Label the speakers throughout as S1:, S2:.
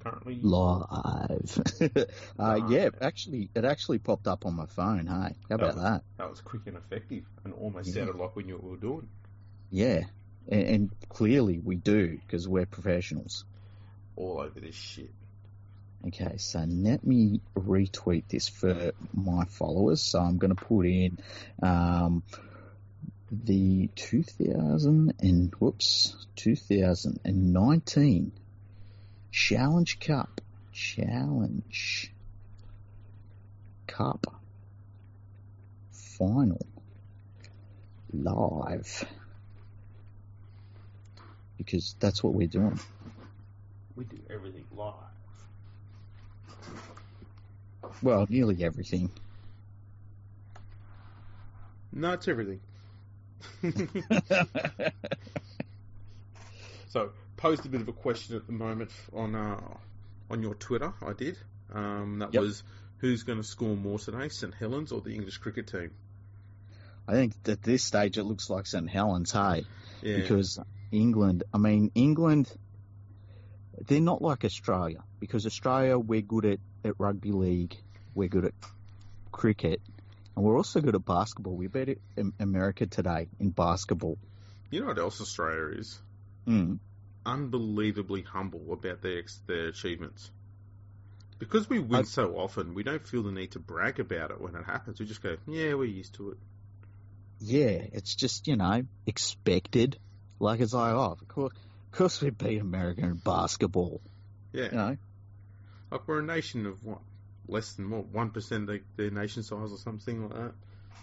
S1: Apparently,
S2: Live. uh, yeah, actually, it actually popped up on my phone. Hey, how about
S1: Oh.
S2: that?
S1: that was quick and effective, and almost
S2: Yeah.
S1: sounded like we knew what we were doing.
S2: Yeah, and, and clearly we do because we're professionals.
S1: All over this shit.
S2: Okay, so let me retweet this for my followers. So I'm going to put in um, the 2000 and whoops 2019 Challenge Cup Challenge Cup Final live because that's what we're doing.
S1: We do everything live.
S2: Well, nearly everything.
S1: No, it's everything. so, posed a bit of a question at the moment on uh, on your Twitter. I did. Um, that
S2: Yep.
S1: was who's going to score more today, St Helens or the English cricket team?
S2: I think at this stage it looks like St Helens, hey,
S1: Yeah,
S2: because England. I mean, England. They're not like Australia because Australia we're good at, at rugby league, we're good at cricket, and we're also good at basketball. We beat Am- America today in basketball.
S1: you know what else Australia is
S2: Mm.
S1: unbelievably humble about their ex- their achievements. Because we win
S2: I-
S1: so often, we don't feel the need to brag about it when it happens. We just go, "Yeah, we're used to it."
S2: Yeah, it's just you know expected. Like it's like oh, of course, of course we beat America in basketball.
S1: Yeah,
S2: You know,
S1: like we're a nation of what less than what one percent of their nation size or something like that,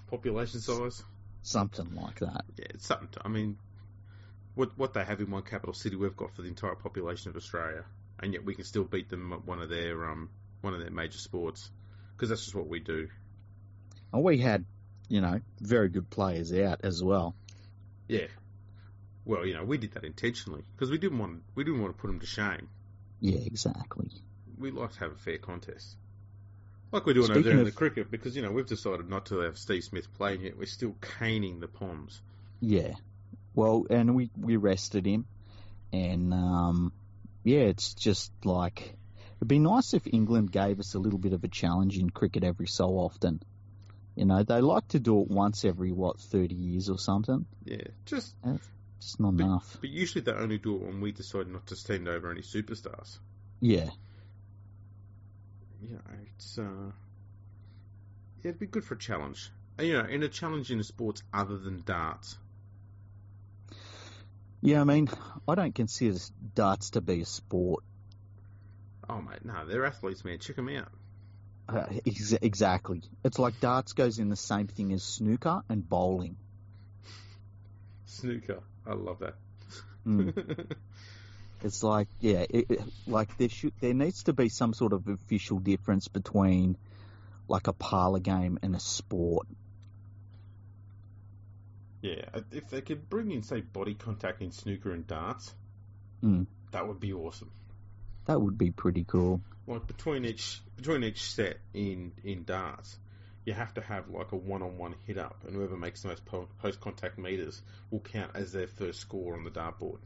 S1: population size.
S2: something like that.
S1: Yeah, it's something. To, I mean, what what they have in one capital city, we've got for the entire population of Australia, and yet we can still beat them at one of their um one of their major sports because that's just what we do.
S2: And we had, you know, very good players out as well.
S1: Yeah. Well, you know, we did that intentionally because we didn't want we didn't want to put them to shame.
S2: Yeah, exactly.
S1: We like to have a fair contest, like we're doing over
S2: Speaking
S1: there in
S2: of-
S1: the cricket, because you know we've decided not to have Steve Smith playing yet. We're still caning the Poms.
S2: Yeah. Well, and we we rested him, and um, yeah, it's just like it'd be nice if England gave us a little bit of a challenge in cricket every so often. You know, they like to do it once every what thirty years or something.
S1: Yeah, just
S2: It's not enough.
S1: but usually they only do it when we decide not to stand over any superstars.
S2: Yeah.
S1: You know, it's uh, yeah, it'd be good for a challenge. And, you know, in a challenge in sports other than darts.
S2: Yeah, I mean, I don't consider darts to be a sport.
S1: Oh mate, no, they're athletes, man. Check them out.
S2: Uh, ex- exactly. It's like darts goes in the same thing as snooker and bowling.
S1: Snooker, I love that.
S2: Mm. It's like, yeah, it, it, like there should there needs to be some sort of official difference between like a parlor game and a sport.
S1: Yeah, uh, if they could bring in, say, body contact in snooker and darts,
S2: Mm.
S1: that would be awesome.
S2: That would be pretty cool.
S1: Like between each between each set in in darts, you have to have like a one on one hit up, and whoever makes the most po- post contact meters will count as their first score on the dartboard.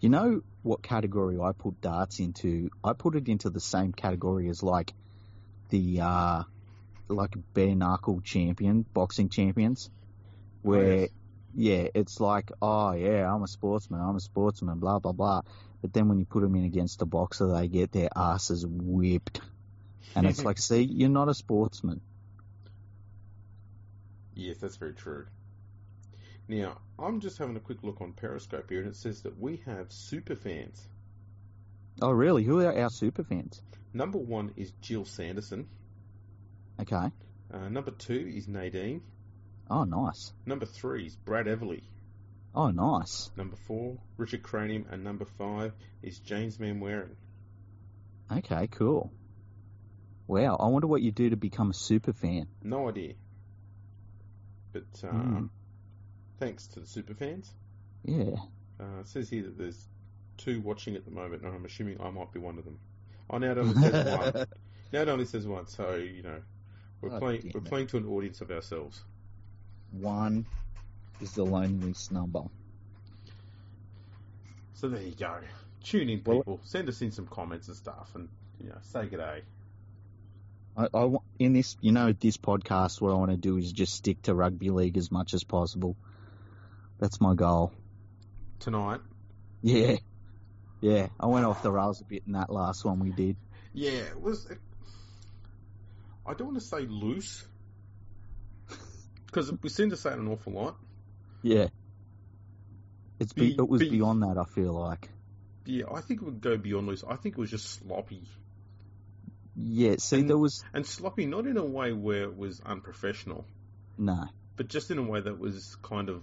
S2: You know what category I put darts into? I put it into the same category as like the uh like bare knuckle champion, boxing champions, where
S1: Oh, yes.
S2: yeah, it's like oh yeah, I'm a sportsman, I'm a sportsman, blah blah blah. But then when you put them in against a boxer, they get their asses whipped. And it's like, see, you're not a sportsman.
S1: yes, that's very true. Now I'm just having a quick look on Periscope here, and it says that we have super fans.
S2: Oh, really? Who are our super fans?
S1: Number one is Jill Sanderson.
S2: Okay.
S1: Uh, number two is Nadine.
S2: Oh, nice.
S1: Number three is Brad Everly.
S2: Oh, nice.
S1: Number four, Richard Cranium, and number five is James Manwaring.
S2: Okay, cool. Wow, I wonder what you do to become a super fan.
S1: No idea. But uh,
S2: Hmm.
S1: thanks to the superfans.
S2: Yeah.
S1: Uh, it says here that there's two watching at the moment, and I'm assuming I might be one of them. Oh, now it only says one. Now it only says one, so, you know, we're,
S2: Oh,
S1: playing,
S2: damn
S1: we're
S2: it.
S1: playing to an audience of ourselves.
S2: One is the loneliest number.
S1: So there you go. Tune in,
S2: Well-
S1: people. Send us in some comments and stuff, and you know, say good day.
S2: I, I wa- in this, you know, this podcast, what I want to do is just stick to rugby league as much as possible. That's my goal.
S1: tonight.
S2: Yeah, yeah. I went off the rails a bit in that last one we did.
S1: Yeah, it was. I don't want to say loose because we seem to say it an awful lot.
S2: Yeah, it's be,
S1: Be-
S2: it was
S1: be-
S2: beyond that. I feel like.
S1: Yeah, I think it would go beyond loose. I think it was just sloppy
S2: Yeah. See,
S1: And-
S2: there was
S1: and sloppy, not in a way where it was unprofessional,
S2: no.
S1: but just in a way that was kind of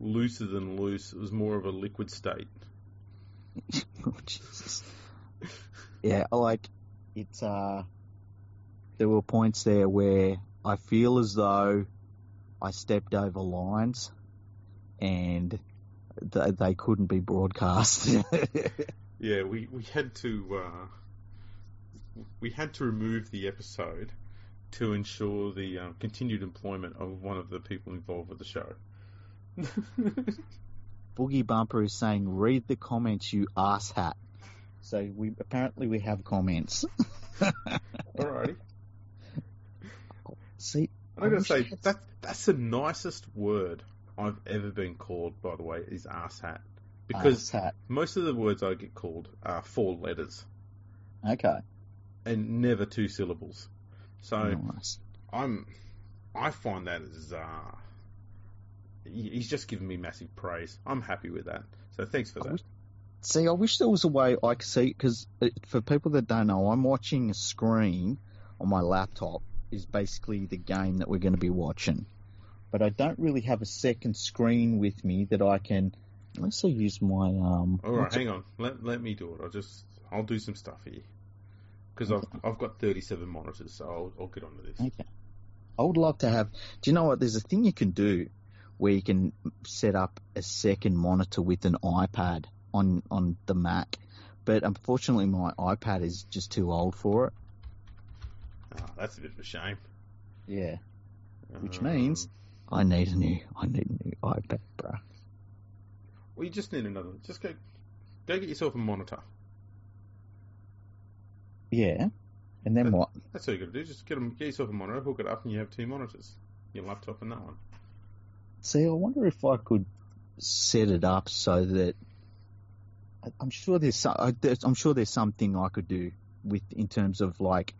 S1: looser than loose. It was more of a liquid state.
S2: oh, Jesus. Yeah, I like it's uh there were points there where I feel as though I stepped over lines and they, they couldn't be broadcast.
S1: Yeah, we, we had to uh, we had to remove the episode to ensure the uh, continued employment of one of the people involved with the show.
S2: Boogie Bumper is saying, "Read the comments, you asshat." So we apparently we have comments.
S1: Alrighty,
S2: See,
S1: I'm gonna say that that's the nicest word I've ever been called. By the way, is asshat because
S2: asshat.
S1: most of the words I get called are four letters
S2: Okay,
S1: and never two syllables. So.
S2: nice.
S1: I'm, I find that is, uh, he- he's just given me massive praise. I'm happy with that. So thanks for
S2: I
S1: that.
S2: wish- See, I wish there was a way I could see because for people that don't know, I'm watching a screen on my laptop is basically the game that we're going to be watching, but I don't really have a second screen with me that I can. Unless I use my um.
S1: All right,
S2: what's it-
S1: hang on. Let let me do it. I'll just, I'll do some stuff here because I've I've got 37 monitors, so I'll, I'll get onto this.
S2: Okay. I would like to have. Do you know what? There's a thing you can do where you can set up a second monitor with an iPad on on the Mac, but unfortunately my iPad is just too old for it.
S1: Ah, that's a bit of a shame.
S2: Yeah. Which
S1: Um,
S2: means- I need a new. I need a new iPad, bruh.
S1: well, you just need another. Just go, go get yourself a monitor.
S2: Yeah. And then
S1: But-
S2: what?
S1: That's all you got to do. Just get 'em- get yourself a monitor, hook it up, and you have two monitors. Your laptop and that one.
S2: See, I wonder if I could set it up so that I- I'm sure there's so- I- there's- I'm sure there's something I could do with in terms of like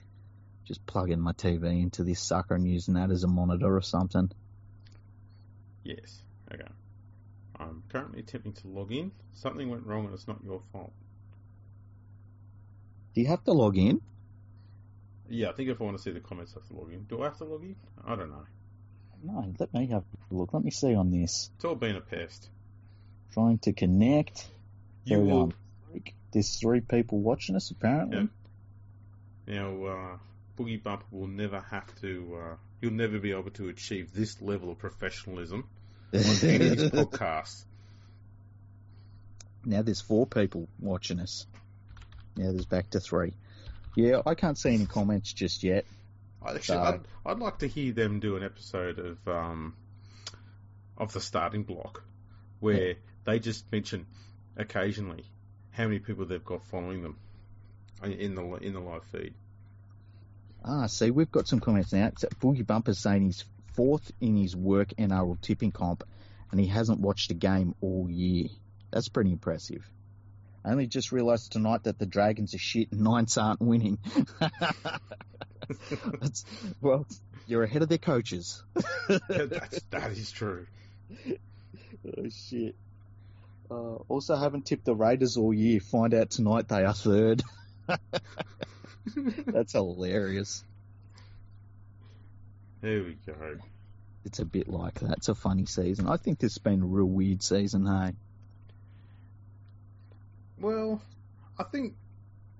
S2: just plugging my TV into this sucker and using that as a monitor or something.
S1: Yes. Okay. I'm currently attempting to log in. Something went wrong and it's not your fault.
S2: Do you have to log in?
S1: Yeah, I think if I want to see the comments, I have to log in. Do I have to log in? I don't know.
S2: No, let me have a look. Let me see on this.
S1: It's all been a pest.
S2: Trying to connect.
S1: You
S2: Hold
S1: will.
S2: on. There's three people watching us apparently.
S1: Yeah. Now, uh, Boogie Bump will never have to. Uh, he'll never be able to achieve this level of professionalism on any of his podcasts.
S2: Now there's four people watching us. Now there's back to three. Yeah, I can't see any comments just yet.
S1: Actually,
S2: Sorry.
S1: I'd, I'd like to hear them do an episode of um, of the starting block where they just mention occasionally how many people they've got following them in- in the in the live feed.
S2: Ah, see, we've got some comments now. It's Boogie Bumper's saying he's fourth in his work NRL tipping comp, and he hasn't watched a game all year. That's pretty impressive. I only just realised tonight that the Dragons are shit and Knights aren't winning. That's, well, you're ahead of their coaches.
S1: That's, that is true.
S2: Oh shit. Uh, also, haven't tipped the Raiders all year. Find out tonight they are third. That's hilarious.
S1: There we go.
S2: It's a bit like that. It's a funny season. I think this has been a real weird season, hey?
S1: Well, I think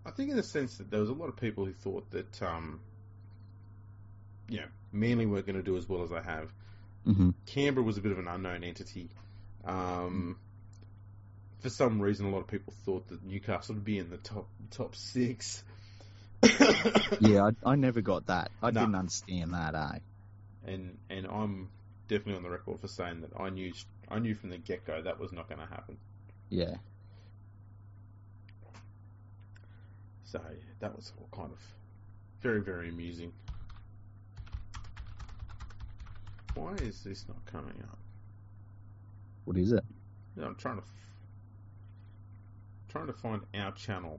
S1: I think in the sense that there was a lot of people who thought that um, you know, Manly weren't going to do as well as they have.
S2: Mm-hmm.
S1: Canberra was a bit of an unknown entity. Um, for some reason, a lot of people thought that Newcastle would be in the top top six.
S2: Yeah, I, I never got that. I
S1: No.
S2: didn't understand that, eh?
S1: and and I'm definitely on the record for saying that I knew I knew from the get go that was not going to happen.
S2: Yeah.
S1: So that was all kind of very, very amusing. Why is this not coming up?
S2: What is it?
S1: Yeah, I'm trying to f- trying to find our channel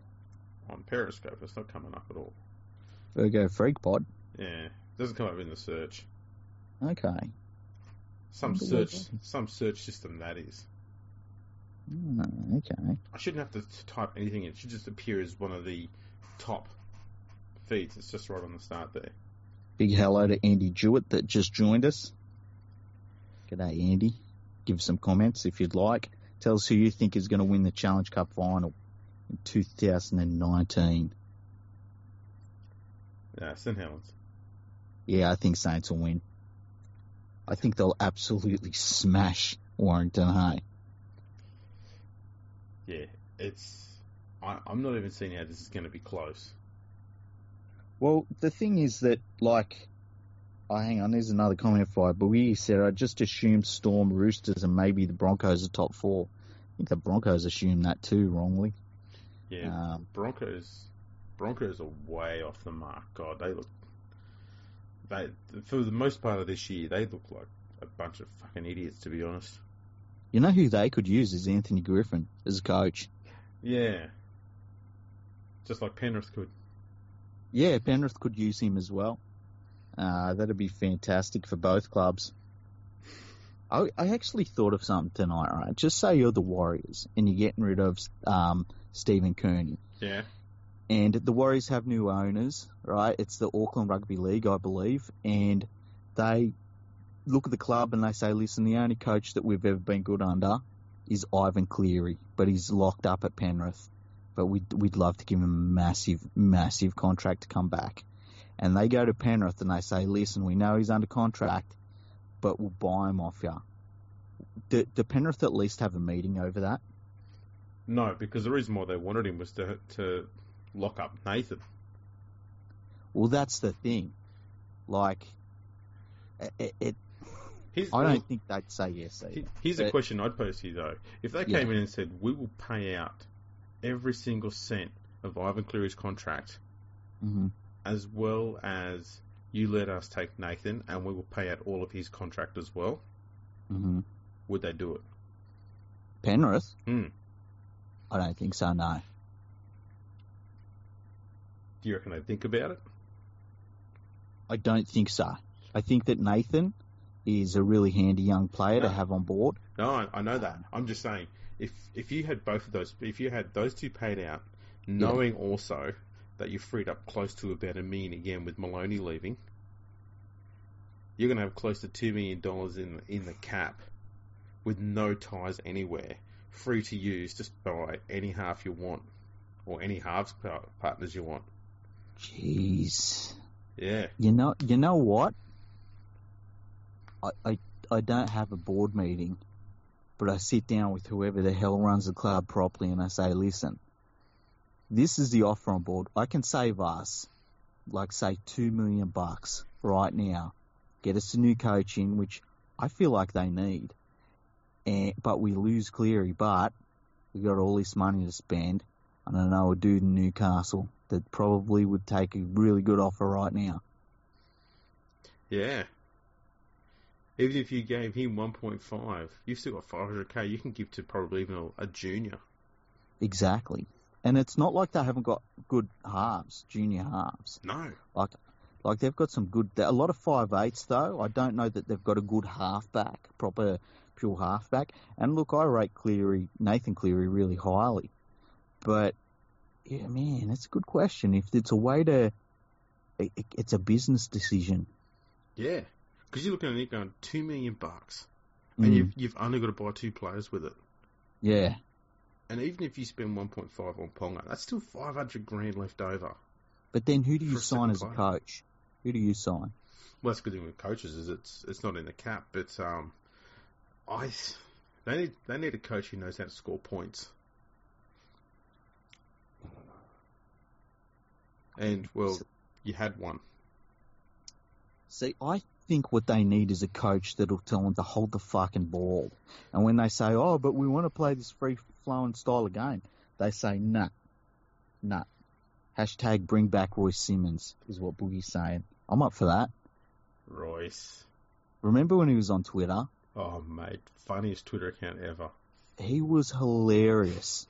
S1: on Periscope. It's not coming up at all.
S2: Ergo Freak Pod.
S1: Yeah, it doesn't come up in the search.
S2: Okay.
S1: Some
S2: Wonder
S1: search,
S2: why.
S1: some search system that is.
S2: Hmm, okay.
S1: I shouldn't have to t- type anything. in. It should just appear as one of the top feeds. It's just right on the start there.
S2: Big hello to Andy Jewett that just joined us. G'day, Andy. Give some comments if you'd like. Tell us who you think is going to win the Challenge Cup final in 2019.
S1: Yeah, St Helens.
S2: Yeah, I think Saints will win. I think they'll absolutely smash Warrington High.
S1: Yeah, it's. I, I'm not even seeing how this is going to be close.
S2: Well, the thing is that, like, oh, hang on, there's another comment by Bowie said, I just assumed Storm, Roosters, and maybe the Broncos are top four. I think the Broncos assumed that too, wrongly.
S1: Yeah,
S2: Um,
S1: Broncos. Broncos are way off the mark. God, they look. They for the most part of this year, they look like a bunch of fucking idiots. To be honest.
S2: You know who they could use is Anthony Griffin as a coach.
S1: Yeah. Just like Penrith could.
S2: Yeah, Penrith could use him as well. Uh, that'd be fantastic for both clubs. I, I actually thought of something tonight, right? Just say you're the Warriors and you're getting rid of um, Stephen Kearney.
S1: Yeah.
S2: And the Warriors have new owners, right? It's the Auckland Rugby League, I believe. And they look at the club and they say, listen, the only coach that we've ever been good under is Ivan Cleary, but he's locked up at Penrith. But we'd, we'd love to give him a massive, massive contract to come back. And they go to Penrith and they say, listen, we know he's under contract, but we'll buy him off you. Do, do Penrith at least have a meeting over that?
S1: No, because the reason why they wanted him was to to lock up Nathan.
S2: Well, that's the thing. Like, it, it,
S1: Here's,
S2: I don't think they'd say yes either.
S1: he- Here's a
S2: but-
S1: question I'd pose to you though: If they
S2: Yeah.
S1: came in and said, "We will pay out every single cent of Ivan Cleary's contract,
S2: hmm
S1: as well as you let us take Nathan, and we will pay out all of his contract as well,"
S2: hmm
S1: would they do it?
S2: Penrith?
S1: Hmm.
S2: I don't think so, no.
S1: Do you reckon they think about it?
S2: I don't think so. I think that Nathan is a really handy young player to
S1: No.
S2: have on board.
S1: No, I, I know that. I'm just saying, if if you had both of those, if you had those two paid out, knowing also that you freed up close to about a million again with Maloney leaving, you're going to have close to two million dollars in in the cap, with no ties anywhere, free to use just buy any half you want, or any halves par- partners you want.
S2: Jeez.
S1: Yeah,
S2: You know, you know what? I, I, I don't have a board meeting, but I sit down with whoever the hell runs the club properly and I say, listen, this is the offer on board. I can save us, like, say, two million bucks right now. Get us a new coach in, which I feel like they need. And, but we lose Cleary, but we got all this money to spend. And I know a dude in Newcastle that probably would take a really good offer right now.
S1: yeah. Even if you gave him 1.5, you've still got 500k. You can give to probably even a, a junior.
S2: Exactly. And it's not like they haven't got good halves, junior halves.
S1: No.
S2: Like they've got some good, a lot of five eights though. I don't know that they've got a good halfback, proper pure halfback. And look, I rate Cleary, Nathan Cleary, really highly. But yeah, man, it's a good question. If it's a way to, it, it- it's a business decision.
S1: Yeah, because you're looking at it going two million bucks, and
S2: Mm,
S1: you've you've only got to buy two players with it.
S2: yeah,
S1: And even if you spend one point five on Ponga, that's still five hundred grand left over.
S2: but then who do you
S1: For a
S2: sign
S1: second
S2: as a
S1: player.
S2: coach? Who do you sign?
S1: Well, that's the good thing with coaches is it's it's not in the cap, but um, I s- they need they need a coach who knows how to score points. And well, you had one.
S2: See, I think what they need is a coach that'll tell them to hold the fucking ball. And when they say, oh, but we want to play this free flowing style of game, they say, nah, nah, Hashtag bring back Roy Simmons is what Boogie's saying. I'm up for that.
S1: Royce.
S2: Remember when he was on Twitter?
S1: Oh, mate. Funniest Twitter account ever.
S2: He was hilarious.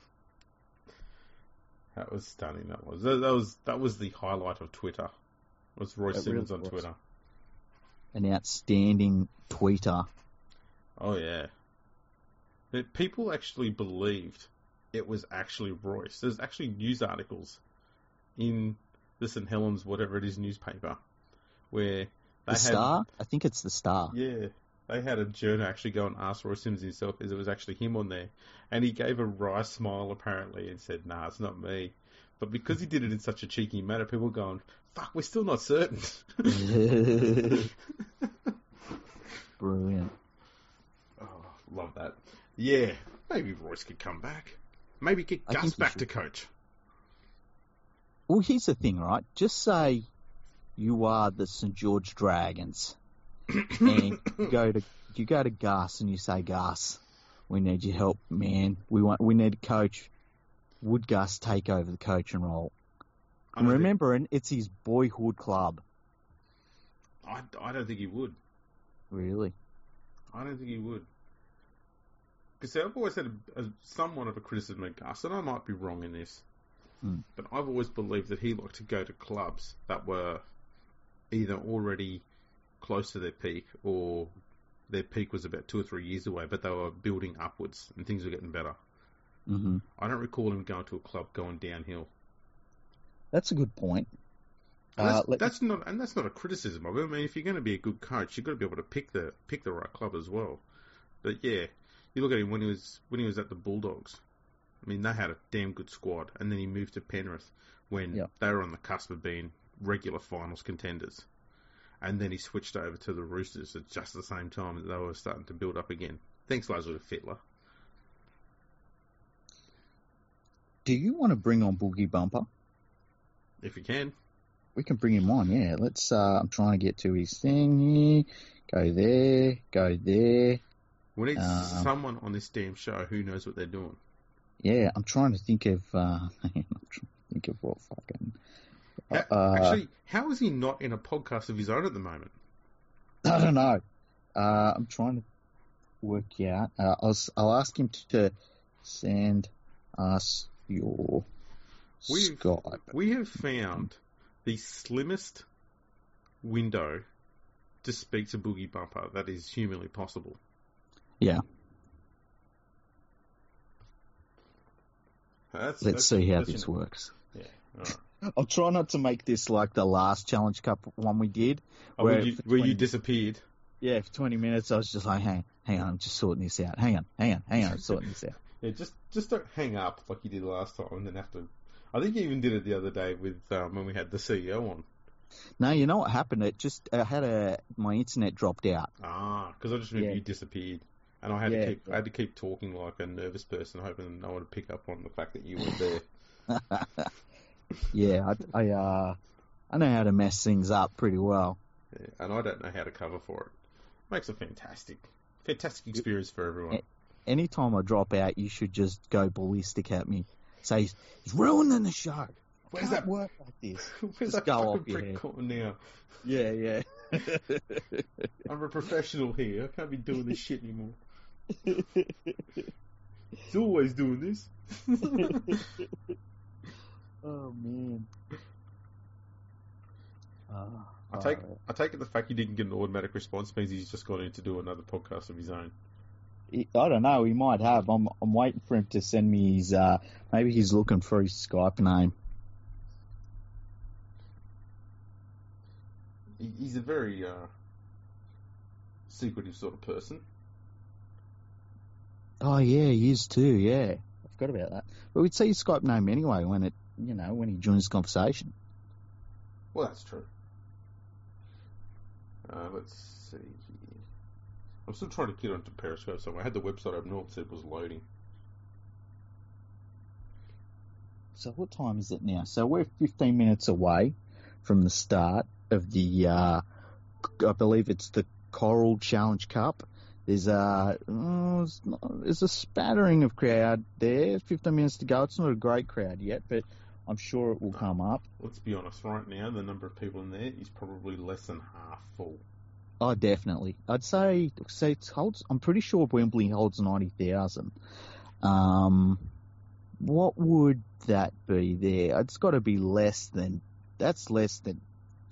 S1: That was stunning. That was. That, that was that was the highlight of Twitter. Was Roy
S2: It
S1: Simmons
S2: really
S1: on
S2: was.
S1: Twitter?
S2: An outstanding tweeter.
S1: Oh yeah. But people actually believed it was actually Royce. There's actually news articles in the St Helens, whatever it is, newspaper, where
S2: The Star? I think it's the Star.
S1: Yeah, they had a journal actually go and ask Roy Sims himself if it was actually him on there, and he gave a wry smile apparently and said, "Nah, it's not me." But because he did it in such a cheeky manner, people were going, "Fuck, we're still not certain."
S2: Brilliant.
S1: oh, love that. Yeah, maybe Royce could come back. Maybe get
S2: I
S1: Gus
S2: think he
S1: back
S2: should.
S1: to coach.
S2: Well, here's the thing, right? Just say you are the St George Dragons, and you
S1: Hmm.
S2: go to you go to Gus and you say, Gus, we need your help, man. We want we need a coach. Would Gus take over the coaching role?
S1: I don't think-
S2: remembering it's his boyhood club.
S1: I, I don't think he would.
S2: Really?
S1: I don't think he would. Because I've always had a, a, somewhat of a criticism of Gus, and I might be wrong in this,
S2: Hmm.
S1: but I've always believed that he liked to go to clubs that were either already close to their peak or their peak was about two or three years away, but they were building upwards and things were getting better.
S2: hmm
S1: I don't recall him going to a club going downhill.
S2: That's a good point.
S1: And
S2: Uh,
S1: that's,
S2: let-
S1: that's not, and that's not a criticism of him. I mean, if you're going to be a good coach, you've got to be able to pick the pick the right club as well. But yeah, you look at him when he was when he was at the Bulldogs. I mean, they had a damn good squad, and then he moved to Penrith when
S2: Yeah.
S1: they were on the cusp of being regular finals contenders, and then he switched over to the Roosters at just the same time that they were starting to build up again. Thanks largely to Fittler.
S2: Do you want to bring on Boogie Bumper?
S1: If you can,
S2: We can bring him on, yeah. Let's. Uh, I'm trying to get to his thing here. Go there. Go there.
S1: we need
S2: Uh,
S1: someone on this damn show who knows what they're doing.
S2: Yeah, I'm trying to think of. Uh, I'm trying to think of what fucking.
S1: Ha-
S2: Uh,
S1: Actually, how is he not in a podcast of his own at the moment?
S2: I don't know. Uh, I'm trying to work you out. Uh, I'll, s- I'll ask him to send us your
S1: We've-
S2: Skype.
S1: We have found the slimmest window to speak to Boogie Bumper that is humanly possible.
S2: Yeah.
S1: That's,
S2: Let's
S1: that's-
S2: see how
S1: that's
S2: this
S1: your-
S2: works.
S1: Yeah. all right.
S2: I'll try not to make this like the last Challenge Cup one we did.
S1: Oh, where
S2: Where
S1: you,
S2: for
S1: where you
S2: 20
S1: disappeared.
S2: Yeah, for 20 minutes I was just like, hang, hang on, I'm just sorting this out. Hang on, hang on, hang on, I'm sorting this out.
S1: Yeah, just just don't hang up like you did last time, and then have to. I think you even did it the other day with um, when we had the CEO on.
S2: No, you know what happened? It just I had a my internet dropped out.
S1: Ah, because I just remember
S2: Yeah.
S1: you disappeared, and I had
S2: Yeah.
S1: to keep I had to keep talking like a nervous person, hoping no one would pick up on the fact that you were there.
S2: Yeah, I, I uh I know how to mess things up pretty well.
S1: Yeah, and I don't know how to cover for it. Makes a fantastic, fantastic experience for everyone.
S2: Anytime I drop out, you should just go ballistic at me. Say he's ruining the show.
S1: Where's
S2: Can't
S1: that?
S2: work like this.
S1: Where's that
S2: go
S1: fucking
S2: off your
S1: prick
S2: head.
S1: gone now?
S2: Yeah, yeah.
S1: I'm a professional here. I can't be doing this shit anymore. He's always doing this.
S2: oh man. Oh,
S1: I take I take it the fact he didn't get an automatic response means he's just gone in to do another podcast of his own.
S2: He- I don't know. He might have. I'm I'm waiting for him to send me his. Uh, maybe he's looking for his Skype name.
S1: He, he's a very uh, secretive sort of person.
S2: Oh yeah, he is too. Yeah, I forgot about that. But we'd see his Skype name anyway when it, you know, when he joins the conversation.
S1: Well, that's true. Uh, let's see here. I'm still trying to get onto Periscope somewhere. I had the website up north, said it was loading.
S2: So what time is it now? So we're 15 minutes away from the start of the. Uh, I believe it's the Coral Challenge Cup. There's a oh, it's not- there's a spattering of crowd there. 15 minutes to go. It's not a great crowd yet, but I'm sure it will come up.
S1: Let's be honest, right now the number of people in there is probably less than half full.
S2: Oh, definitely. I'd say so. It holds. I'm pretty sure Wembley holds ninety thousand. Um, what would that be there? It's got to be less than. That's less than.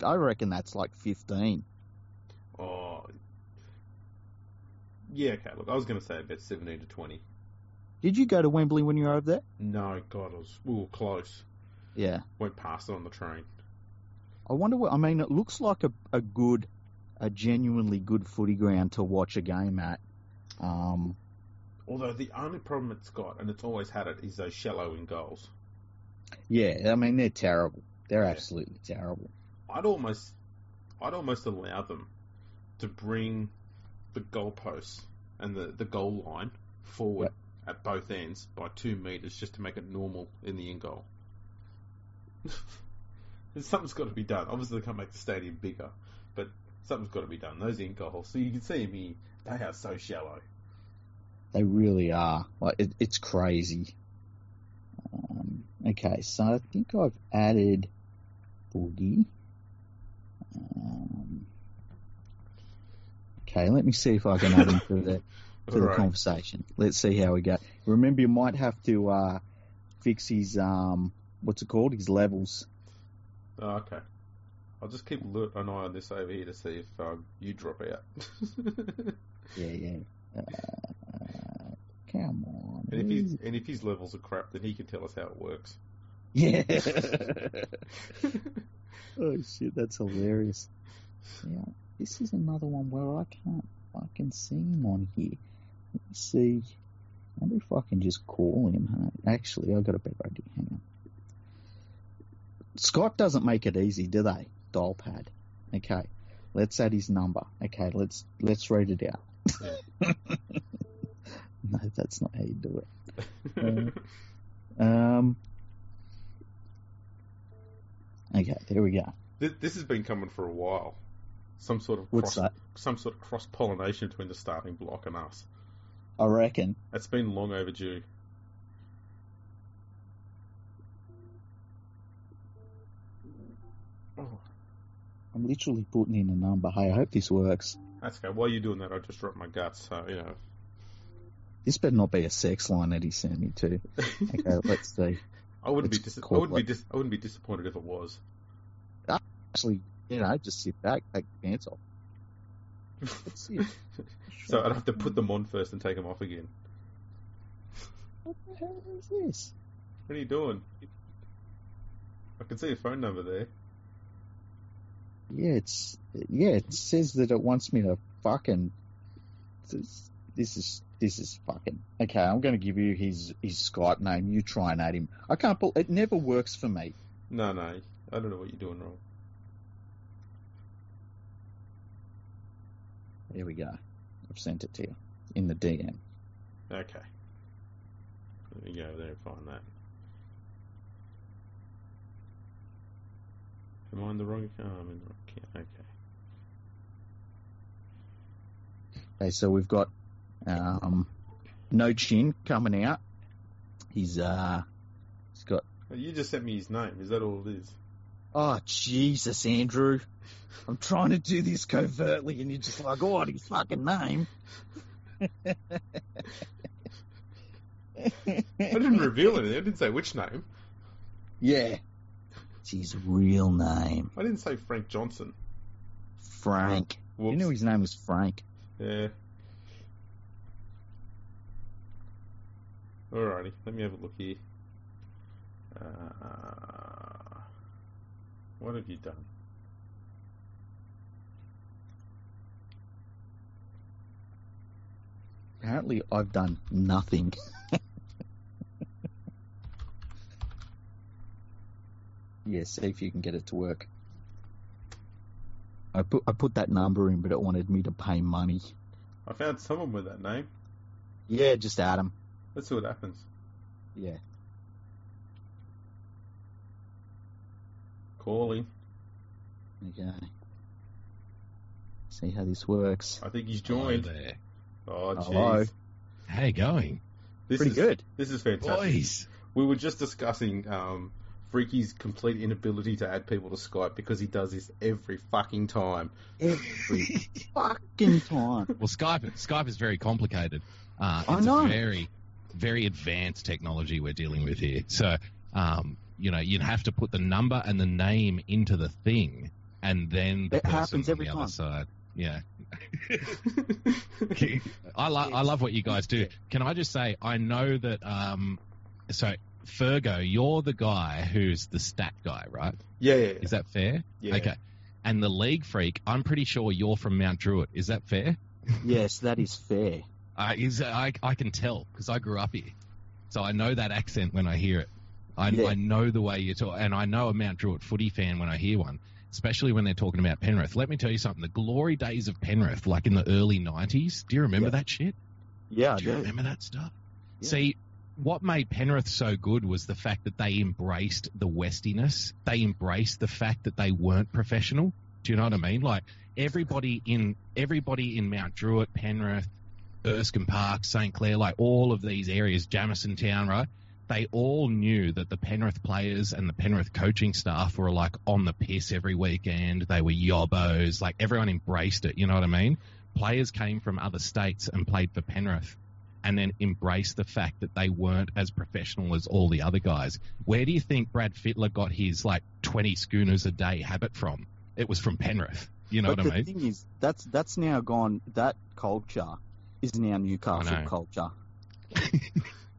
S2: I reckon that's like fifteen.
S1: Oh, yeah. Okay, look, I was going to say about seventeen to twenty.
S2: Did you go to Wembley when you were over there?
S1: No, God, it was, we were close.
S2: Yeah.
S1: Went past it on the train.
S2: I wonder what. I mean, it looks like a, a good, a genuinely good footy ground to watch a game at. Um,
S1: Although the only problem it's got, and it's always had it, is those shallow in goals.
S2: yeah, I mean, they're terrible. They're
S1: Yeah.
S2: absolutely terrible.
S1: I'd almost, I'd almost allow them to bring the goalposts and the, the goal line forward at both ends by two meters just to make it normal in the in goal. something's got to be done. Obviously, they can't make the stadium bigger, but something's got to be done. Those in goals, so you can see me, they are so shallow.
S2: They really are. Like, it, it's crazy. Um, okay, so I think I've added Boogie. Um, okay, let me see if I can add him to the to the
S1: Right.
S2: conversation. Let's see how we go. Remember, you might have to uh, fix his um, what's it called? His levels.
S1: Oh, okay. I'll just keep lo- an eye on this over here to see if um, you drop out. and
S2: Yeah, yeah. Uh, come on.
S1: if he's and if his levels are crap, then he can tell us how it works.
S2: Yeah. oh shit, that's hilarious. Yeah, this is another one where I can't fucking see him on here. Let me see. I wonder if I can just call him. Huh? Actually, I got a better idea. Hang on. Scott doesn't make it easy, do they? Dial pad. Okay, let's add his number. Okay, let's let's read it out. no, that's not how you do it. Um, Um. Okay, there we go.
S1: Th- this has been coming for a while. Some sort of
S2: What's
S1: cross,
S2: that?
S1: some sort of cross pollination between the starting block and us.
S2: I reckon.
S1: It's been long overdue. Oh,
S2: I'm literally putting in a number. Hey, I hope this works.
S1: that's okay. While you're doing that, I just dropped my guts. So you know.
S2: This better not be a sex line that he sent me to. Okay, let's see.
S1: I wouldn't be
S2: It's
S1: dis- I
S2: called
S1: wouldn't be dis- I wouldn't be disappointed if it was.
S2: Actually, you know, just sit back, take your pants off. Let's see. it.
S1: so I'd have to put them on first and take them off again.
S2: What the hell is this?
S1: What are you doing? I can see your phone number there.
S2: Yeah, it's yeah. It says that it wants me to fucking. This, this is this is fucking okay. I'm going to give you his his Skype name. You try and add him. I can't. pull It never works for me.
S1: No, no, I don't know what you're doing wrong.
S2: There we go. I've sent it to you in the DM.
S1: Okay. Let me go over there and find that. Am I in the wrong account? Oh, I'm in the wrong account. Okay.
S2: Okay, so we've got um, No Chin coming out. He's uh, he's got.
S1: Well, Oh, You just sent me his name. Is that all it is?
S2: Oh Jesus, Andrew! I'm trying to do this covertly, and you're just like, "Oh, his fucking name."
S1: I didn't reveal anything. I didn't say which name.
S2: yeah, it's his real name,
S1: I didn't say Frank Johnson.
S2: Frank.
S1: Whoops.
S2: You knew his name was Frank.
S1: Yeah. Alrighty, let me have a look here. Uh, what have you done?
S2: Apparently, I've done nothing. yeah, see if you can get it to work. I put I put that number in, but it wanted me to pay money.
S1: I found someone with that name.
S2: Yeah, just Adam.
S1: Let's see what happens.
S2: Yeah.
S1: Calling.
S2: Okay. See how this works.
S1: I think he's
S3: Hello
S1: joined.
S3: there.
S1: Oh,
S2: Hello.
S1: jeez.
S3: How you going?
S1: This
S2: Pretty
S1: is,
S2: good.
S1: This is fantastic.
S3: Boys.
S1: We were just discussing um, Ricky's complete inability to add people to Skype because he does this every fucking time.
S2: Every fucking time.
S3: Well, Skype Skype is very complicated. Uh,
S2: I
S3: it's
S2: know.
S3: A very very advanced technology we're dealing with here. So, um, you know, you'd have to put the number and the name into the thing, and then the
S2: It
S3: person
S2: happens every
S3: on
S2: time.
S3: the other side. Yeah. I, lo- I love what you guys do. Can I just say, I know that. Um, so, Fergo, you're the guy who's the stat guy, right?
S1: yeah, yeah,
S3: Is that fair?
S1: yeah.
S3: Okay. And the league freak, I'm pretty sure you're from Mount Druitt. Is that fair?
S2: Yes, that is fair.
S3: I is, I, I can tell because I grew up here, so I know that accent when I hear it. I,
S2: Yeah.
S3: I know the way you talk, and I know a Mount Druitt footy fan when I hear one, especially when they're talking about Penrith. Let me tell you something: the glory days of Penrith, like in the early '90s. Do you remember
S2: Yeah.
S3: that shit?
S2: Yeah, I
S3: Do you
S2: do.
S3: remember that stuff?
S2: Yeah.
S3: See, what made Penrith so good was the fact that they embraced the Westiness. They embraced the fact that they weren't professional. Do you know what I mean? Like everybody in everybody in Mount Druitt, Penrith, Erskine Park, St Clair, like all of these areas, Jamison Town, right? They all knew that the Penrith players and the Penrith coaching staff were like on the piss every weekend. They were yobbos. Like everyone embraced it. You know what I mean? Players came from other states and played for Penrith and then embrace the fact that they weren't as professional as all the other guys. Where do you think Brad Fittler got his like 20 schooners a day habit from? It was from Penrith. You know
S2: but
S3: what I
S2: the
S3: mean?
S2: thing is, that's that's now gone. That culture is now
S3: I
S2: Newcastle
S3: know.
S2: culture.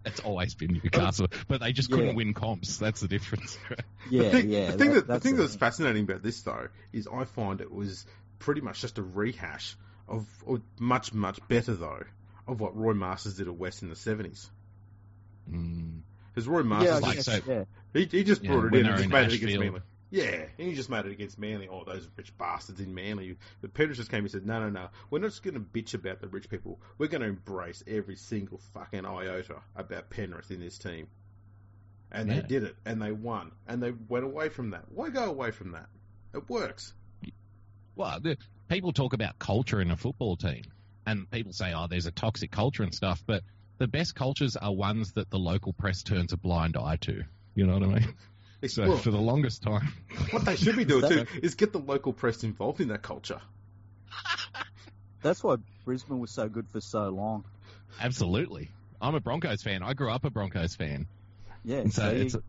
S3: It's always been Newcastle, but they just couldn't
S2: Yeah.
S3: win comps. That's the difference.
S2: Yeah,
S1: the thing,
S2: yeah.
S1: the thing, that,
S2: that-
S1: the
S2: that's
S1: thing
S2: it.
S1: that's fascinating about this though is I find it was pretty much just a rehash of, or much much better though, of what Roy Masters did at West in the seventies.
S3: Mm.
S1: Because Roy
S2: yeah, I
S1: Masters,
S3: like,
S2: guess,
S3: so-
S2: yeah.
S1: he, he just
S3: Yeah,
S1: brought it
S3: when
S1: in
S3: they're
S1: and just
S3: in
S1: made it against
S3: Ashfield.
S1: Manly. Yeah, and he just made it against Manly. Oh, those rich bastards in Manly. But Peters just came and said, no, no, no. We're not just going to bitch about the rich people. We're going to embrace every single fucking iota about Penrith in this team. And they
S3: Yeah.
S1: did it, and they won, and they went away from that. Why go away from that? It works.
S3: Well, the, people talk about culture in a football team, and people say, "Oh, there's a toxic culture and stuff," but the best cultures are ones that the local press turns a blind eye to. You know what I mean?
S1: It's,
S3: So
S1: well,
S3: for the longest time,
S1: what they should be doing too
S2: That-
S1: is get the local press involved in that culture.
S2: That's why Brisbane was so good for so long.
S3: Absolutely. I'm a Broncos fan. I grew up a Broncos fan.
S2: Yeah,
S3: And so
S2: so you-
S3: it's a,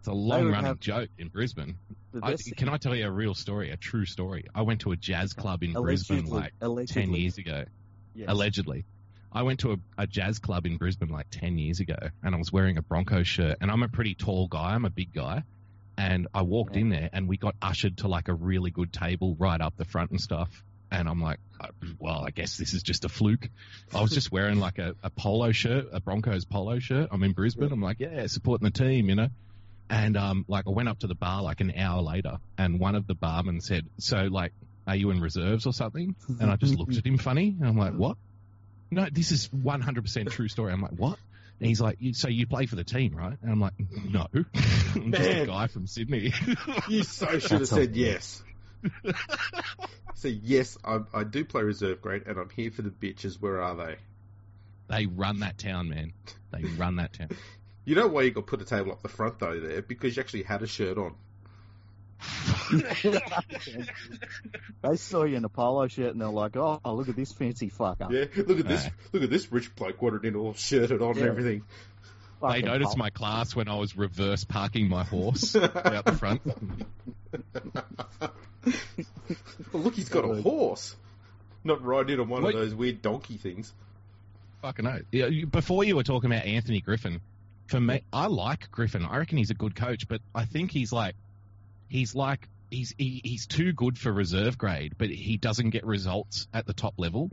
S3: it's a long
S2: would
S3: running
S2: have-
S3: joke in Brisbane.
S2: the
S3: I,
S2: best-
S3: can I tell you a real story, a true story? I went to a jazz club in
S2: allegedly,
S3: Brisbane like 10
S2: allegedly,
S3: years ago.
S2: yes.
S3: Allegedly. I went to a, a jazz club in Brisbane like 10 years ago and I was wearing a Bronco shirt and I'm a pretty tall guy. I'm a big guy. And I walked in there and we got ushered to like a really good table right up the front and stuff. And I'm like, "Uh, well, I guess this is just a fluke. I was just wearing like a, a polo shirt, a Broncos polo shirt. I'm in Brisbane. I'm like, yeah, supporting the team, you know. And um, like I went up to the bar like an hour later, and one of the barmen said, "So like, are you in reserves or something?" And I just looked at him funny, and I'm like, "What? No, this is 100% true story." I'm like, "What?" And he's like, you, "So you play for the team, right?" And I'm like, "No, I'm just a
S1: Man.
S3: guy from Sydney."
S1: You so should have
S2: That's
S1: said
S2: all.
S1: yes. so yes, I, I do play reserve grade, and I'm here for the bitches. Where are they?
S3: they run that town, man. They run that town.
S1: You know why you got put a table up the front though there because you actually had a shirt on.
S2: They saw you in a polo shirt and they're like, "Oh, look at this fancy fucker."
S1: Yeah, look at this,
S3: Aye.
S1: look at this rich bloke got it in all shirted on
S2: Yeah.
S1: and everything.
S3: they
S2: Fucking
S3: noticed
S2: polo.
S3: my class when I was reverse parking my horse out the front.
S1: Well, look, he's got a horse, not riding on one
S3: Wait.
S1: of those weird donkey things.
S3: Fucking oath. Yeah, you- Before you were talking about Anthony Griffin, for me, I like Griffin. I reckon he's a good coach, but I think he's like, he's like, he's he, he's too good for reserve grade, but he doesn't get results at the top level.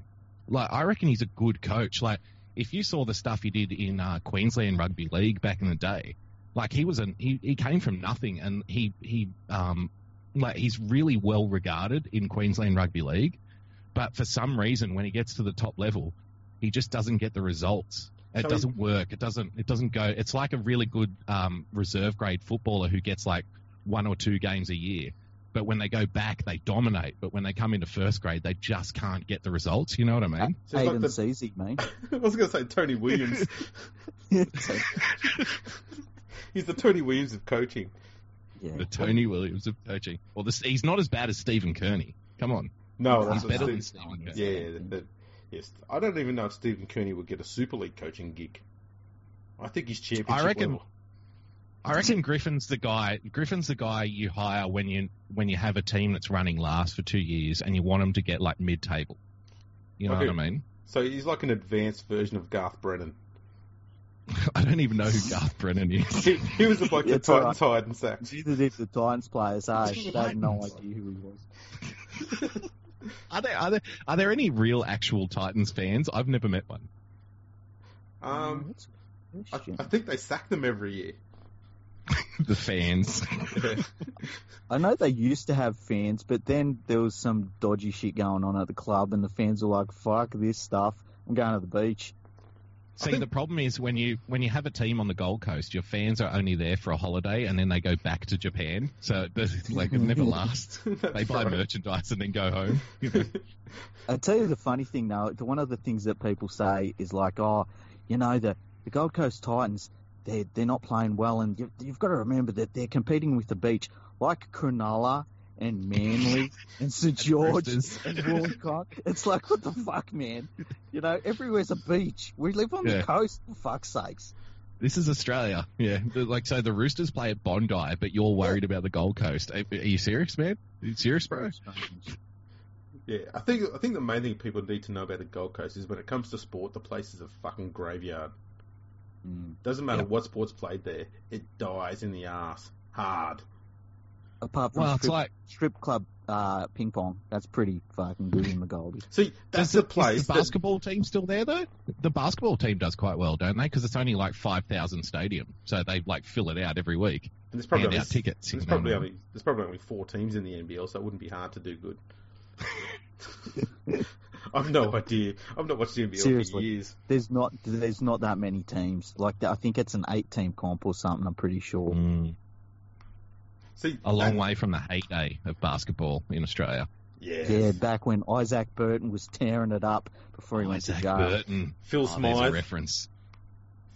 S3: Like, I reckon he's a good coach. Like, if you saw the stuff he did in uh, Queensland Rugby League back in the day, like he was an he, he came from nothing and he he um like he's really well regarded in Queensland Rugby League, but for some reason when he gets to the top level, he just doesn't get the results. It
S1: So he-
S3: doesn't work. It doesn't. It doesn't go. It's like a really good um, reserve grade footballer who gets like one or two games a year, but when they go back, they dominate. But when they come into first grade, they just can't get the results. You know what I mean?
S1: So it's like
S2: Hayden
S1: the-
S2: Ceesay, mate.
S1: I was going to say Tony Williams.
S2: It's like,
S1: he's the Tony Williams of coaching.
S2: Yeah.
S3: the Tony Williams of coaching. Well, this, he's not as bad as Stephen Kearney. Come on,
S1: No,
S2: Wow.
S1: that's
S3: he's
S1: what
S3: better than
S1: Steve,
S3: Stephen Kearney.
S1: yeah, yeah, that- that- yes. I don't even know if Stephen Kearney would get a Super League coaching gig. I think he's championship
S3: I reckon-
S1: level.
S3: I reckon Griffin's the guy. Griffin's the guy you hire when you when you have a team that's running last for two years and you want them to get like mid table. You know
S1: Okay.
S3: what I mean?
S1: So he's like an advanced version of Garth Brennan.
S3: I don't even know who Garth Brennan is.
S1: He, he was the bloke that
S2: It's all
S1: Titans hired and sacked.
S2: Neither did the Titans players. ah, I
S3: It's
S2: they had no
S3: Titans.
S2: idea who he was.
S3: Are there are there are there any real actual Titans fans? I've never met one.
S1: Um,
S2: That's a good
S1: I,
S2: question.
S1: I think they sack them every year.
S3: the fans.
S2: I know they used to have fans, but then there was some dodgy shit going on at the club, and the fans were like, "Fuck this stuff! I'm going to the beach."
S3: See,
S1: think-
S3: the problem is when you when you have a team on the Gold Coast, your fans are only there for a holiday and then they go back to Japan. So it does- like it never lasts. They
S1: That's
S3: buy
S1: right.
S3: merchandise and then go home. You know?
S2: I tell you the funny thing though, the one of the things that people say is like, "Oh, you know the the Gold Coast Titans, they they're not playing well," and you, you've got to remember that they're competing with the beach, like Cronulla and Manly and St George
S3: Roosters.
S2: and Wollongong. It's like, what the fuck, man? You know, everywhere's a beach. We live on
S3: Yeah.
S2: the coast, for fuck's sakes.
S3: This is Australia. Yeah. The- Like, so the Roosters play at Bondi, but you're worried about the Gold Coast. Are, are you serious, man? Are you serious, bro?
S1: Yeah, I think I think the main thing people need to know about the Gold Coast is when it comes to sport, the place is a fucking graveyard.
S2: Mm.
S1: Doesn't matter
S3: Yeah.
S1: what sports played there, it dies in the ass hard.
S2: Apart from
S3: Well, it's
S2: strip,
S3: like
S2: strip club uh, ping pong, that's pretty fucking good in the Goldie.
S1: See, that's
S3: does
S1: the
S3: the, is
S1: place.
S3: the
S1: that-
S3: basketball team still there though? The basketball team does quite well, don't they? Because it's only like five thousand stadium, so they like fill it out every week.
S1: and there's probably
S3: hand
S1: only,
S3: out tickets. you
S1: there's
S3: know
S1: probably
S3: what I mean?
S1: only there's probably only four teams in the NBL, so it wouldn't be hard to do good. I've no idea. I've not watched the NBL for
S2: Seriously.
S1: years.
S2: There's not there's not that many teams. Like I think it's an eight team comp or something. I'm pretty sure.
S3: Mm.
S1: See,
S3: a long
S1: that-
S3: way from the heyday of basketball in Australia.
S1: Yes.
S2: Yeah, back when Isaac Burton was tearing it up before he went to
S3: Isaac
S2: jail.
S3: Burton.
S1: Phil
S3: Oh, there's a
S1: Smythe,
S3: reference.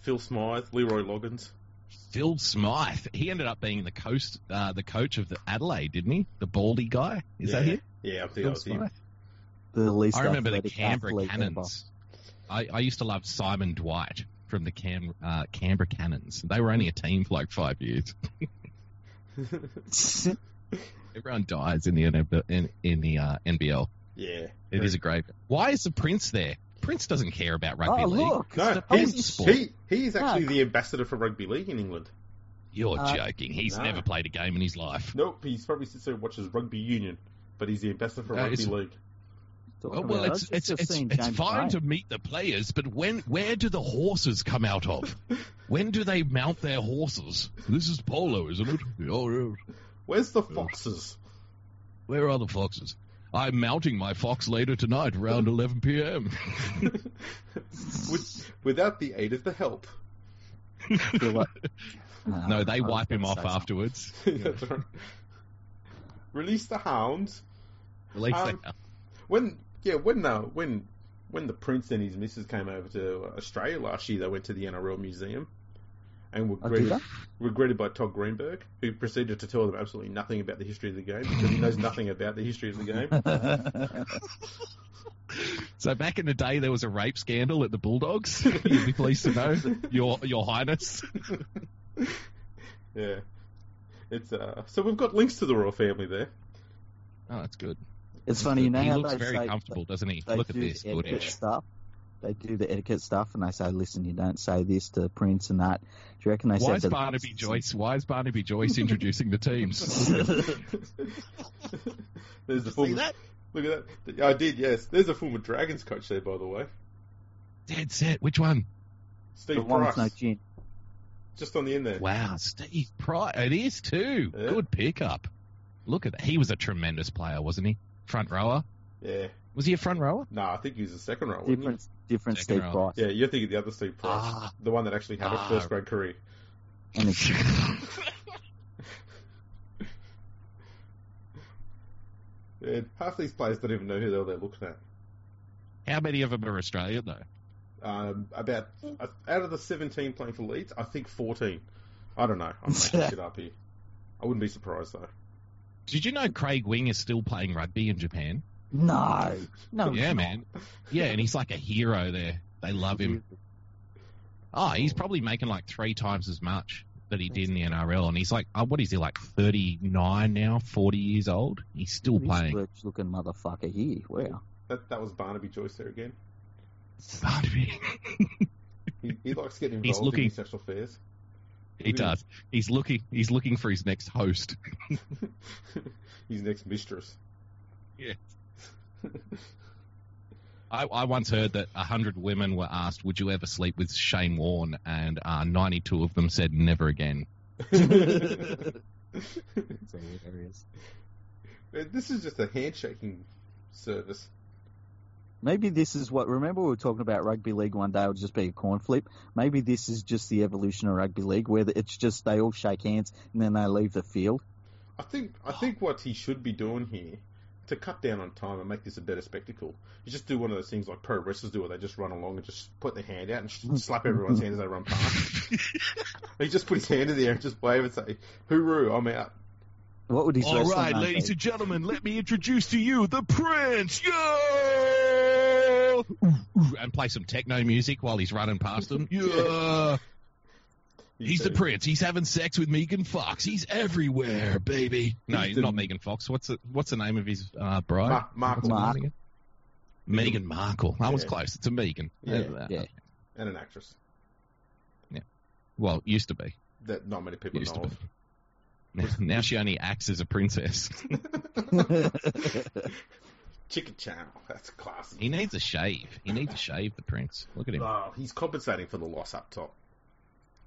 S1: Phil Smythe, Leroy Loggins.
S3: Phil Smythe. He ended up being the coast, uh, the coach of the Adelaide, didn't he? The baldy guy. Is that
S1: Yeah.
S3: him?
S1: Yeah, I think that
S3: Phil
S1: was him.
S3: Smythe.
S2: The least
S3: I remember the
S2: athletic
S3: Canberra
S2: athlete ever.
S3: Cannons. I, I used to love Simon Dwight from the Cam, uh, Canberra Cannons. They were only a team for like five years. Everyone dies in the NB in, in the uh, NBL.
S1: Yeah.
S3: It is a grave. Why is the Prince there? Prince doesn't care about rugby
S2: oh
S3: league.
S2: look,
S1: No,
S2: it's the
S3: he's-
S2: Polish-
S3: sport.
S1: he, he is actually
S2: No.
S1: the ambassador for rugby league in England.
S3: You're
S2: Uh,
S3: joking. He's
S1: no.
S3: never played a game in his life.
S1: Nope, he's probably sits there and watches rugby union, but he's the ambassador for
S3: No,
S1: rugby
S3: it's-
S1: league.
S2: talking
S3: Oh, well,
S2: about.
S3: it's
S2: I've
S3: it's
S2: just
S3: it's,
S2: seen
S3: it's
S2: James
S3: fine
S2: Bay.
S3: to meet the players, but when where do the horses come out of? when do they mount their horses? This is polo, isn't it? Oh, yeah.
S1: Where's the foxes?
S3: Where are the foxes? I'm mounting my fox later tonight around 11 p.m.
S1: With, without the aid of the help.
S2: They're like- "Oh,
S3: no, they
S2: I was
S3: wipe him
S2: gonna
S3: off
S2: say something.
S3: afterwards.
S1: That's right. Release the hounds.
S3: At least
S1: Um,
S3: they-
S1: When yeah, when uh, when when the prince and his missus came over to Australia last year, they went to the NRL museum and were
S2: Oh, did
S1: greeted, were greeted by Todd Greenberg, who proceeded to tell them absolutely nothing about the history of the game because he knows nothing about the history of the game.
S2: they?
S3: so back in the day, there was a rape scandal at the Bulldogs. You'd be pleased to know, Your Your Highness.
S1: Yeah. It's uh so we've got links to the royal family there.
S3: Oh, that's good.
S2: it's funny, you
S3: Good.
S2: know
S3: he
S2: how
S3: looks
S2: they
S3: very
S2: say
S3: comfortable, doesn't he?
S2: they
S3: Look at
S2: do
S3: this
S2: the etiquette
S3: footage.
S2: stuff. They do the etiquette stuff, and they say, "Listen, you don't say this to Prince and that." Do you reckon they
S3: Why
S2: said
S3: is
S2: to the-
S3: Barnaby Joyce? Why is Barnaby Joyce introducing the teams?
S1: There's the former, Look at that. I did, yes. There's a former Dragons coach there, by the way.
S3: Dead set. Which one?
S2: The
S1: Steve
S2: one
S1: Price.
S2: with no gin.
S1: Just on the end there.
S3: Wow, Steve Price. It is too.
S1: Yeah.
S3: Good pickup. Look at that. He was a tremendous player, wasn't he? Front rower.
S1: Yeah.
S3: Was he a front rower?
S1: No, I think he was the second row, wasn't
S2: Different, different
S3: Second
S2: Steve
S3: row.
S2: Price.
S1: he? Yeah, you're thinking the other Steve Price.
S3: Ah.
S1: The one that actually had
S3: Ah.
S1: a first grade career.
S2: And it's,
S1: Yeah, half these players don't even know who the hell they're looking at.
S3: How many of them are Australian though?
S1: Um, about out of the 17 playing for Leeds, I think 14. I don't know. I'm making shit up here. I wouldn't be surprised though.
S3: Did you know Craig Wing is still playing rugby in Japan?
S2: No, no,
S3: yeah, man. Yeah, and he's like a hero there. They love him. Oh, he's probably making like three times as much that he did in the NRL, and he's like, oh, what is he like, thirty nine now, forty years old? He's still playing.
S2: looking motherfucker here. Wow.
S1: That that was Barnaby Joyce there again.
S3: Barnaby.
S1: He, he likes getting
S3: He's
S1: involved
S3: looking-
S1: in sexual affairs.
S3: he does. He's looking. He's looking for his next host.
S1: His next mistress.
S3: Yeah. I, I once heard that 100 women were asked, Would you ever sleep with Shane Warne? And uh, 92 of them said, Never again.
S1: this is just a handshaking service.
S2: Maybe this is what. Remember, we were talking about rugby league one day. It would just be a coin flip. Maybe this is just the evolution of rugby league, where it's just they all shake hands and then they leave the field.
S1: I think I think what he should be doing here to cut down on time and make this a better spectacle is just do one of those things like pro wrestlers do, where they just run along and just put their hand out and sh- slap everyone's hand as they run past. he just put his hand in the air and just wave and say, "Hooroo, I'm out."
S2: What would his wrestling name be?
S3: and gentlemen, let me introduce to you the Prince. Yeah! And play some techno music while he's running past them. Yeah! He's the
S1: said-
S3: prince. He's having sex with Megan Fox. He's everywhere, baby. No,
S1: He's the-
S3: not Megan Fox. What's the, what's the name of his uh, bride?
S1: Ma- Markle
S2: Mark.
S3: Megan Markle. I was
S1: Yeah.
S3: close. It's a Megan. Uh,
S1: Yeah.
S2: Yeah.
S1: and an actress
S3: Well, used to be.
S1: that not many people
S3: Used to
S1: know of.
S3: Now, now she only acts as a princess.
S1: Chicken Chow, that's classy.
S3: he needs a shave. He needs a shave, the prince. Look at him.
S1: Oh, he's compensating for the loss up top.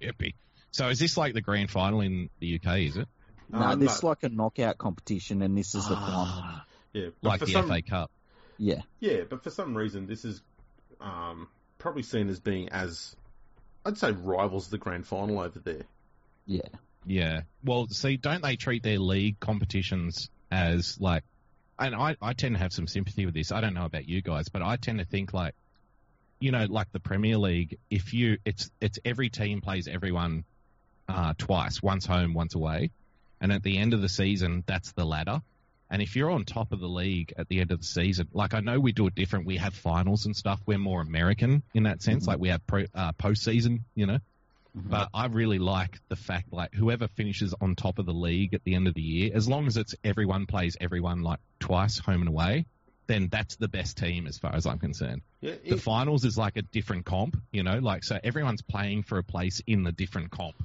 S3: Yippee. So is this like the grand final in the UK, is it?
S2: no,
S1: Um,
S2: this is like a knockout competition, and this is the final.
S3: Ah,
S1: yeah, but
S3: like
S1: for
S3: the
S1: some-
S3: FA Cup.
S2: Yeah,
S1: Yeah, but for some reason, this is um, probably seen as being as I'd say rivals the grand final over there.
S2: yeah.
S3: Yeah. Well, see, don't they treat their league competitions as like, and I, I tend to have some sympathy with this. I don't know about you guys, but I tend to think like, you know, like the Premier League, if you, it's, it's every team plays everyone uh, twice, once home, once away. And at the end of the season, that's the ladder. And if you're on top of the league at the end of the season, like I know we do it different. We have finals and stuff. We're more American in that sense.
S2: Mhm.
S3: Like we have pro, uh, postseason, you know,
S2: Mhm.
S3: but I really like the fact like whoever finishes on top of the league at the end of the year, as long as it's everyone plays everyone like twice home and away, then that's the best team as far as I'm concerned.
S1: Yeah,
S3: The
S1: it-
S3: finals is like a different comp, you know, like so everyone's playing for a place in the different comp.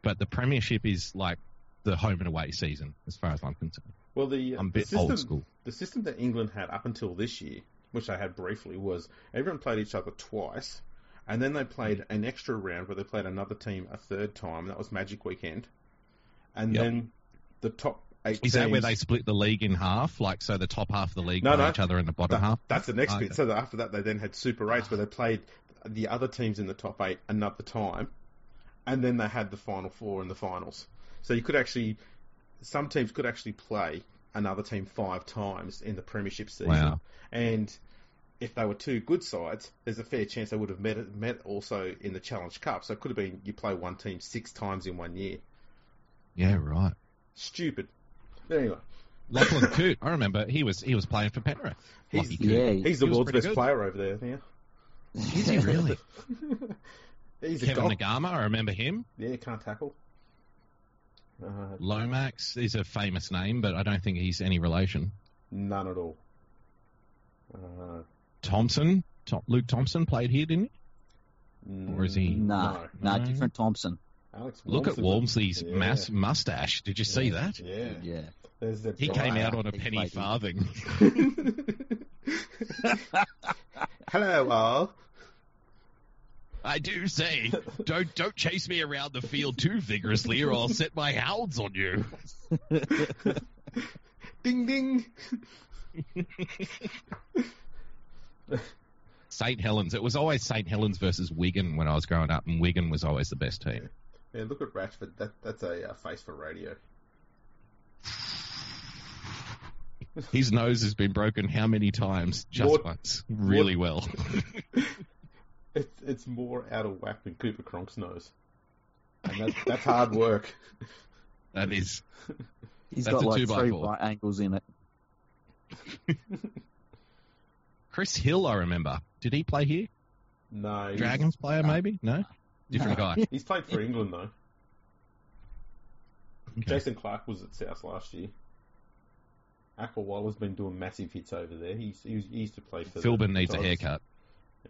S3: But the premiership is like the home and away season as far as I'm concerned.
S1: well, the,
S3: I'm a
S1: the
S3: bit
S1: system
S3: old school.
S1: the system that England had up until this year, which I had briefly, was everyone played each other twice, and then they
S3: Mm.
S1: played an extra round where they played another team a third time. That was Magic Weekend, and
S3: Yep.
S1: then the top eight.
S3: Is that where they
S1: teams-
S3: split the league in half? Like so the top half of the league
S1: No,
S3: play
S1: no.
S3: each other in the bottom
S1: That-
S3: half? Uh,
S1: That's the next bit.
S3: Okay.
S1: So that after that, they then had Super Eights where they played the other teams in the top eight another time, and then they had the final four and the finals. So you could actually, some teams could actually play another team five times in the Premiership season,
S3: Wow.
S1: and if they were two good sides, there's a fair chance they would have met met also in the Challenge Cup. So it could have been you play one team six times in one year.
S3: Yeah, right.
S1: Stupid. But anyway,
S3: Lachlan Coote, I remember he was he was playing for Penrith.
S1: he's,
S3: Lucky
S2: Mm-hmm. Yeah, he-
S1: he's the
S3: he was
S1: world's
S3: pretty
S1: best
S3: good.
S1: player over there. Yeah.
S3: Is he really?
S1: he's a
S3: Kevin
S1: golf-
S3: Nagama, I remember him.
S1: Yeah, can't tackle. Uh,
S3: Lomax is a famous name, but I don't think he's any relation.
S1: none at all. Uh,
S3: Thompson, Tom, Luke Thompson played here, didn't he? Or is he-
S2: Nah, nah,
S3: No. Mm-hmm.
S2: different Thompson.
S1: Alex
S3: Look at
S1: Walmsley.
S3: Walmsley's
S1: Yeah.
S3: mass mustache. Did you see
S1: Yeah.
S3: that?
S1: Yeah.
S2: Yeah.
S1: There's the
S3: He
S1: guy.
S3: came out on a
S2: He
S3: penny
S2: played him.
S3: farthing.
S1: Hello, all.
S3: I do say, don't don't chase me around the field too vigorously, or I'll set my hounds on you.
S1: Ding ding.
S3: St Helens. It was always St Helens versus Wigan when I was growing up, and Wigan was always the best team.
S1: Yeah, look at Rashford. That that's a uh, face for radio.
S3: His nose has been broken how many times? Just
S1: What-
S3: once. Really well.
S1: It's it's more out of whack than Cooper Cronk's nose, and that's that's hard work.
S3: That is.
S2: He's
S3: That's
S2: got
S3: a
S2: like
S3: two by
S2: three
S3: four.
S2: right angles in it.
S3: Chris Hill, I remember. Did he play here?
S1: No, he's-
S3: Dragons player,
S2: No.
S3: maybe? No? Different
S2: No.
S3: guy.
S1: He's played for England though.
S3: Okay.
S1: Jason Clark was at South last year. Aquawala's been doing massive hits over there. He's, he, was, he used to play for. the
S3: Philbin needs a
S1: Dogs.
S3: haircut.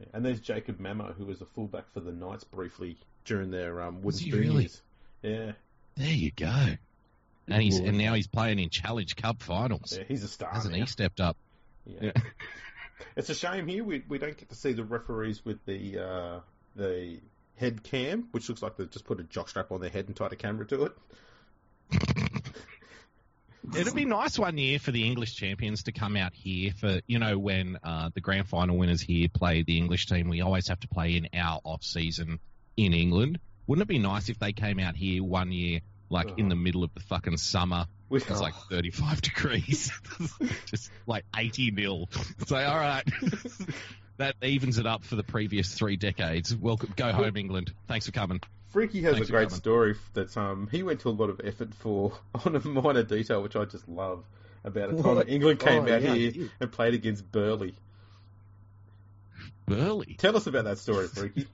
S1: Yeah. And there's Jacob Mamo, who was a fullback for the Knights briefly during their um,
S3: Was
S1: wooden
S3: he
S1: spoon
S3: really?
S1: years. Yeah.
S3: There you go. And he's
S2: Lord.
S3: and now he's playing in Challenge Cup finals.
S1: yeah, he's a star.
S3: Hasn't
S1: now.
S3: he stepped up?
S1: Yeah. it's a shame here we we don't get to see the referees with the uh, the head cam, which looks like they've just put a jockstrap on their head and tied a camera to it.
S3: It'd be nice one year for the English champions to come out here for you know when uh, the grand final winners here play the English team. We always have to play in our off season in England. Wouldn't it be nice if they came out here one year, like in the middle of the fucking summer?
S1: We-
S3: It's like thirty five degrees, just like eighty mil. It's like all right, that evens it up for the previous three decades. Welcome, go home England. Thanks for coming.
S1: Freaky has a
S3: Thanks for
S1: great
S3: coming.
S1: story that um, he went to a lot of effort for on a minor detail, which I just love. About a time
S2: What?
S1: that England came
S2: Oh,
S1: out
S2: yeah,
S1: here
S2: you-
S1: and played against Burley.
S3: Burley.
S1: Tell us about that story, Freaky.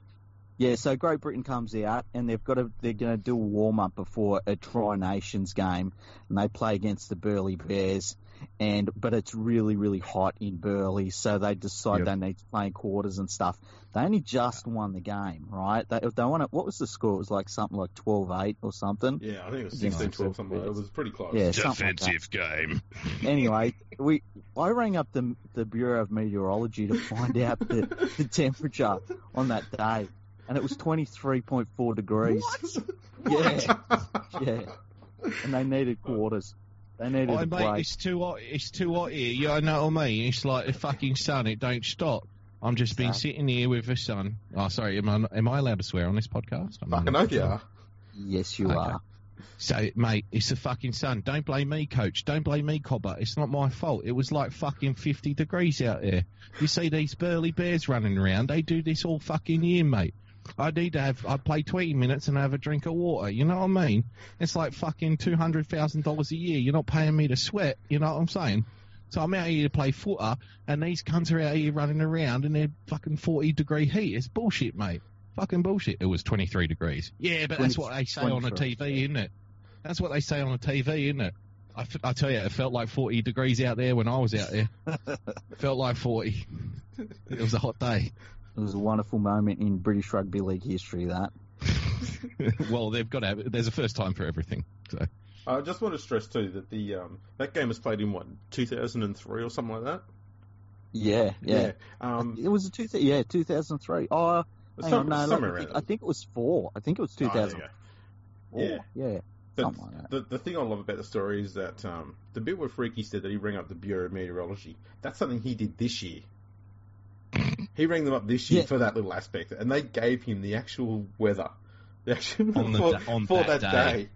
S2: Yeah, so Great Britain comes out and they've got to they're going to do a warm up before a Tri Nations game, and they play against the Burley Bears, and but it's really really hot in Burley, so they decide
S3: Yep.
S2: they need to play in quarters and stuff. They only just won the game, right? They they won it. What was the score? It was like something like 12-8 or something.
S1: Yeah, I think it was
S2: Yeah.
S1: 16 12, something like that. It was pretty close.
S2: Yeah, something like that.
S3: game.
S2: anyway, we I rang up the the Bureau of Meteorology to find out the, the temperature on that day, and it was twenty three point four degrees. Yeah, yeah, and they needed quarters. They needed
S3: Oh,
S2: a
S3: mate,
S2: break.
S3: it's too hot. It's too hot here. You know what I mean? It's like the fucking sun. It don't stop. I'm just been
S2: Exactly.
S3: sitting here with the sun. Oh, sorry. Am I, am I allowed to swear on this podcast? I'm
S1: Fucking
S3: not
S1: oath you
S3: sure.
S1: are.
S2: Yes, you
S3: Okay.
S2: are.
S3: So, mate, it's the fucking sun. Don't blame me, coach. Don't blame me, Cobber. It's not my fault. It was like fucking 50 degrees out there. You see these burly bears running around. They do this all fucking year, mate. I need to have, I play 20 minutes and have a drink of water. You know what I mean? It's like fucking $200,000 a year. You're not paying me to sweat. You know what I'm saying? So I'm out here to play footer and these cunts are out here running around in their fucking 40 degree heat. It's bullshit, mate. Fucking bullshit. It was 23 degrees. Yeah, but that's what they say on the
S2: 23,
S3: TV, isn't it? That's what they say on the TV, isn't it? I, f- I tell you, it felt like 40 degrees out there when I was out there. it felt like 40. It was a hot day.
S2: It was a wonderful moment in British rugby league history. That
S3: well, they've got to have, there's a first time for everything. So
S1: I just want to stress too that the um, that game was played in what 2003 or something like that.
S2: yeah, yeah.
S1: Um,
S2: It was a two th- yeah two thousand three. Oh, hang
S1: some-
S2: on, no,
S1: somewhere
S2: no, I,
S1: around.
S2: think, I think it was four. I think it was two
S1: Oh, there you
S2: thousand
S1: go.
S2: four.
S1: Yeah.
S2: yeah,
S1: But
S2: something like that.
S1: The, the thing I love about the story is that um, the bit where Freaky said that he rang up the Bureau of Meteorology, that's something he did this year. he rang them up this year
S2: Yeah.
S1: for that little aspect, and they gave him the actual weather. The actual
S3: On the
S1: for,
S3: da- on
S1: for
S3: that
S1: that,
S3: day.
S1: day.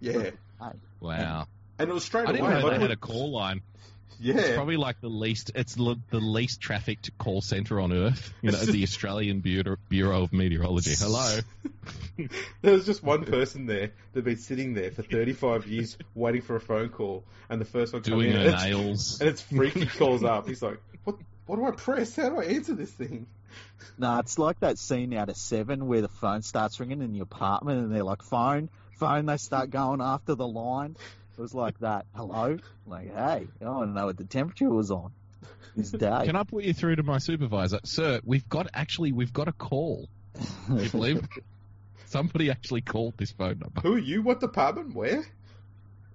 S1: Yeah.
S3: wow,
S1: And it was straight
S3: I didn't
S1: away.
S3: know
S1: like,
S3: they had a call line. It's
S1: Yeah.
S3: probably like the least it's l- the least trafficked call center on earth. You know, the Australian Bureau, Bureau of Meteorology. Hello.
S1: There was just one person there that'd been sitting there for 35 years waiting for a phone call, and the first one came
S3: Doing
S1: in,
S3: her
S1: and it's-
S3: nails.
S1: and it's Freaky calls up. He's like, "What? What do I press? How do I answer this thing?"
S2: No, it's like that scene out of Seven where the phone starts ringing in the apartment and they're like, phone, phone, they start going after the line. It was like that. Hello? Like, hey, I want to know what the temperature was on this day.
S3: Can I put you through to my supervisor? Sir, we've got actually we've got a call. Can you believe it? Somebody actually called this phone number.
S1: Who are you? What department? Where?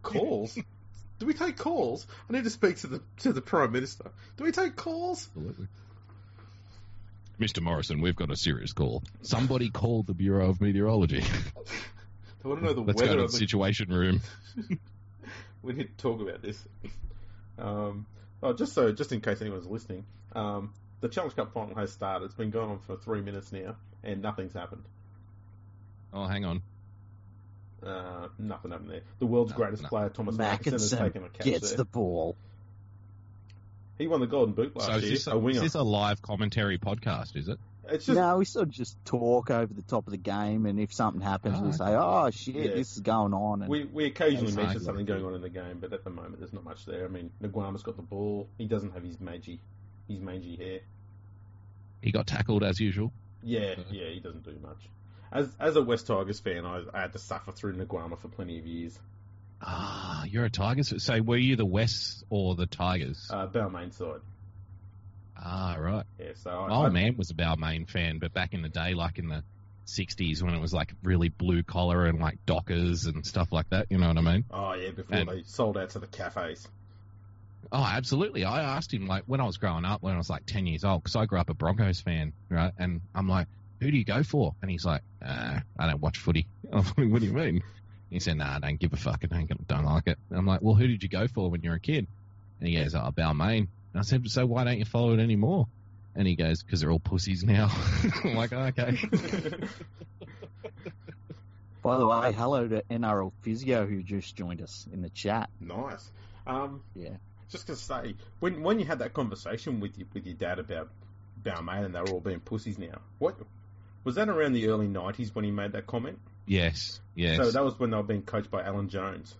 S1: Calls? Do we take calls? I need to speak to the to the prime minister. Do we take calls?
S3: Absolutely. Mr. Morrison, we've got a serious call. Somebody called the Bureau of Meteorology.
S1: I want to know the
S3: Let's
S1: weather.
S3: go to
S1: of
S3: the
S1: the-
S3: situation room.
S1: we need to talk about this. Um, oh, just so, just in case anyone's listening, um, the Challenge Cup final has started. It's been going on for three minutes now, and nothing's happened.
S3: Oh, hang on.
S1: Uh, nothing happened there. The world's
S3: No,
S1: greatest
S3: no.
S1: player, Thomas Mackinson, has
S2: Mackinson
S1: taken a catch
S2: gets
S1: there.
S2: the ball.
S1: He won the Golden Boot last
S3: So is
S1: year.
S3: this,
S1: a
S3: a,
S1: winger.
S3: is this a live commentary podcast, is it?
S1: It's just
S2: no, we sort of just talk over the top of the game, and if something happens,
S3: Oh,
S2: we'll say, "Oh shit,
S1: Yeah.
S2: this is going on." And
S1: we, we occasionally
S3: Exactly.
S1: mention something going on in the game, but at the moment there's not much there. I mean, Naguama's got the ball. He doesn't have his magi, his mangy hair.
S3: He got tackled as usual.
S1: Yeah,
S3: Mhm.
S1: yeah, he doesn't do much. As as a West Tigers fan, I, I had to suffer through Naguama for plenty of years.
S3: Ah, you're a Tigers. So were you the Wests or the Tigers?
S1: Uh, Balmain side,
S3: ah, right.
S1: yeah. So I,
S3: My
S1: I,
S3: old Oh, man was a Balmain fan, but back in the day, like in the 60s when it was like really blue collar and like dockers and stuff like that, you know what I mean?
S1: oh yeah, before
S3: And-
S1: they sold out to the cafes.
S3: Oh, absolutely. I asked him like when I was growing up, when I was like 10 years old, because I grew up a Broncos fan, right? And I'm like, who do you go for? And he's like, uh, I don't watch footy. I'm like, what do you mean? He said, nah, I don't give a fuck. I don't, don't like it. And I'm like, well, who did you go for when you were a kid? And he goes, oh, Balmain. And I said, so why don't you follow it anymore? And he goes, because they're all pussies now. I'm like, "Oh, okay.
S2: by the way, hello to NRL Physio who just joined us in the chat.
S1: nice. Um,
S2: Yeah.
S1: Just to say, when when you had that conversation with your, with your dad about Balmain and they were all being pussies now, what was that around the early '90s when he made that comment?
S3: Yes, yes.
S1: So that was when they were being coached by Alan Jones.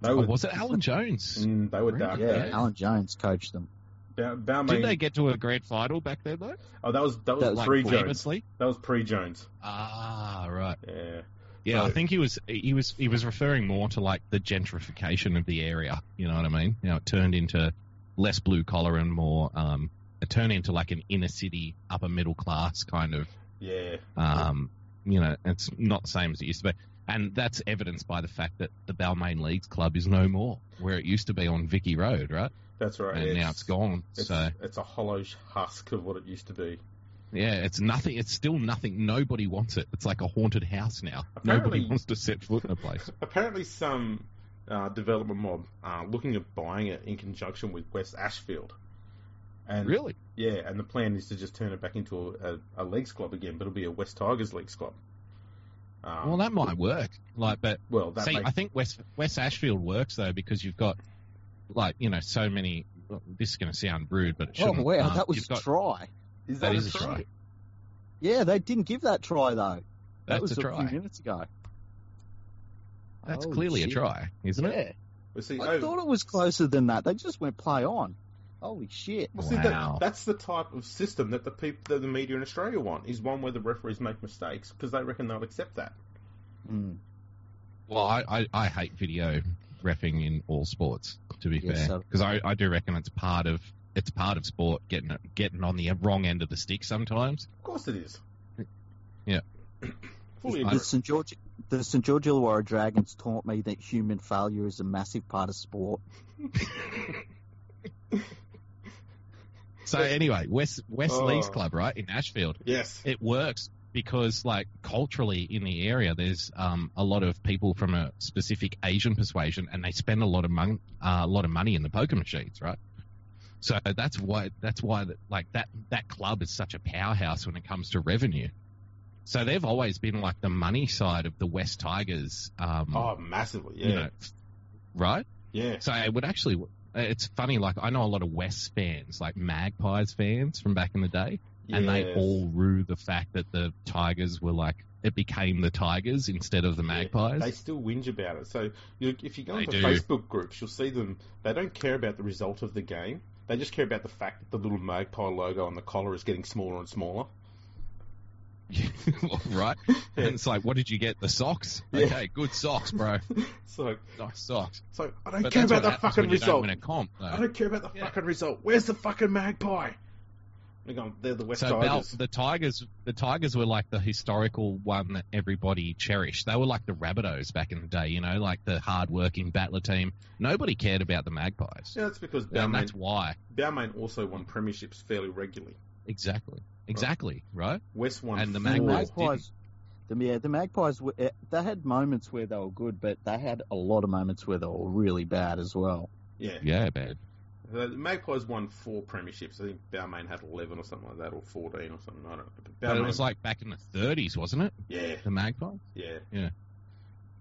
S1: They
S3: Oh,
S1: were,
S3: was it Alan Jones?
S1: mm, they were
S3: Really?
S1: dark.
S2: Yeah,
S1: days.
S2: Alan Jones coached them.
S1: Ba- Balmain.
S3: Did they get to a grand final back then though?
S1: Oh, that was that was,
S2: That was
S1: pre Jones.
S3: famously?
S1: That was pre Jones.
S3: Ah, right.
S1: Yeah.
S3: Yeah,
S1: So-
S3: I think he was he was he was referring more to like the gentrification of the area. You know what I mean? You know, it turned into less blue collar and more um, it turned into like an inner city, upper middle class kind of
S1: Yeah.
S3: um, you know, it's not the same as it used to be. And that's evidenced by the fact that the Balmain Leagues Club is no more where it used to be on Vicky Road, right?
S1: That's right.
S3: And now it's gone.
S1: It's,
S3: so
S1: it's a hollow husk of what it used to be.
S3: Yeah, it's nothing. It's still nothing. Nobody wants it. It's like a haunted house now. Nobody
S1: Apparently-
S3: wants to set foot in a place.
S1: Apparently, some uh, development mob are looking at buying it in conjunction with West Ashfield. And
S3: really?
S1: yeah, and the plan is to just turn it back into a, a, a leagues club again, but it'll be a West Tigers leagues club. Um,
S3: Well, that might work. Like, but
S1: well, that
S3: see,
S1: makes-
S3: I think West West Ashfield works though because you've got like you know so many. This is going to sound rude, but it
S2: Oh
S3: shouldn't.
S2: wow,
S3: Um,
S2: that was
S3: you've got-
S2: try.
S1: is
S3: that
S1: a
S3: is a try.
S2: Yeah, they didn't give that try though. That
S3: That's
S2: was
S3: a try.
S2: few minutes ago.
S3: That's
S2: Holy
S3: clearly
S2: shit.
S3: a try, isn't
S2: yeah.
S3: it?
S1: Well, see,
S2: I
S1: oh,
S2: thought it was closer than that. They just went play on. Holy shit.
S1: well, see, that-
S3: Wow.
S1: that's the type of system that the people, that the media in Australia want is one where the referees make mistakes because they reckon they'll accept that.
S2: Mm,
S3: Well, I, I, I hate video refing in all sports. To be fair.
S2: Yeah,
S3: 'Cause fair,
S2: so-
S3: because I, I do reckon it's part of it's part of sport getting getting on the wrong end of the stick sometimes.
S1: Of course, it is.
S3: Yeah.
S1: Fully
S2: The
S1: agree.
S2: St George, the St George Illawarra Dragons taught me that human failure is a massive part of sport.
S3: So anyway, West West
S1: Oh.
S3: Leagues Club, right in Ashfield,
S1: Yes.
S3: it works because like culturally in the area, there's um, a lot of people from a specific Asian persuasion, and they spend a lot of mon- uh, a lot of money in the poker machines, right? So that's why that's why that, like that that club is such a powerhouse when it comes to revenue. So they've always been like the money side of the West Tigers, um,
S1: Oh, massively. Yeah.
S3: you know, right?
S1: Yeah.
S3: So it would actually. It's funny, like I know a lot of West fans, like Magpies fans from back in the day, and they
S1: Yes.
S3: all rue the fact that the Tigers were like it became the Tigers instead of the
S1: Yeah,
S3: Magpies.
S1: They still whinge about it. So you, if you go
S3: They
S1: into
S3: do.
S1: Facebook groups, you'll see them. They don't care about the result of the game. They just care about the fact that the little magpie logo on the collar is getting smaller and smaller.
S3: right? And it's like, what did you get? The socks?
S1: Yeah.
S3: Okay, good socks, bro.
S1: It's like,
S3: Nice socks.
S1: it's like I don't
S3: But
S1: care
S3: that's
S1: about the
S3: what happens
S1: fucking
S3: when you don't
S1: result.
S3: win a comp. though.
S1: I don't care about the
S3: Yeah.
S1: fucking result. Where's the fucking magpie? They're, going, they're the West
S3: So Bal-
S1: Tigers.
S3: the Tigers, the Tigers were like the historical one that everybody cherished. They were like the Rabbitohs back in the day, you know, like the hard-working battler team. Nobody cared about the Magpies,
S1: yeah, that's because
S3: and
S1: Balmain,
S3: that's why.
S1: Balmain also won premierships fairly regularly.
S3: Exactly, exactly, right?
S1: West won
S3: And the
S1: four.
S2: The
S3: Magpies
S2: Magpies, the, yeah, the Magpies, were, eh, they had moments where they were good, but they had a lot of moments where they were really bad as well.
S1: Yeah,
S3: Yeah, man.
S1: The Magpies won four premierships. I think Balmain had eleven or something like that, or fourteen or something. I don't know. But
S3: But it
S1: Balmain-
S3: was like back in the 30s, wasn't it?
S1: yeah,
S3: The Magpie.
S1: yeah,
S3: Yeah.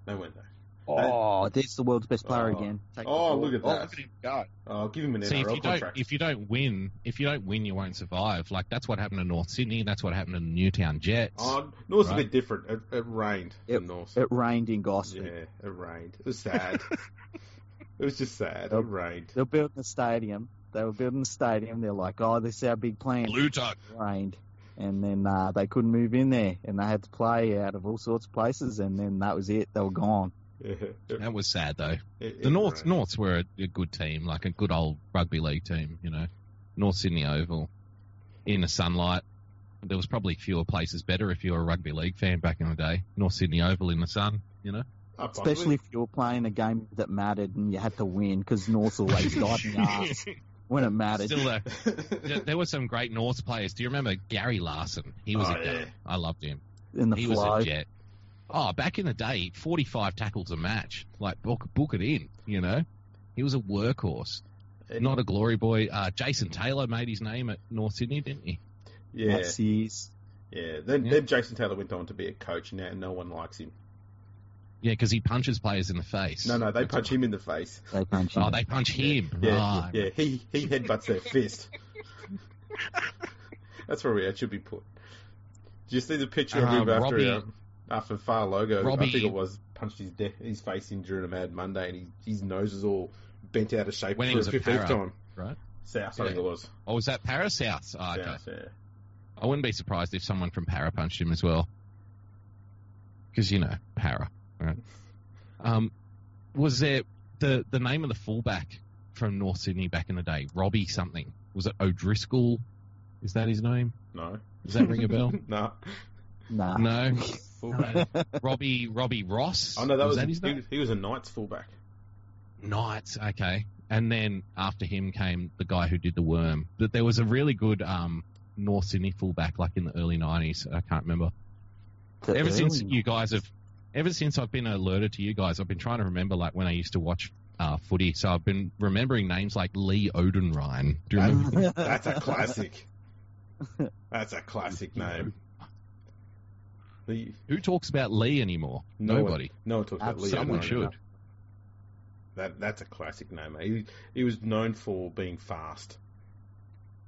S1: They went there.
S2: Oh, there's the world's best player
S1: Oh.
S2: again. Take the
S1: Oh,
S2: ball.
S1: look at
S4: Oh, look
S1: that.
S4: at him go.
S1: I'll give him an
S3: See, if
S1: NRL
S3: you don't,
S1: contract.
S3: if you don't win, if you don't win, you won't survive. Like that's what happened to North Sydney. That's what happened to the Newtown Jets.
S1: Oh, North's a
S3: Right.
S1: bit different. It, it rained
S2: It-
S1: in North.
S2: It rained in
S1: yeah,
S2: Gosford.
S1: it rained. It was sad. it was just sad. It
S2: Yep.
S1: rained.
S2: They're building a stadium. They were building a stadium. They're like, oh, this is our big plan.
S3: Blue Tuck.
S2: rained, and then uh, they couldn't move in there, and they had to play out of all sorts of places, and then that was it. They were gone.
S1: Yeah, it-
S3: That was sad though.
S1: it-
S3: The
S1: it
S3: Norths,
S1: rained.
S3: Norths were a, a good team, like a good old rugby league team. You know, North Sydney Oval in the sunlight. There was probably fewer places better if you were a rugby league fan back in the day. North Sydney Oval in the sun. You know,
S1: Up on
S2: Especially if you were playing a game that mattered and you had to win because North always died in the arse when it mattered.
S3: still a, there,
S1: it.
S3: there were some great North players. Do you remember Gary Larson? He was
S1: Oh,
S3: a gun.
S1: yeah.
S3: I loved him.
S2: in the
S3: he
S2: flow.
S3: was a jet. Oh, back in the day, forty-five tackles a match. Like book, book it in. You know, he was a workhorse, not a glory boy. Uh, Jason Taylor made his name at North Sydney, didn't he?
S1: yeah,
S2: That's his.
S1: yeah. Then,
S3: Yeah.
S1: then Jason Taylor went on to be a coach, and now no one likes him.
S3: Yeah, because he punches players in the face.
S1: No, no, they
S3: That's
S1: punch
S3: all.
S1: him in the face.
S2: They punch
S3: Oh,
S2: him.
S3: they punch him. Ah,
S1: Yeah,
S3: Right.
S1: yeah. He he headbutts their fist. That's where we at should be put. Do you see the picture of
S3: Uh,
S1: him after
S3: Robbie-
S1: uh, after Far Logo? I
S3: Robbie-
S1: think it was punched his de- his face in during a Mad Monday, and he, his nose is all bent out of shape
S3: When he
S1: for
S3: was
S1: a
S3: a
S1: fifteenth
S3: para,
S1: time.
S3: right?
S1: South, I think it
S3: Yeah.
S1: was.
S3: Oh, was that Para South? Oh, okay.
S1: South, yeah.
S3: I wouldn't be surprised if someone from Para punched him as well. Because, you know, Para, right? Um, was there the, the name of the fullback from North Sydney back in the day? Robbie something. Was it O'Driscoll? Is that his name?
S1: No,
S3: Does that ring a bell?
S1: no.
S2: Nah.
S3: no.
S1: Fullback.
S3: Robbie Robbie Ross?
S1: Oh no, that was,
S3: that his
S1: he,
S3: name?
S1: was- he was a Knights fullback.
S3: Knights, okay. And then after him came the guy who did the worm. But there was a really good um, North Sydney fullback like in the early 90s. I can't remember.
S2: The
S3: ever since
S2: early-
S3: you guys have, ever since I've been alerted to you guys, I've been trying to remember like when I used to watch uh, footy. So I've been remembering names like Lee Odenrein. Do you remember?
S1: That's a classic. That's a classic name. The,
S3: Who talks about Lee anymore?
S1: No one-
S3: Nobody.
S1: no one talks about Leo.
S3: Someone
S1: Knight.
S3: should.
S1: That that's a classic name. He he was known for being fast.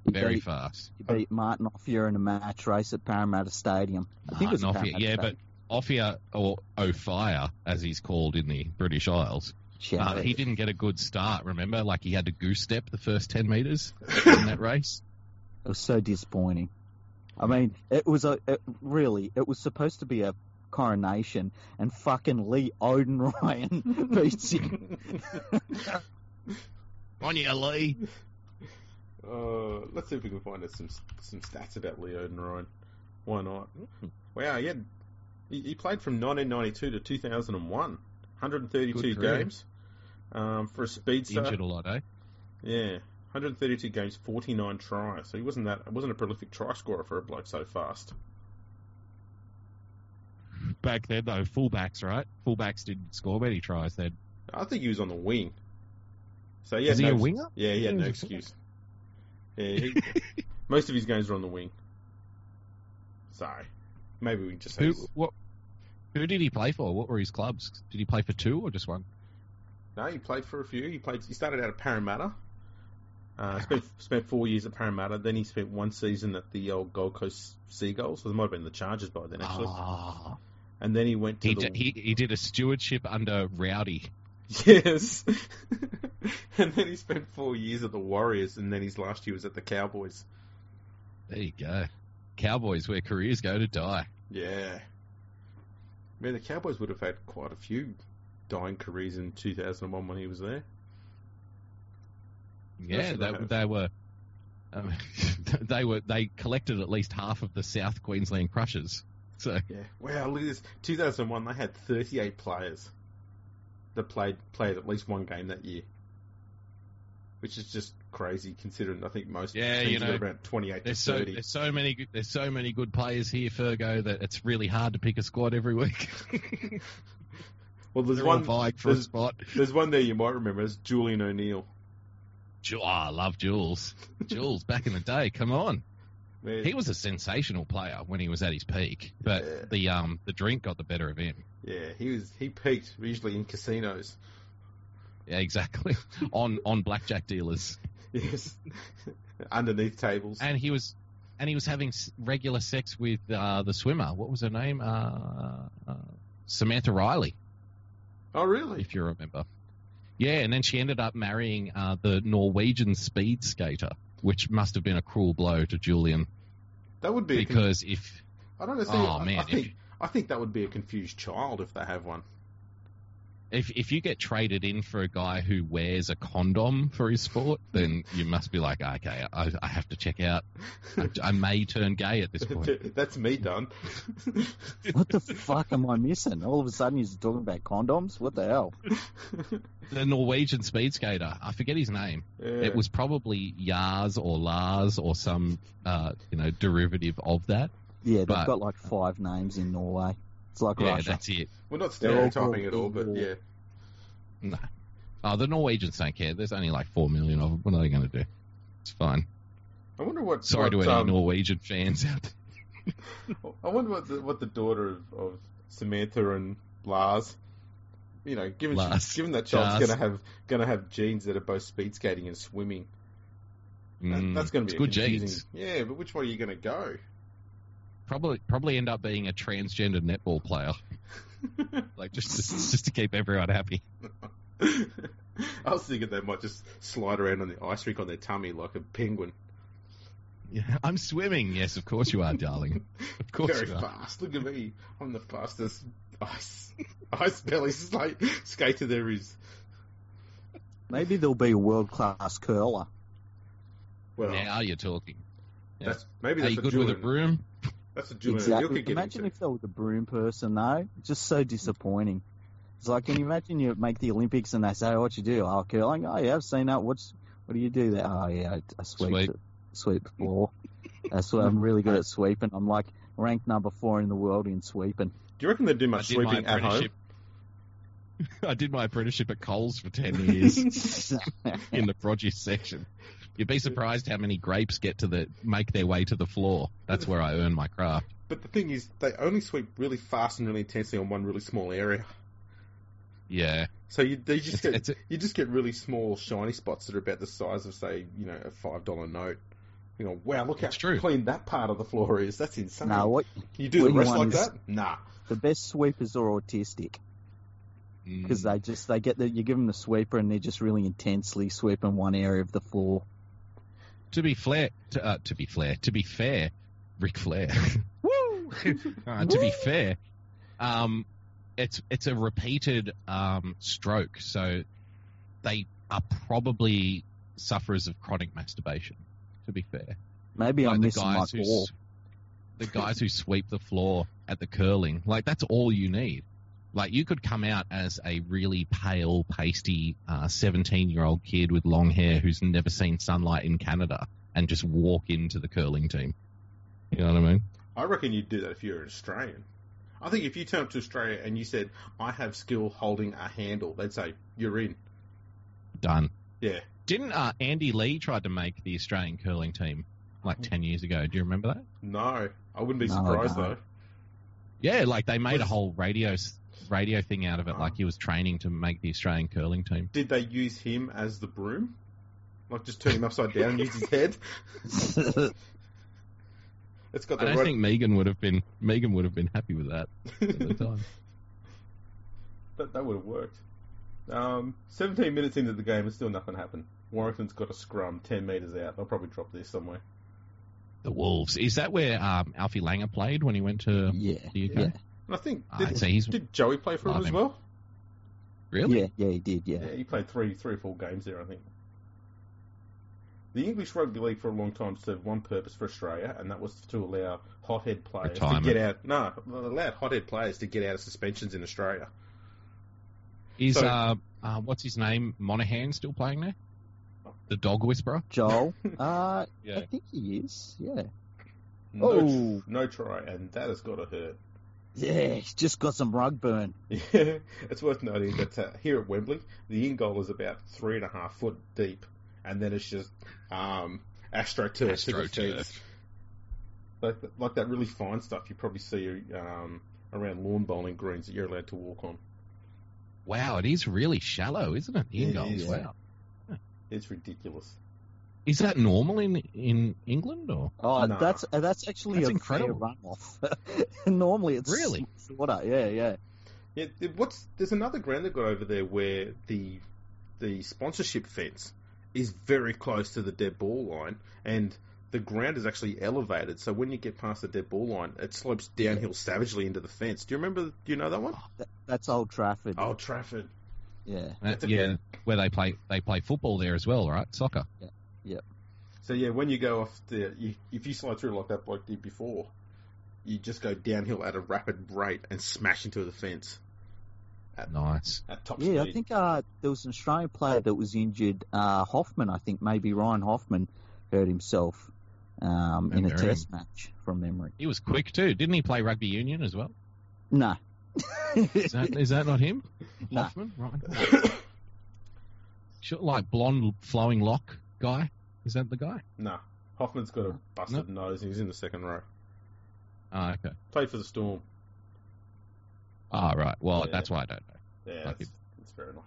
S2: You
S3: Very
S2: beat,
S3: fast.
S2: you beat Martin Ophir in a match race at Parramatta Stadium. I think it was
S3: Martin Uh, Ophir.
S2: Parramatta
S3: Yeah, but
S2: Stadium.
S3: Ophir or Ophir, as he's called in the British Isles,
S2: Shout
S3: uh,
S2: out.
S3: he didn't get a good start. Remember, like he had to goose step the first ten meters in that race.
S2: It was so disappointing. I mean, it was a it, really. It was supposed to be a coronation, and fucking Lee Odin Ryan beats him.
S3: On you, Lee.
S1: Uh, let's see if we can find us some some stats about Leo and Ryan. Why not?
S3: Hmm.
S1: Wow, he had he, he played from 1992 to 2001, 132
S3: Good for him.
S1: games um, for a speedster.
S3: Injured a lot, eh?
S1: Yeah, 132 games, 49 tries. So he wasn't that wasn't a prolific try scorer for a bloke so fast.
S3: Back then, though, fullbacks, right? Fullbacks didn't score many tries then.
S1: I think he was on the wing. So yeah,
S3: Is he a winger?
S1: Yeah, he had
S3: He
S1: no
S3: was a
S1: excuse. Yeah, he, most of his games were on the wing. Sorry, maybe we can just say
S3: Who,
S1: he's-
S3: what, who did he play for? What were his clubs? Did he play for two or just one?
S1: no. He played for a few. He played. He started out at Parramatta. Uh, spent spent four years at Parramatta. Then he spent one season at the old Gold Coast Seagulls. So it might have been the Chargers by then, actually.
S3: Ah,
S1: and then he went to
S3: he,
S1: the
S3: d- he he did a stewardship under Rowdy.
S1: yes. and then he spent four years at the Warriors, and then his last year was at the Cowboys.
S3: There you go. Cowboys, where careers go to die.
S1: Yeah. Man, the Cowboys would have had quite a few dying careers in 2001 when he was there.
S3: Yeah,
S1: Yes,
S3: they,
S1: they have.
S3: they were. Um, they were. They collected at least half of the South Queensland Crushers. So
S1: Yeah. Wow, look at this. 2001, they had 38 players that played played at least one game that year. Which is just crazy considering I think most
S3: Yeah,
S1: teams
S3: you know,
S1: were about 28 to
S3: there's so
S1: 30.
S3: there's so many good- there's so many good players here, Fergo, that it's really hard to pick a squad every week.
S1: well, there's
S3: They're all
S1: one
S3: vying for a
S1: there's-
S3: spot.
S1: there's one there you might remember. It's Julian O'Neill.
S3: ah, Ju- oh, I love Jules. Jules, back in the day, come on.
S1: They're-
S3: He was a sensational player when he was at his peak, but
S1: Yeah.
S3: the um the drink got the better of him.
S1: yeah, he was. He peaked usually in casinos.
S3: Yeah, exactly. on on blackjack dealers,
S1: Yes, underneath tables.
S3: and he was and he was having s- regular sex with uh, the swimmer. What was her name? Uh, uh, Samantha Riley,
S1: oh, really?
S3: if you remember. Yeah, and then she ended up marrying uh, the Norwegian speed skater, which must have been a cruel blow to Julian
S1: That would be. a con-
S3: because if
S1: I don't know.
S3: oh
S1: I,
S3: man,
S1: I
S3: if
S1: think I think that would be a confused child if they have one.
S3: if if you get traded in for a guy who wears a condom for his sport, then you must be like, okay, I, I have to check out. I, I may turn gay at this point.
S1: That's me done.
S2: What the fuck am I missing? All of a sudden, he's talking about condoms. What the hell?
S3: The Norwegian speed skater, I forget his name.
S1: Yeah.
S3: It was probably Yars or Lars or some uh, you know derivative of that.
S2: Yeah, they've
S3: But-
S2: got like five names in Norway. It's like
S3: Yeah,
S2: Russia.
S3: that's it.
S1: We're not
S2: They're all
S1: stereotyping at all, but
S2: called-
S1: yeah.
S3: No. Oh, the Norwegians don't care. There's only like four million of them. What are they going to do? It's fine.
S1: I wonder what.
S3: Sorry
S1: what,
S3: to any
S1: um,
S3: Norwegian fans out there.
S1: I wonder what the, what the daughter of, of Samantha and Lars, you know, given she-
S3: Lars.
S1: given that child's
S3: Lars.
S1: gonna have gonna have genes that are both speed skating and swimming. That,
S3: Mm,
S1: that's gonna be
S3: it's
S1: a
S3: good
S1: confusing.
S3: genes.
S1: Yeah, but which way are you gonna go?
S3: probably probably end up being a transgender netball player, like just just, just to keep everyone happy.
S1: I was thinking they might just slide around on the ice rink on their tummy like a penguin,
S3: Yeah, I'm swimming. Yes, of course you are, darling. Of course
S1: very
S3: you are.
S1: fast. Look at me, I'm the fastest ice ice belly skate, skater there is.
S2: Maybe there'll be a world class curler.
S1: Well,
S3: Now you're talking.
S1: that's maybe
S3: Are
S1: that's
S3: you
S1: a
S3: good with a
S1: Julian-
S3: broom?
S1: That's a Julian Hill
S2: exactly.
S1: could get
S2: Imagine
S1: into.
S2: if they were the broom person, though. Just so disappointing. It's like, can you imagine you make the Olympics and they say, oh, "What you do? Oh, curling. Oh, yeah, I've seen that. What's what do you do there? Oh, yeah, I, I sweep
S3: Sweep.
S2: the- sweep the floor. That's what I'm really good at sweeping. I'm like ranked number four in the world in sweeping.
S1: Do you reckon they do much
S3: I did my
S1: sweeping at home?
S3: apprenticeship. I did my apprenticeship at Coles for ten years in the produce section. You'd be surprised how many grapes get to the make their way to the floor. That's where I earn my craft.
S1: But the thing is, they only sweep really fast and really intensely on one really small area.
S3: Yeah,
S1: So you they just
S3: it's,
S1: get
S3: it's,
S1: you just get really small shiny spots that are about the size of say you know a five dollar note. You know, wow, look how
S3: It's true.
S1: clean that part of the floor is. That's insane.
S2: no, what
S1: you do
S2: what
S1: the
S2: you
S1: rest like
S2: want is-
S1: that? Nah.
S2: the best sweepers are autistic.
S3: mm.
S2: because they just they get the you give them the sweeper and they're just really intensely sweeping one area of the floor.
S3: To be flair, to, uh, to be flair, to be fair, Ric Flair. Woo! uh, to be fair, um, it's it's a repeated um, stroke, so they are probably sufferers of chronic masturbation. To be fair,
S2: Maybe
S3: Like
S2: I'm
S3: the
S2: missing my
S3: guys who
S2: ball.
S3: s- the guys who sweep the floor at the curling, like that's all you need. Like you could come out as a really pale, pasty, uh, seventeen-year-old kid with long hair who's never seen sunlight in Canada, and just walk into the curling team. You know what I mean?
S1: I reckon you'd do that if you were an Australian. I think if you turned up to Australia and you said, I have skill holding a handle, they'd say, You're in.
S3: Done.
S1: Yeah.
S3: Didn't uh, Andy Lee tried to make the Australian curling team like ten years ago? Do you remember that?
S1: No. I wouldn't be
S2: No,
S1: surprised
S2: no.
S1: though.
S3: Yeah, like they made a
S1: Was- Oh.
S3: whole radio s- radio thing out of it. Like he was training to make the Australian curling team.
S1: Did they use him as the broom? Like just turn him upside down and use his head? It's got
S3: I
S1: the
S3: don't
S1: Rod-
S3: think Megan would have been Megan would have been happy with that at the time.
S1: that, that would have worked. Um, 17 minutes into the game and still nothing happened. Warrington's got a scrum 10 metres out. They'll probably drop this somewhere.
S3: the Wolves is that where um, Alfie Langer played when he went to
S2: yeah,
S3: the UK?
S2: yeah,
S1: And I think,
S3: Ah,
S1: did,
S3: so he's-
S1: did Joey play for him
S3: Love
S1: as
S3: him.
S1: well?
S3: Really?
S2: yeah, yeah, he did, yeah.
S1: Yeah, he played three, three or four games there, I think. The English Rugby League for a long time served one purpose for Australia, and that was to allow hothead players
S3: Retirement.
S1: to get out. No, allowed hothead players to get out of suspensions in Australia.
S3: Is
S1: So-
S3: uh, uh, what's his name Monahan still playing there? The Dog Whisperer.
S2: Joel, uh,
S3: Yeah.
S2: I think he is, yeah,
S1: No,
S2: Oh.
S1: no try, and that has got to hurt.
S2: yeah. He's just got some rug burn.
S1: Yeah, it's worth noting that uh, here at Wembley, the in goal is about three and a half foot deep, and then it's just um, astroturf to the
S3: AstroTurf.
S1: fence. like like that really fine stuff you probably see um, around lawn bowling greens that you're allowed to walk on.
S3: Wow, it is really shallow, isn't it? The
S1: It
S3: in goals.
S1: is.
S3: Wow.
S1: It's ridiculous.
S3: Is that normal in in England or?
S2: Oh,
S1: Nah.
S2: that's uh, that's actually
S3: That's
S2: a
S3: incredible.
S2: fair runoff. Normally, it's
S3: Really?
S2: shorter. Yeah, yeah.
S1: Yeah, it- what's there's another ground that got over there where the the sponsorship fence is very close to the dead ball line, and the ground is actually elevated. So when you get past the dead ball line, it slopes downhill savagely into the fence. Do you remember? Do you know that one?
S2: That, that's Old Trafford.
S1: Oh, Trafford.
S2: Yeah.
S3: Uh,
S1: That's a-
S3: yeah, where they play they play football there as well, right? Soccer.
S1: So yeah, when you go off the, you, if you slide through like that bloke did before, you just go downhill at a rapid rate and smash into the fence
S3: Nice.
S1: at top
S2: Yeah, I
S1: speed.
S2: think uh, there was an Australian player that was injured. Uh, Hoffman, I think maybe Ryan Hoffman hurt himself um, in a
S3: Very-
S2: test match from memory.
S3: He was quick too, didn't he? Play rugby union as well.
S2: No.
S3: Is that is that not him?
S2: No.
S3: Hoffman, right? Sure, like blonde flowing lock guy. Is that the guy?
S1: nah, Hoffman's got a busted nose and he's in the second row.
S3: Ah, okay.
S1: Played for the Storm.
S3: Ah, right. Well,
S1: Yeah.
S3: that's why I don't know.
S1: Yeah,
S3: Like
S1: that's, that's fair enough.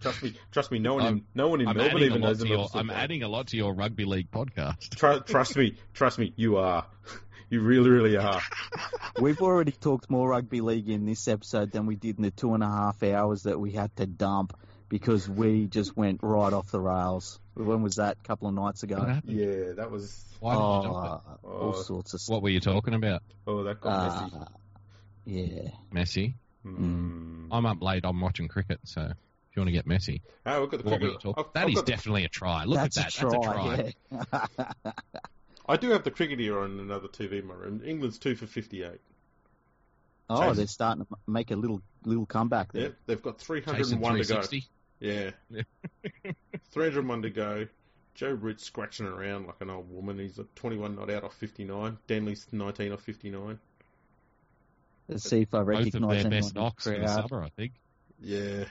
S1: Trust me, trust me. No one, in, no one in
S3: I'm
S1: Melbourne
S3: adding a
S1: even
S3: lot
S1: knows
S3: to
S1: about
S3: your.
S1: this
S3: I'm
S1: football.
S3: adding a lot to your rugby league podcast.
S1: Tru- trust me, trust me. You are, you really, really are.
S2: We've already talked more rugby league in this episode than we did in the two and a half hours that we had to dump because we just went right off the rails. When was that? A couple of nights
S3: What
S2: ago.
S3: happened?
S1: Yeah, that was.
S3: Why did you jump it?
S2: Oh, all
S1: Oh,
S2: sorts of stuff.
S3: What were you talking about,
S1: oh, that got
S3: Ah,
S1: messy.
S2: Uh, yeah.
S3: Messi?
S1: Mm.
S3: I'm up late. I'm watching cricket, so if you want to get messy,
S1: Oh, we've got the
S3: what were you
S1: cricket.
S3: talking?
S1: I've-
S3: That
S1: I've
S3: is
S1: got the-
S3: definitely a try. Look
S2: that's
S3: at that. that's a try.
S2: try. Yeah.
S1: I do have the cricket here on another TV in my room. England's two for fifty-eight.
S2: Oh,
S1: Chase.
S2: they're starting to m- make a little little comeback
S1: Yeah,
S2: there.
S1: they've got three hundred
S3: Chasing
S1: and one to go.
S3: 360.
S1: Yeah, three hundred and one to go. Joe Root's scratching around like an old woman. He's like twenty-one not out of fifty-nine. Danley's nineteen off fifty-nine.
S2: Let's see if I
S3: Both of
S2: recognise
S3: their
S2: anyone.
S3: best
S2: in the
S3: knocks in the
S2: crowd.
S3: summer, I think.
S1: Yeah.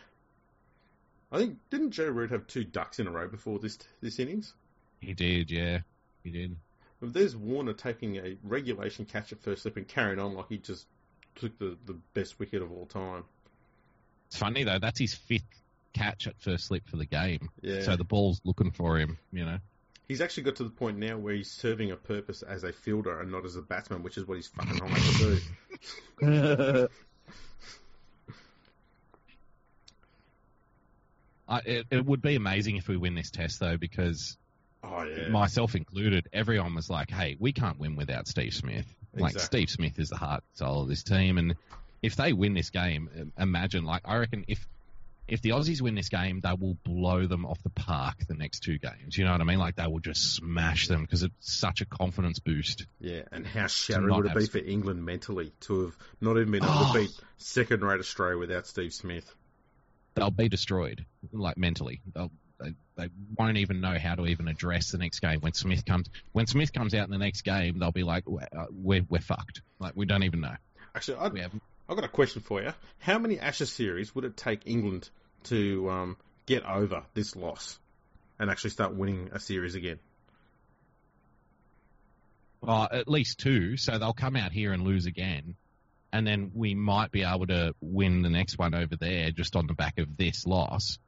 S1: I think didn't Joe Root have two ducks in a row before this this innings?
S3: He did, yeah, he did.
S1: If there's Warner taking a regulation catch at first slip and carrying on like he just took the, the best wicket of all time.
S3: It's funny though. That's his fifth catch at first slip for the game.
S1: Yeah.
S3: So the ball's looking for him. You know.
S1: he's actually got to the point now where he's serving a purpose as a fielder and not as a batsman, which is what he's fucking trying to do.
S3: I, it, it would be amazing if we win this test though, because
S1: Oh yeah.
S3: myself included, everyone was like, "Hey, we can't win without Steve Smith." Like
S1: Exactly.
S3: Steve Smith is the heart and soul of this team, and if they win this game, im- imagine like I reckon if if the Aussies win this game, they will blow them off the park the next two games. You know what I mean? Like they will just smash them because it's such a confidence boost.
S1: Yeah, and how shattering
S3: not
S1: would it be
S3: have-
S1: for England mentally to have not even been able
S3: Oh.
S1: to beat second rate Australia without Steve Smith?
S3: They'll be destroyed, like mentally. They'll, they they won't even know how to even address the next game when Smith comes. When Smith comes out in the next game, they'll be like, "We're uh, we're, we're fucked. Like we don't even know.
S1: Actually, I,
S3: We have
S1: I've got a question for you. How many Ashes series would it take England to um, get over this loss and actually start winning a series again?
S3: Well, Oh, at least two, so they'll come out here and lose again, and then we might be able to win the next one over there just on the back of this loss,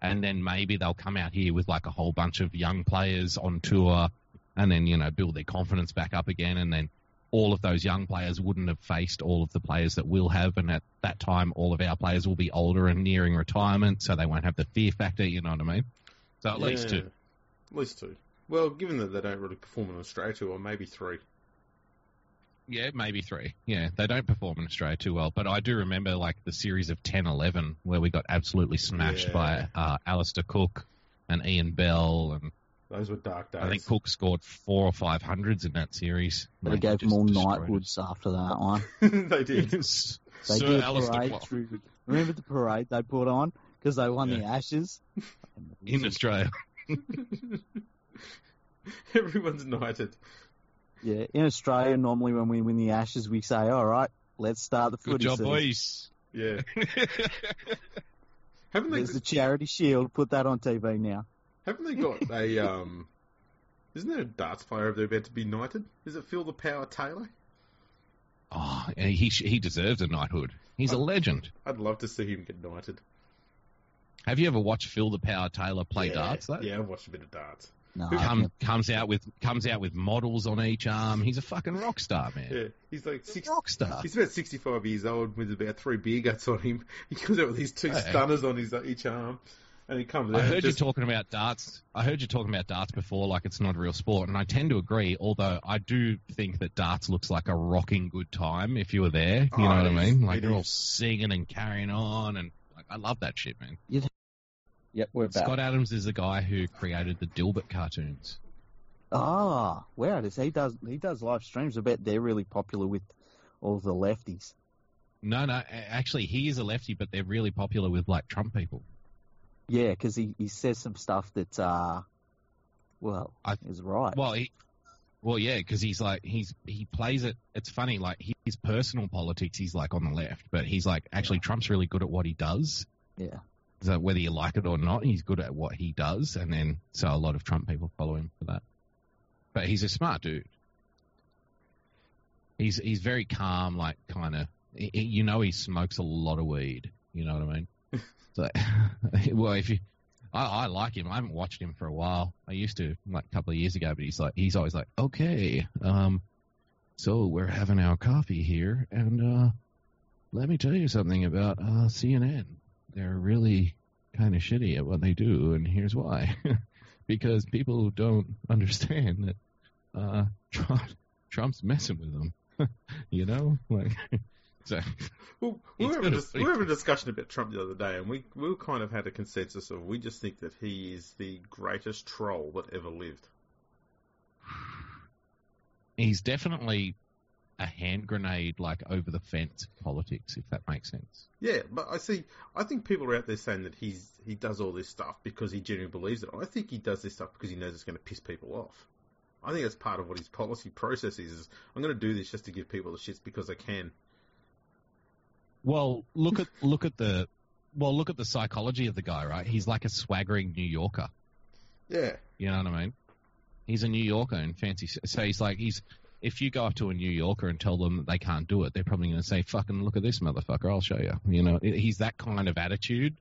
S3: and then maybe they'll come out here with like a whole bunch of young players on tour, and then you know build their confidence back up again, and then all of those young players wouldn't have faced all of the players that we'll have, and at that time all of our players will be older and nearing retirement, so they won't have the fear factor. You know what I mean? So at least
S1: Yeah,
S3: two.
S1: At least two. Well, given that they don't really perform in Australia too, or maybe three.
S3: Yeah, maybe three. Yeah, they don't perform in Australia too well. But I do remember like the series of 10 11 where we got absolutely smashed
S1: Yeah.
S3: by uh, Alistair Cook and Ian Bell. And
S1: Those were dark days.
S3: I think Cook scored four or five hundreds in that series.
S2: they
S3: Like,
S2: gave them
S3: just
S2: all
S3: destroyed
S2: Nightwoods after that one.
S1: they did.
S3: us.
S2: They
S3: Sir
S2: did a
S3: Alistair
S2: parade
S3: Cook
S2: through. Remember the parade they put on because they won the Ashes.
S3: in Australia.
S1: Everyone's knighted.
S2: Yeah, in Australia, normally when we win the Ashes, we say, "All right, let's start the
S3: Good
S2: footy."
S3: job,
S2: season."
S3: boys.
S1: Yeah. Haven't they?
S2: There's the Charity Shield. Put that on TV now.
S1: Haven't they got a um? Isn't there a darts player over there about to be knighted? Is it Phil the Power Taylor?
S3: Oh, and he sh- he deserves a knighthood. He's a legend.
S1: I'd love to see him get knighted.
S3: Have you ever watched Phil the Power Taylor play
S1: yeah.
S3: darts? Though?
S1: Yeah, I've watched a bit of darts.
S2: No,
S1: Who-
S2: I've
S3: Come,
S2: never-
S3: comes out with comes out with models on each arm. He's a fucking rock star, man.
S1: Yeah, he's like
S3: He's
S1: six.
S3: a rock star.
S1: He's about sixty-five years old with about three beer guts on him. He comes out with these two
S3: Hey.
S1: stunners on his uh, each arm, and he comes out.
S3: I heard
S1: just,
S3: you talking about darts. I heard you talking about darts before, like it's not a real sport, and I tend to agree. Although I do think that darts looks like a rocking good time if you were there. You
S1: Oh,
S3: know what I
S1: it is.
S3: mean? Like
S1: It
S3: they're all
S1: is.
S3: singing and carrying on, and like, I love that shit, man.
S2: Yep, we're back.
S3: Scott Adams is the guy who created the Dilbert cartoons.
S2: Ah, wow. Does he does he does live streams? I bet they're really popular with all the lefties.
S3: No, no, a- actually, he is a lefty, but they're really popular with like Trump people.
S2: Yeah, because he, he says some stuff that uh, well,
S3: I-
S2: is right.
S3: Well, he, well, yeah, because he's like he's he plays it. It's funny, like he- his personal politics, he's like on the left, but he's like actually Trump's really good at what he does.
S2: Yeah.
S3: So whether you like it or not, he's good at what he does, and then so a lot of Trump people follow him for that. But he's a smart dude. He's he's very calm, like kind of you know he smokes a lot of weed. You know what I mean? so, well, if you I, I like him. I haven't watched him for a while. I used to like a couple of years ago, but he's like he's always like, okay, um, so we're having our coffee here, and uh, let me tell you something about uh, CNN. They're really kind of shitty at what they do, and here's why: because people don't understand that uh, Trump, Trump's messing with them. you know, like so.
S1: Well, we were,
S3: He's
S1: having
S3: got a
S1: dis- we
S3: pretty-
S1: were having a discussion about Trump the other day, and we we kind of had a consensus of we just think that he is the greatest troll that ever lived.
S3: he's definitely a hand grenade like over the fence politics if that makes sense
S1: Yeah, but I see. I think people are out there saying that he's he does all this stuff because he genuinely believes it. I think he does this stuff because he knows it's going to piss people off. I think that's part of what his policy process is. is I'm going to do this just to give people the shits because I can.
S3: well look at look at the well look at the psychology of the guy right he's like a swaggering new yorker
S1: Yeah,
S3: you know what i mean he's a new yorker in fancy so he's like he's if you go up to a new yorker and tell them that they can't do it they're probably going to say fucking look at this motherfucker i'll show you you know he's that kind of attitude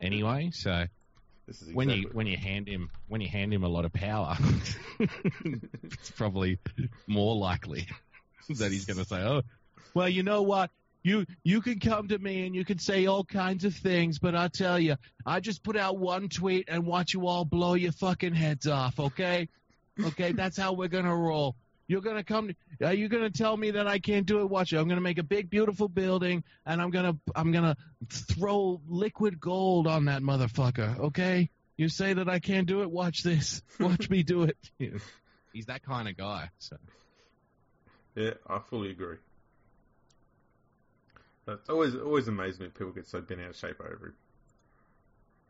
S3: anyway so
S1: this is
S3: when
S1: exactly.
S3: you when you hand him when you hand him a lot of power, it's probably more likely that he's going to say, "Oh, well, you know what." You you can come to me and you can say all kinds of things, but I tell you, I just put out one tweet and watch you all blow your fucking heads off. Okay, okay, that's how we're gonna roll. You're gonna come. Are you gonna tell me that I can't do it? Watch it. I'm gonna make a big, beautiful building, and I'm gonna I'm gonna throw liquid gold on that motherfucker. Okay, you say that I can't do it. Watch this. Watch me do it. He's that kind of guy. So.
S1: Yeah, I fully agree. That's always always amazes me that people get so bent out of shape over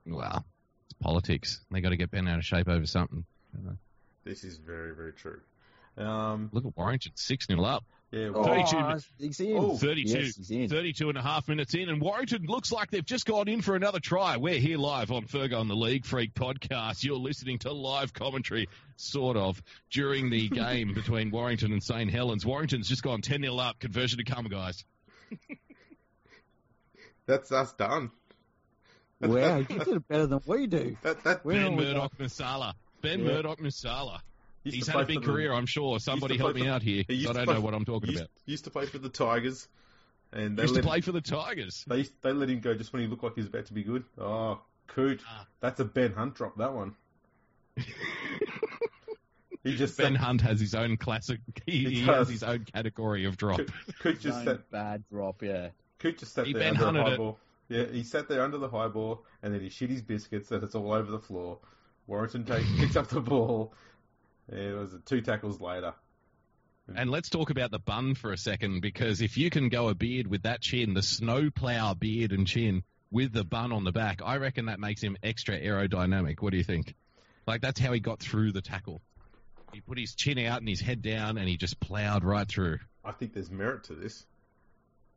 S1: it.
S3: Well, it's politics. They got to get bent out of shape over something.
S1: This is very very true. Um,
S3: Look at Warrington, six nil up,
S1: yeah,
S2: Oh,
S1: well,
S3: 32
S2: he's in.
S1: Oh,
S3: 32.
S2: Yes, he's in.
S3: 32 and a half minutes in, and Warrington looks like they've just gone in for another try. We're here live on Ferg on the League Freak podcast. You're listening to live commentary, sort of, during the game between Warrington and St. Helens. Warrington's just gone 10 0 up. Conversion to come, guys.
S1: that's us done.
S2: Wow, you did it better than we do.
S1: That that
S2: Where
S3: ben
S2: are we
S3: Murdoch Masala. Ben
S1: Yeah.
S3: Murdoch Masala.
S1: used
S3: He's
S1: to
S3: had a
S1: play
S3: big
S1: for the-
S3: career, I'm sure. Somebody
S1: play
S3: help
S1: for
S3: me
S1: the-
S3: out here.
S1: he used
S3: I
S1: to
S3: don't
S1: play
S3: know
S1: for-
S3: what I'm talking
S1: used,
S3: about.
S1: used to play for the Tigers, and they
S3: Used to
S1: let
S3: play for the Tigers.
S1: They they let him go just when he looked like he was about to be good. Oh, coot.
S3: Ah.
S1: That's a Ben Hunt drop, that one. He just
S3: Ben
S1: sat,
S3: Hunt has his own classic. He,
S1: He
S3: he
S1: does.
S3: has his own category of drop.
S1: Coot just sat,
S2: bad drop, yeah.
S1: Coot just sat
S3: He
S1: there
S3: Ben
S1: under the
S3: Hunted
S1: high
S3: it.
S1: ball. Yeah, he sat there under the high ball, and then he shit his biscuits, and it's all over the floor. Warrington takes, picks up the ball. Yeah, it was two tackles later.
S3: And let's talk about the bun for a second, because if you can go a beard with that chin, the snowplow beard and chin with the bun on the back, I reckon that makes him extra aerodynamic. What do you think? Like that's how he got through the tackle. He put his chin out and his head down, and he just plowed right through.
S1: I think there's merit to this.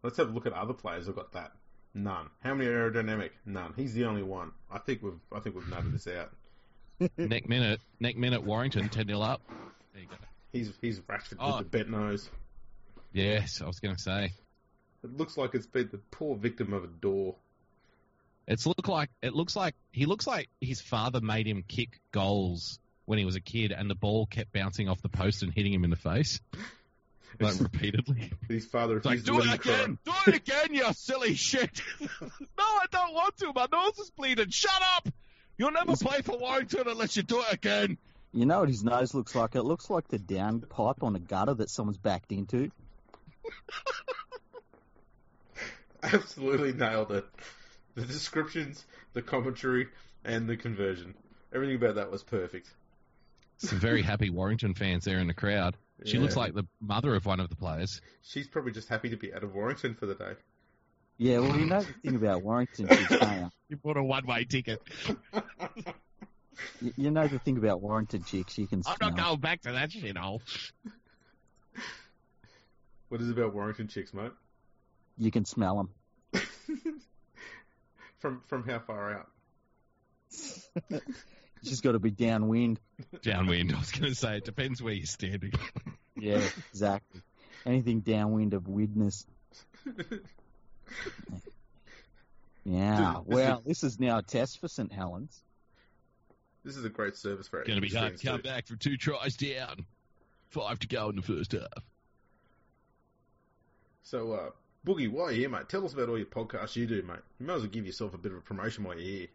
S1: Let's have a look at other players who've got that. None. How many aerodynamic? None. He's the only one. I think we've I think we've nutted this out.
S3: neck minute, neck minute, Warrington ten 0 up. There you go.
S1: He's he's Rashford
S3: Oh.
S1: with the bent nose.
S3: Yes, I was going to say
S1: It looks like it's been the poor victim of a door.
S3: it's look like it looks like he looks like his father made him kick goals when he was a kid, and the ball kept bouncing off the post and hitting him in the face like repeatedly.
S1: His father
S3: It's like,
S1: refused
S3: do
S1: to let
S3: it
S1: him cry.
S3: again! Do it again, you silly shit! no, I don't want to. My nose is bleeding. Shut up! You'll never play for Warrington unless you do it again.
S2: You know what his nose looks like? It looks like the down pipe on a gutter that someone's backed into.
S1: Absolutely nailed it. The descriptions, the commentary, and the conversion. Everything about that was perfect.
S3: Some very happy Warrington fans there in the crowd. She
S1: Yeah.
S3: looks like the mother of one of the players.
S1: She's probably just happy to be out of Warrington for the day.
S2: Yeah, well, you know the thing about Warrington, kids, don't you?
S3: You bought a one-way ticket.
S2: You- You know the thing about warranted chicks, you can
S3: I'm
S2: smell.
S3: not going back to that shithole.
S1: What is it about Warrington chicks, mate?
S2: You can smell them.
S1: From from how far out?
S2: She's got to be downwind.
S3: Downwind, I was going to say. It depends where you're standing.
S2: Yeah, exactly. Anything downwind of weirdness. Yeah.
S1: Dude, this
S2: Well,
S1: is-
S2: this is now a test for St. Helens.
S1: This is a great service for our
S3: Going to be hard
S1: English
S3: to come
S1: fans, too.
S3: back from two tries down. Five to go in the first half.
S1: So, uh, Boogie, while you're here, mate, tell us about all your podcasts you do, mate. You might as well give yourself a bit of a promotion while you're here.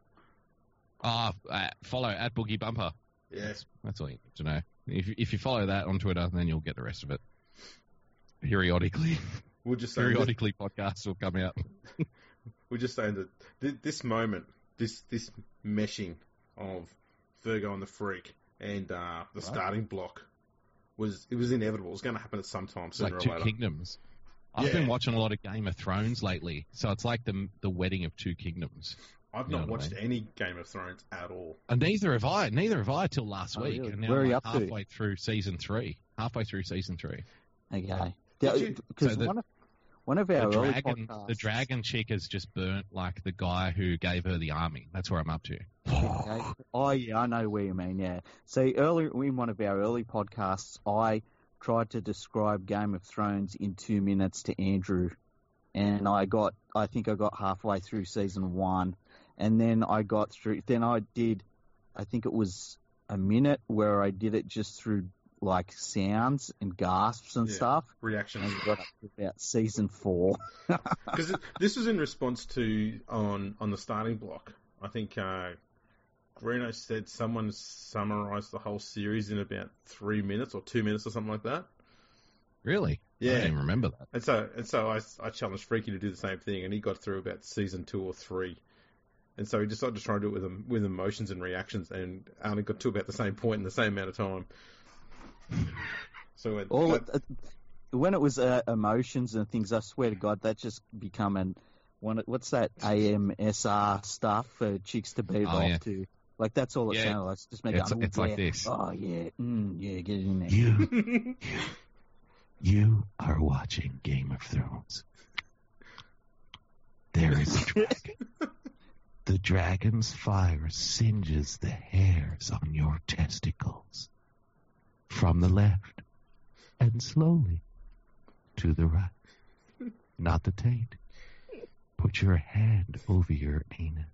S3: Ah, uh, follow at Boogie Bumper.
S1: Yeah,
S3: That's, that's all you need to know. If, if you follow that on Twitter, then you'll get the rest of it. Periodically.
S1: we're just saying, this,
S3: Periodically, podcasts will come out.
S1: we're just saying that th- this moment, this this meshing of Virgo and the Freak and uh, the
S3: Right.
S1: starting block was it was inevitable. It was going to happen at some time
S3: It's
S1: sooner
S3: like
S1: or
S3: Two
S1: later.
S3: Kingdoms. I've been
S1: Yeah.
S3: watching a lot of Game of Thrones lately, so it's like the the wedding of two kingdoms.
S1: I've
S3: You know
S1: not
S3: what I
S1: watched any Game of Thrones at all.
S3: And neither have I. Neither have I till last
S2: Oh,
S3: week.
S2: really?
S3: And now
S2: Where are
S3: I'm
S2: you
S3: like
S2: up to?
S3: halfway through season three. Halfway through season three.
S2: Okay.
S1: Did you-
S2: Because
S3: So the-
S2: one, of, one of
S3: The
S2: our early
S3: dragon, the
S2: podcasts-
S3: dragon chick has just burnt like the guy who gave her the army. That's where I'm up to.
S2: Okay. Oh yeah, I know where you mean. Yeah. See, earlier in one of our early podcasts, I tried to describe Game of Thrones in two minutes to Andrew, and I got, I think I got halfway through season one, and then I got through. Then I did, I think it was a minute where I did it just through like sounds and gasps and
S1: Yeah.
S2: stuff,
S1: Reaction
S2: and got up to about season four.
S1: because this was in response to on on the starting block. I think uh, Greeno said someone summarised the whole series in about three minutes or two minutes or something like that.
S3: Really? I don't
S1: Yeah,
S3: even remember that.
S1: and so and so I, I challenged Freaky to do the same thing, and he got through about season two or three. And so he decided to try and do it with em- with emotions and reactions, and only got to about the same point in the same amount of time. So it,
S2: All
S1: that-
S2: it, it- when it was uh, emotions and things, I swear to God, that just become an one. What's that AMSR stuff for chicks to beat
S3: Oh,
S2: off
S3: yeah.
S2: to? Like that's all it
S3: Yeah.
S2: sounded like. It's just me
S3: It's-
S2: going, "Ooh,
S3: it's like
S2: yeah.
S3: this."
S2: Oh yeah, mm, yeah, get it in there.
S3: You, you are watching Game of Thrones. There is a dragon. the dragon's fire singes the hairs on your testicles. From the left and slowly to the right. Not the taint. Put your hand over your anus.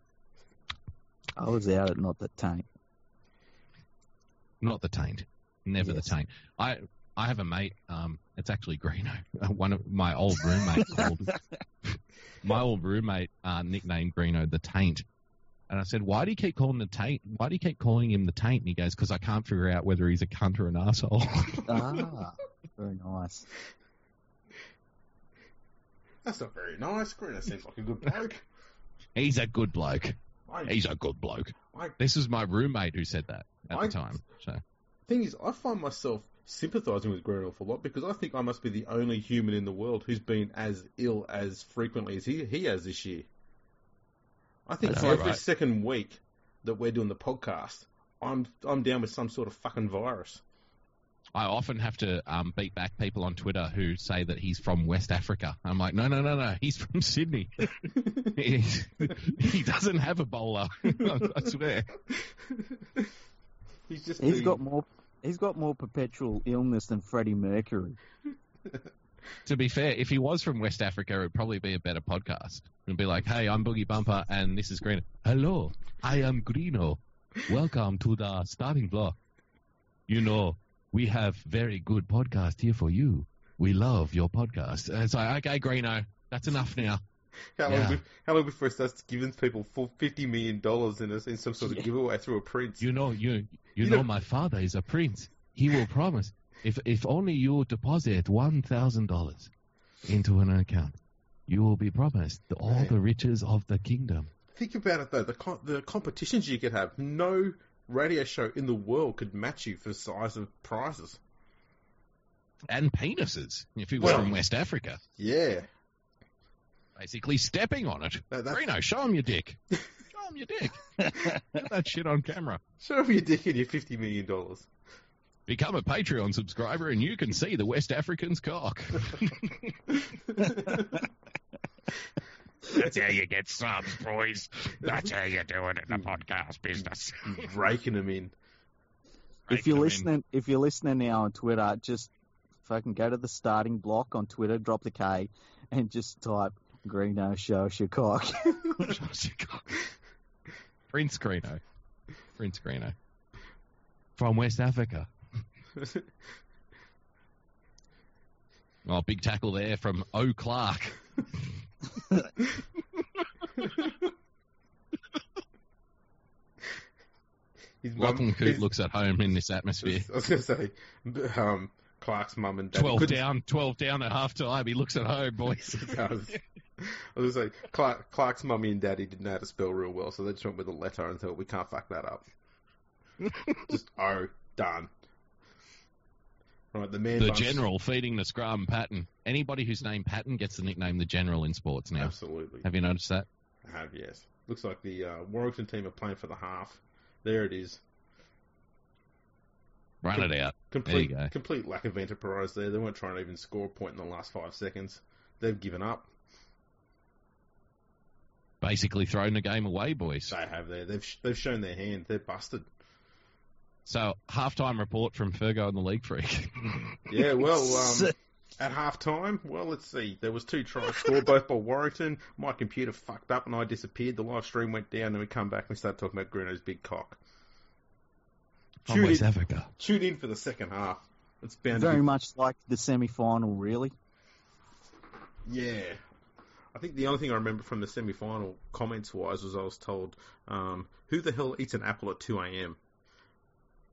S2: I was out at not the tank.
S3: not the taint, never
S2: Yes.
S3: the taint. I I have a mate. Um, it's actually Greeno. One of my old roommate called my old roommate uh, nicknamed Greeno the taint. And I said, "Why do you keep calling the taint? Why do you keep calling him the taint?" And he goes, "Because I can't figure out whether he's a cunt or an asshole."
S2: Ah, very nice.
S1: that's not very nice. Greeno seems like a good bloke.
S3: he's a good bloke.
S1: I,
S3: He's a good bloke.
S1: I
S3: This is my roommate who said that at
S1: I-
S3: the time. So
S1: thing is, I find myself sympathising with Green an awful lot because I think I must be the only human in the world who's been as ill as frequently as he he has this year. I think
S3: That's
S1: every
S3: alright.
S1: second week that we're doing the podcast, I'm I'm down with some sort of fucking virus.
S3: I often have to um, beat back people on Twitter who say that he's from West Africa. I'm like, no, no, no, no, he's from Sydney. he doesn't have Ebola. I swear.
S1: He's just
S2: He's
S1: doing-
S2: got more. He's got more perpetual illness than Freddie Mercury.
S3: To be fair, if he was from West Africa, it'd probably be a better podcast. It'd be like, "Hey, I'm Boogie Bumper, and this is Greeno. Hello, I am Greeno. Welcome to the starting block. You know, we have very good podcast here for you. We love your podcast." And it's like, "Okay, Greeno, that's enough now."
S1: How
S3: Yeah.
S1: long, bef- how long before it starts giving people full fifty million dollars in a, in some sort of giveaway through a print?
S3: You know, you you,
S1: You
S3: know,
S1: know-
S3: my father is a prince. He will promise if if only you deposit one thousand dollars into an account, you will be promised the, all
S1: Right.
S3: the riches of the kingdom.
S1: Think about it though. The co- the competitions you could have. No radio show in the world could match you for size of prizes.
S3: and penises if he was
S1: Well-
S3: from West Africa.
S1: Yeah.
S3: Basically stepping on it.
S1: That, that,
S3: Reno, show him your dick. Show him your dick. Get that shit on camera.
S1: show me your dick and your fifty million dollars.
S3: Become a Patreon subscriber and you can see the West African's cock.
S4: That's how you get subs, boys. That's how you do it in the podcast business.
S1: Raking them in.
S2: if you're listening, if you're listening now on Twitter, just fucking go to the starting block on Twitter, drop the K, and just type Greeno show us your cock.
S3: Prince Greeno. Prince Greeno. From West Africa. Oh, big tackle there from O. Clark.
S1: His mum-
S3: Lachlan Coote
S1: his-
S3: looks at home in this atmosphere.
S1: I was going to say, b- um, Clark's mum and dad.
S3: 12
S1: couldn't-
S3: down, 12 down at half time. He looks at home, boys.
S1: I was, I was gonna say Clark, Clark's mummy and daddy didn't know how to spell real well, so they just went with a letter and thought we can't fuck that up. just oh, done. Right, the man.
S3: the
S1: bunch-
S3: general feeding the scrum, Patton. Anybody who's named Patton gets the nickname the general in sports now.
S1: Absolutely,
S3: Have you noticed that?
S1: I have yes. Looks like the uh, Warrington team are playing for the half. There it is.
S3: Run it out.
S1: Complete
S3: go.
S1: complete lack of enterprise there. They weren't trying to even score a point in the last five seconds. They've given up.
S3: Basically thrown the game away, boys.
S1: They have there. They've sh- they've shown their hand. They're busted.
S3: So, halftime report from Fergo and the League Freak.
S1: Yeah, well, um, at half time, well, let's see. There was two tries scored, both by Warrington. My computer fucked up and I disappeared. The live stream went down, and we come back and we start talking about Greeno's big cock.
S3: From
S1: Tune
S3: West
S1: in,
S3: Africa.
S1: tune in for the second half. It's bound to
S2: Very
S1: be-
S2: much like the semi-final, really.
S1: Yeah. I think the only thing I remember from the semi final, comments wise, was I was told, um, who the hell eats an apple at 2 a.m.?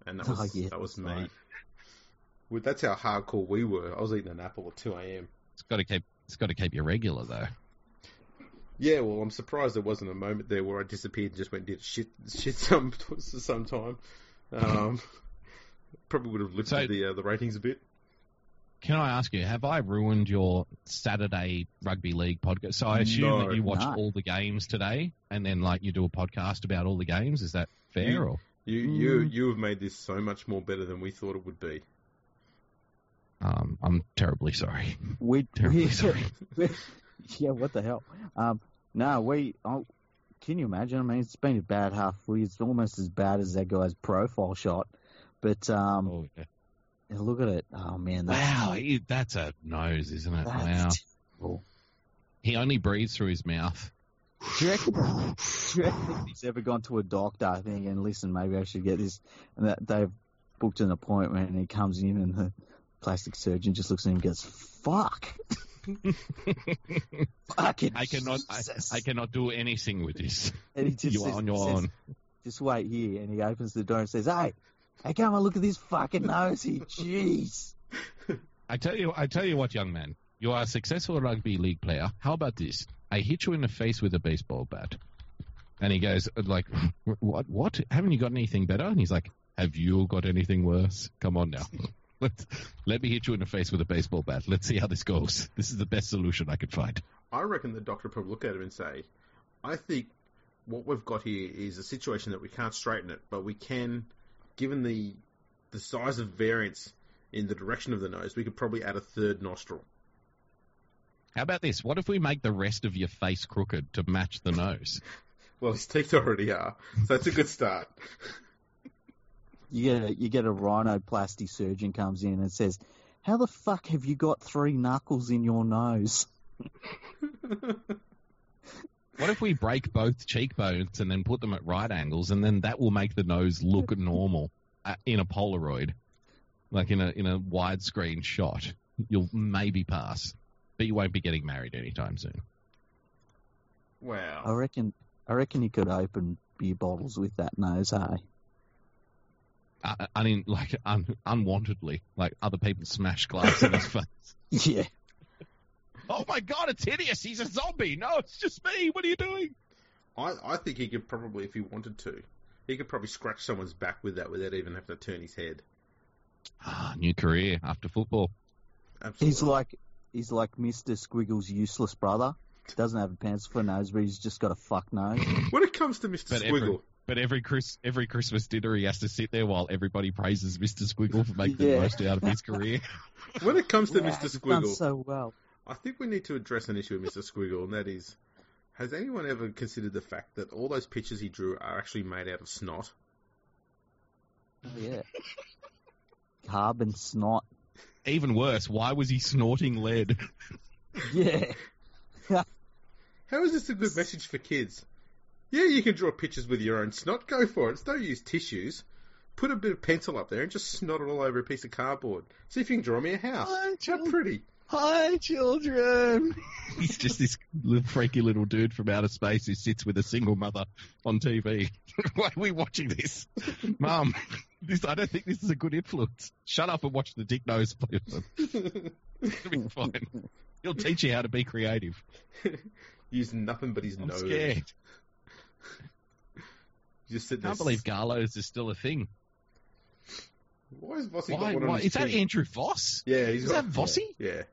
S1: And that
S2: Oh,
S1: was,
S2: yeah,
S1: that was
S2: that's
S1: me.
S2: right.
S1: Well, That's how hardcore we were. I was eating an apple at 2 a.m.
S3: It's got to keep. It's got to keep you regular though.
S1: Yeah, well, I'm surprised there wasn't a moment there where I disappeared and just went and did shit, shit some some time. Um, probably would have lifted
S3: So-
S1: the uh, the ratings a bit.
S3: Can I ask you, have I ruined your Saturday rugby league podcast? So I assume
S1: No.
S3: that you watch
S2: No.
S3: all the games today, and then like you do a podcast about all the games. Is that fair?
S1: You-
S3: or
S1: You you
S2: Mm.
S1: you have made this so much more better than we thought it would be.
S3: um, I'm terribly sorry.
S2: We,
S3: Terribly
S2: we-
S3: sorry.
S2: yeah, what the hell? Um, no, we. Oh, can you imagine? I mean, it's been a bad half week. It's almost as bad as that guy's profile shot. But um,
S3: Oh, yeah.
S2: look at it. Oh man, that's,
S3: Wow, he, that's a nose, isn't it? Wow.
S2: that's terrible.
S3: He only breathes through his mouth.
S2: Do you reckon- do you reckon he's ever gone to a doctor I think, and listen, maybe I should get this? And that they've booked an appointment, and he comes in, and the plastic surgeon just looks at him and goes, "Fuck, fucking."
S3: I cannot. I,
S2: Jesus."
S3: I cannot do anything with this.
S2: And he just
S3: You are
S2: says-
S3: on your
S2: says,
S3: own.
S2: just wait here. And he opens the door and says, hey, hey, come and look at this fucking nosy. Jeez.
S3: I tell you. I tell you what, young man. You are a successful rugby league player. How about this? I hit you in the face with a baseball bat, and he goes like, "What? What? Haven't you got anything better?" And he's like, "Have you got anything worse? Come on now." Let's, let me hit you in the face with a baseball bat. Let's see how this goes. This is the best solution I could find.
S1: I reckon the doctor probably look at him and say, "I think what we've got here is a situation that we can't straighten it, but we can, given the the size of variance in the direction of the nose, we could probably add a third nostril."
S3: How about this? What if we make the rest of your face crooked to match the nose?
S1: Well, his teeth already are, so that's a good start.
S2: you get a, you get a rhinoplasty surgeon comes in and says, "How the fuck have you got three knuckles in your nose?"
S3: What if we break both cheekbones and then put them at right angles, and then that will make the nose look normal uh, in a Polaroid, like in a in a widescreen shot? You'll maybe pass, but you won't be getting married anytime soon.
S2: I
S1: wow.
S2: reckon I reckon you could open beer bottles with that nose. eh? Hey,
S3: Uh, I mean, like un, unwantedly, like other people smash glass in his face.
S2: yeah,
S3: Oh my god, it's hideous! He's a zombie. No, it's just me. What are you doing?
S1: I, I think he could probably, if he wanted to, he could probably scratch someone's back with that without even having to turn his head.
S3: Ah, new career after football.
S1: Absolutely.
S2: he's like he's like Mister Squiggle's useless brother. Doesn't have a pencil for a nose, but he's just got a fuck nose.
S1: when it comes to Mr.
S3: But
S1: Squiggle,
S3: every- But every Chris, every Christmas dinner, he has to sit there while everybody praises Mr. Squiggle for making the
S2: Yeah.
S3: most out of his career.
S1: when it comes to
S2: Yeah,
S1: Mr.
S2: he's done
S1: Squiggle,
S2: so well.
S1: I think we need to address an issue with Mr. Squiggle, and that is, has anyone ever considered the fact that all those pictures he drew are actually made out of snot?
S2: Yeah, carbon snot.
S3: Even worse, why was he snorting lead?
S2: Yeah,
S1: How is this a good message for kids? Yeah, you can draw pictures with your own snot. Go for it. Don't use tissues. Put a bit of pencil up there and just snot it all over a piece of cardboard. See if you can draw me a house.
S3: Hi,
S1: How pretty.
S3: Hi, children. He's just this little freaky little dude from outer space who sits with a single mother on TV. Why are we watching this, Mum? This I don't think this is a good influence. Shut up and watch the Dick Nose play. It'll be fine. He'll teach you how to be creative.
S1: Use nothing but his
S3: I'm
S1: nose.
S3: scared.
S1: Just sit
S3: I
S1: there.
S3: can't believe Garlow's is still a thing.
S1: Why is Vossi
S3: Why,
S1: got one on
S3: why,
S1: his
S3: is that
S1: chin?
S3: Andrew Voss?
S1: Yeah, he's
S3: Is
S1: got,
S3: that Vossi?
S1: Yeah.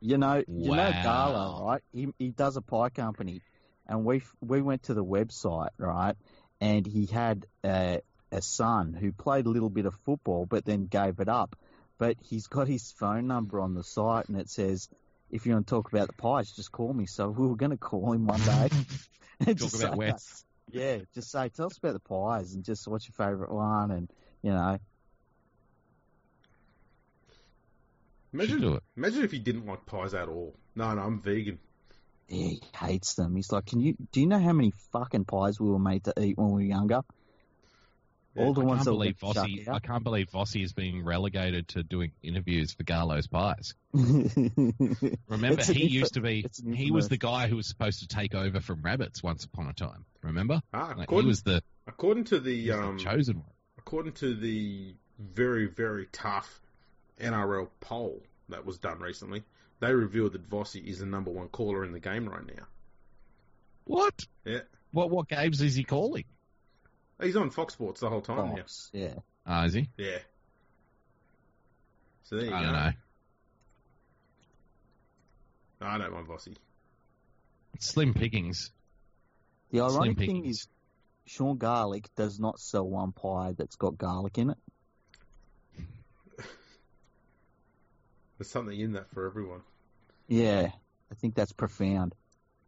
S2: You know, you know
S3: Wow.
S2: Darla, right? He he does a pie company, and we we went to the website, right? And he had a, a son who played a little bit of football, but then gave it up. But he's got his phone number on the site, and it says, "If you want to talk about the pies, just call me." So we were going to call him one day. and
S3: Talk
S2: just
S3: about
S2: say,
S3: Wes.
S2: Yeah, just say, "Tell us about the pies, and just what's your favourite one?" And you know,
S1: Imagine,
S3: do it.
S1: imagine if he didn't like pies at all. No, no, I'm vegan.
S2: he hates them. He's like, "Can you? Do you know how many fucking pies we were made to eat when we were younger?"
S1: Yeah,
S2: All the
S3: I
S2: ones
S3: can't
S2: that
S3: believe
S2: were
S3: Vossi. I can't believe Vossi is being relegated to doing interviews for Garlow's pies. Remember,
S2: It's an
S3: he
S2: inf-
S3: used to be.
S2: it's an
S3: He was
S2: infomercial.
S3: the guy who was supposed to take over from rabbits once upon a time. Remember,
S1: Ah,
S3: like, he
S1: according,
S3: was the,
S1: according to
S3: he
S1: the
S3: was the
S1: um,
S3: chosen one.
S1: according to the very very tough NRL poll that was done recently, they revealed that Vossi is the number one caller in the game right now.
S3: What?
S1: Yeah.
S3: What? What games is he calling?
S1: He's on Fox Sports the whole
S3: Oh,
S1: time. now.
S2: Fox, yeah.
S3: Ah, is he?
S1: Yeah. So there you
S3: I
S1: go.
S3: don't know.
S1: I don't mind Vossi.
S3: Slim pickings.
S2: The
S3: Slim
S2: ironic
S3: pickings.
S2: thing is, Sean Garlic does not sell one pie that's got garlic in it.
S1: There's something in that for everyone.
S2: Yeah, I think that's profound.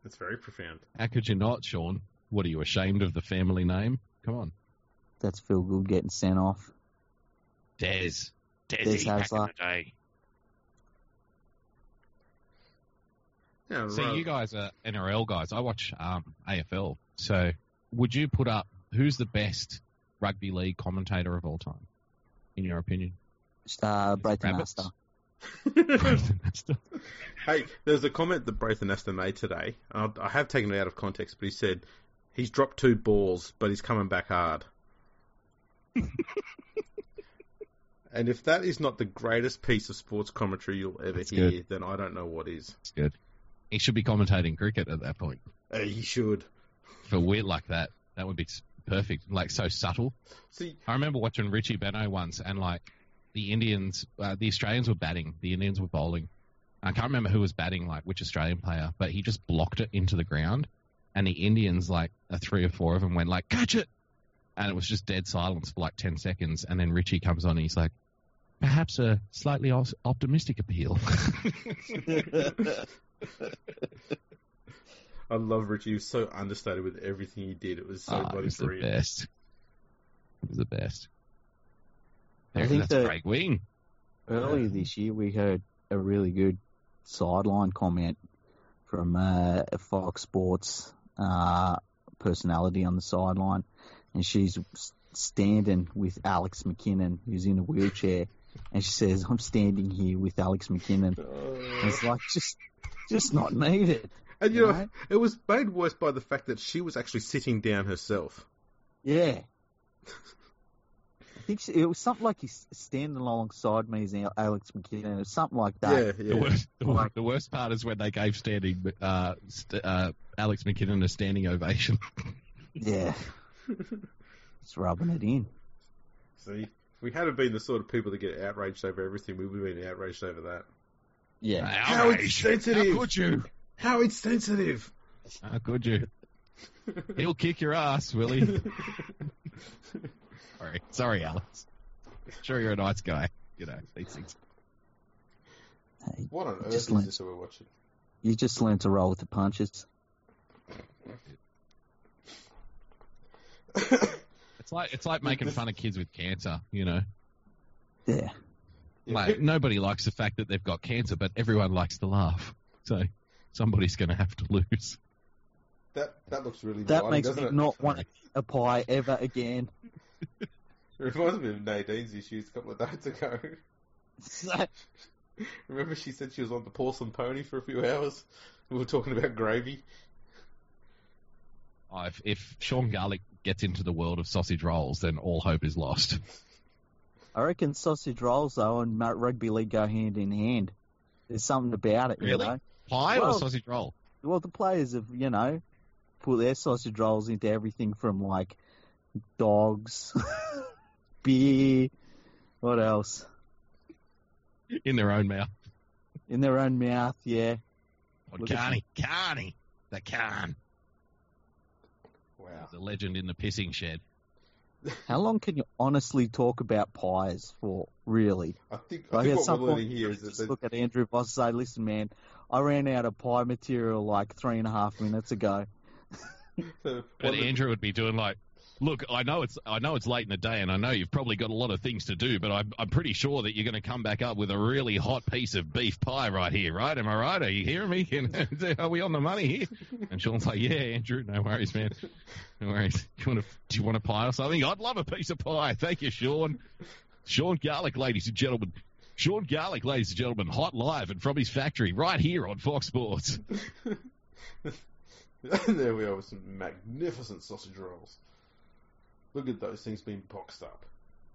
S1: That's very profound.
S3: How could you not, Sean? What are you ashamed of the family name? Come on,
S2: That's Phil Good getting sent off.
S3: Des.
S2: There's
S4: Desi back in
S2: Hasler.
S4: the day.
S1: Yeah,
S3: So
S1: Uh, right.
S3: you guys are NRL guys. I watch um, AFL. So would you put up who's the best rugby league commentator of all time, in your opinion?
S2: Uh,
S3: Is it
S2: Brayton
S3: rabbits?
S2: Astor.
S1: Hey, there's a comment that Braithen Aston made today. I, I have taken it out of context, but he said he's dropped two balls, but he's coming back hard. and if that is not the greatest piece of sports commentary you'll ever
S3: That's
S1: hear, then I don't know what is.
S3: That's good. He should be commentating cricket at that point.
S1: Uh, he should.
S3: For weird like that, that would be s- perfect. Like so subtle.
S1: See,
S3: I remember watching Richie Beno once, and like the Indians, uh, the Australians were batting, the Indians were bowling. I can't remember who was batting, like which Australian player, but he just blocked it into the ground, and the Indians, like uh, three or four of them, went like catch it, and it was just dead silence for like ten seconds, and then Richie comes on, and he's like, perhaps a slightly os- optimistic appeal.
S1: I love Richie. He was so understated with everything he did. It was so
S3: Ah, it
S1: bloody
S3: was the
S1: brilliant.
S3: best. It was the best.
S2: I
S3: There,
S2: think
S3: that's
S2: that-
S3: Craig Wing.
S2: Earlier this year, we heard a really good sideline comment from uh, a Fox Sports uh, personality on the sideline, and she's s- standing with Alex McKinnon, who's in a wheelchair, and she says, "I'm standing here with Alex McKinnon." And it's like just, just not needed.
S1: and you know,
S2: Right.
S1: it was made worse by the fact that she was actually sitting down herself.
S2: Yeah. I think she, it was something like he's standing alongside me as Al- Alex McKinnon, or something like that.
S1: yeah,
S3: The,
S1: yeah.
S3: worst, the, wor-
S2: Right.
S3: the worst part is when they gave standing uh, st- uh, Alex McKinnon a standing ovation.
S2: Yeah. it's rubbing it in.
S1: See, if we hadn't been the sort of people that get outraged over everything, we would have been outraged over that.
S2: Yeah.
S1: How
S3: Outrage.
S1: insensitive.
S3: How could you?
S1: How insensitive!
S3: How could you? He'll kick your ass, Willie. Sorry, sorry, Alex. Sure, you're a nice guy. You know these things.
S1: what on earth
S2: Just
S1: is
S2: like-
S1: this that we're watching?
S2: You just learn to roll with the punches.
S3: It's like it's like making fun of kids with cancer. You know,
S2: Yeah.
S3: like nobody likes the fact that they've got cancer, but everyone likes to laugh. So somebody's going to have to lose.
S1: that that looks really
S2: That
S1: mighty,
S2: makes
S1: doesn't
S2: me
S1: it?
S2: not want to eat a pie ever again.
S1: It reminds me of Nadine's issues a couple of days ago. Remember, she said she was on the porcelain pony for a few hours. We were talking about gravy.
S3: Oh, if, if Sean Garlick gets into the world of sausage rolls, then all hope is lost.
S2: I reckon sausage rolls, though, and mu- rugby league go hand in hand. There's something about it, you
S3: Really?
S2: know.
S3: Pie or
S2: Well-
S3: sausage roll?
S2: Well, the players have, you know, put their sausage rolls into everything from, like, dogs, beer, what else?
S3: In their own mouth.
S2: In their own mouth, yeah.
S3: On
S2: Look at
S3: Carney. Carney. The can.
S1: Wow.
S3: The legend in the pissing shed.
S2: How long can you honestly talk about pies for, really?
S1: I think, I
S2: Like
S1: think
S2: at
S1: what
S2: some
S1: we're
S2: point,
S1: learning
S2: you
S1: here is
S2: just
S1: that they,
S2: look at Andrew Voss and say, "Listen, man, I ran out of pie material like three and a half minutes ago."
S1: the,
S3: But
S1: one that-
S3: Andrew would be doing like, look, I know it's I know it's late in the day, and I know you've probably got a lot of things to do, but I'm I'm pretty sure that you're going to come back up with a really hot piece of beef pie right here, right? Am I right? Are you hearing me? Can- Are we on the money here? And Sean's like, yeah, Andrew, no worries, man, no worries. Do you want a, do you want a pie or something? I'd love a piece of pie. Thank you, Sean. Sean Garlic, ladies and gentlemen. Sean Garlic, ladies and gentlemen, hot live and from his factory right here on Fox Sports.
S1: there we are with some magnificent sausage rolls. Look at those things being boxed up,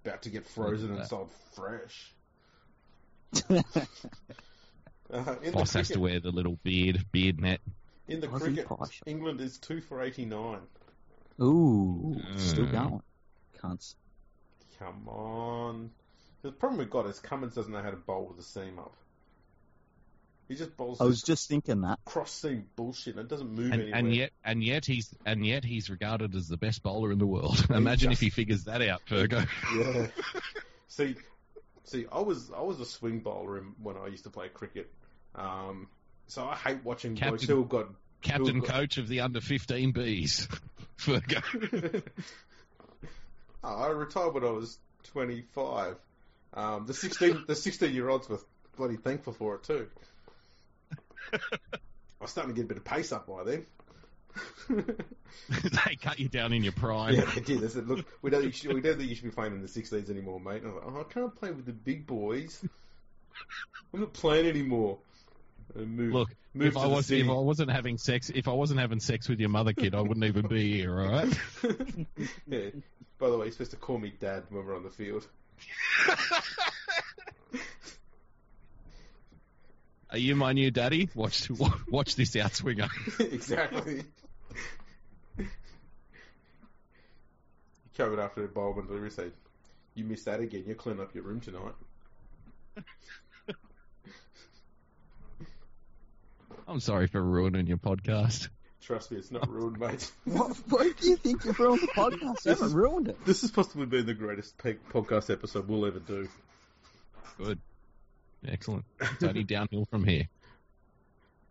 S1: about to get frozen and
S3: that.
S1: sold fresh. Uh, in, the
S3: Boss has to
S1: cricket,
S3: wear the little beard beard net.
S1: in the
S2: Aussie
S1: cricket,
S2: pie shop.
S1: England is two for eighty-nine.
S2: Ooh, still
S3: Mm.
S2: going, cunts.
S1: Come on. The problem we've got is Cummins doesn't know how to bowl with the seam up. He just bowls
S2: I was
S1: this
S2: just thinking that.
S1: cross seam bullshit and it doesn't move
S3: and,
S1: anywhere.
S3: and yet and yet he's and yet he's regarded as the best bowler in the world. Imagine if he figures that out, Fergo.
S1: Yeah. see, see, I was I was a swing bowler in, when I used to play cricket. Um, so I hate watching blokes
S3: Captain-
S1: who have got
S3: Captain
S1: Who've got-
S3: coach of the under fifteen Bs. Fergo.
S1: oh, I retired when I was 25. Um, the 16 the 16 year olds were bloody thankful for it too. I was starting to get a bit of pace up by then.
S3: they cut you down in your prime.
S1: yeah, they did. They said, "Look, we don't, you should, we don't think you should be playing in the 16s anymore, mate." And I was like, "Oh, I can't play with the big boys. I'm not playing anymore." And moved,
S3: Look,
S1: moved
S3: if
S1: to
S3: I
S1: the
S3: was
S1: city.
S3: if I wasn't having sex if I wasn't having sex with your mother kid, I wouldn't even be here, all right?
S1: yeah. By the way, you're supposed to call me Dad when we're on the field.
S3: Are you my new daddy? Watch wa- watch this outswinger.
S1: exactly. you come in after the bowl and delivery say, "You missed that again. You're cleaning up your room tonight."
S3: I'm sorry for ruining your podcast.
S1: Trust me, it's not ruined, mate.
S2: What, what do you think you've ruined the podcast? You haven't ruined it.
S1: this has possibly been the greatest pe- podcast episode we'll ever do.
S3: Good. Excellent. It's only downhill from here.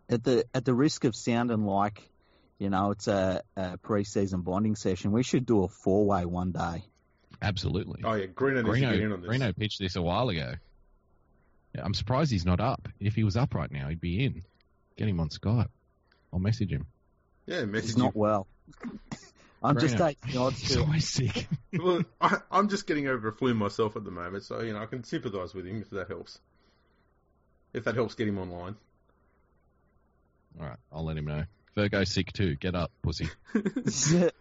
S2: At the at the risk of sounding like, you know, it's a, a pre-season bonding session, we should do a four-way one day.
S3: Absolutely.
S1: Oh yeah, Greeno needs to get in on
S3: Greeno,
S1: this.
S3: Greeno pitched this a while ago. Yeah, I'm surprised he's not up. If he was up right now, he'd be in. Get him on Skype. I'll message him.
S1: Yeah, message
S2: He's not well. I'm just
S3: Greeno.
S2: taking the odds
S3: He's
S2: to
S3: always sick.
S1: him. Well, I, I'm just getting over a flu myself at the moment, so you know I can sympathise with him if that helps. If that helps get him online.
S3: All right, I'll let him know. Virgo's sick too. Get up, pussy.
S2: it.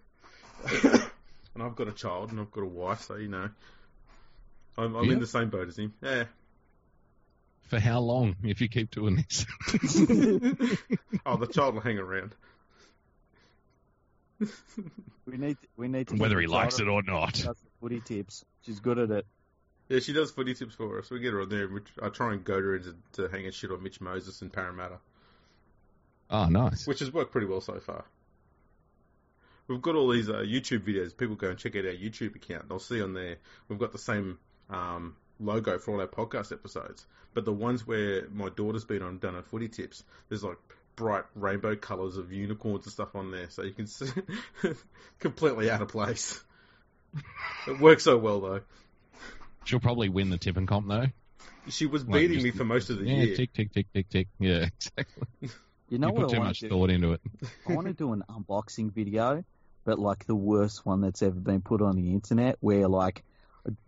S1: and I've got a child and I've got a wife, so you know, I'm, I'm
S3: Yeah.
S1: in the same boat as him. Yeah.
S3: For how long? If you keep doing this,
S1: oh, the child will hang around.
S2: we need we need to get
S3: whether he
S2: the
S3: likes it
S2: title
S3: or not.
S2: of the Footy tips. She's good at it.
S1: Yeah, she does footy tips for us. We get her on there. We, I try and goad her into to hanging shit on Mitch Moses and Parramatta,
S3: Oh, nice.
S1: which has worked pretty well so far. We've got all these uh, YouTube videos. People go and check out our YouTube account. They'll see on there we've got the same um, logo for all our podcast episodes. But the ones where my daughter's been on done on footy tips, there's like bright rainbow colours of unicorns and stuff on there, so you can see completely out of place. It works so well though.
S3: She'll probably win the tipping comp though.
S1: She was
S3: Like,
S1: beating
S3: just-
S1: me for most of the
S3: Yeah,
S1: year.
S3: tick, tick, tick, tick, tick. Yeah, exactly.
S2: You know
S3: you put
S2: what I
S3: too
S2: want
S3: much
S2: to do?
S3: thought into it.
S2: I want to do an unboxing video, but like the worst one that's ever been put on the internet, where like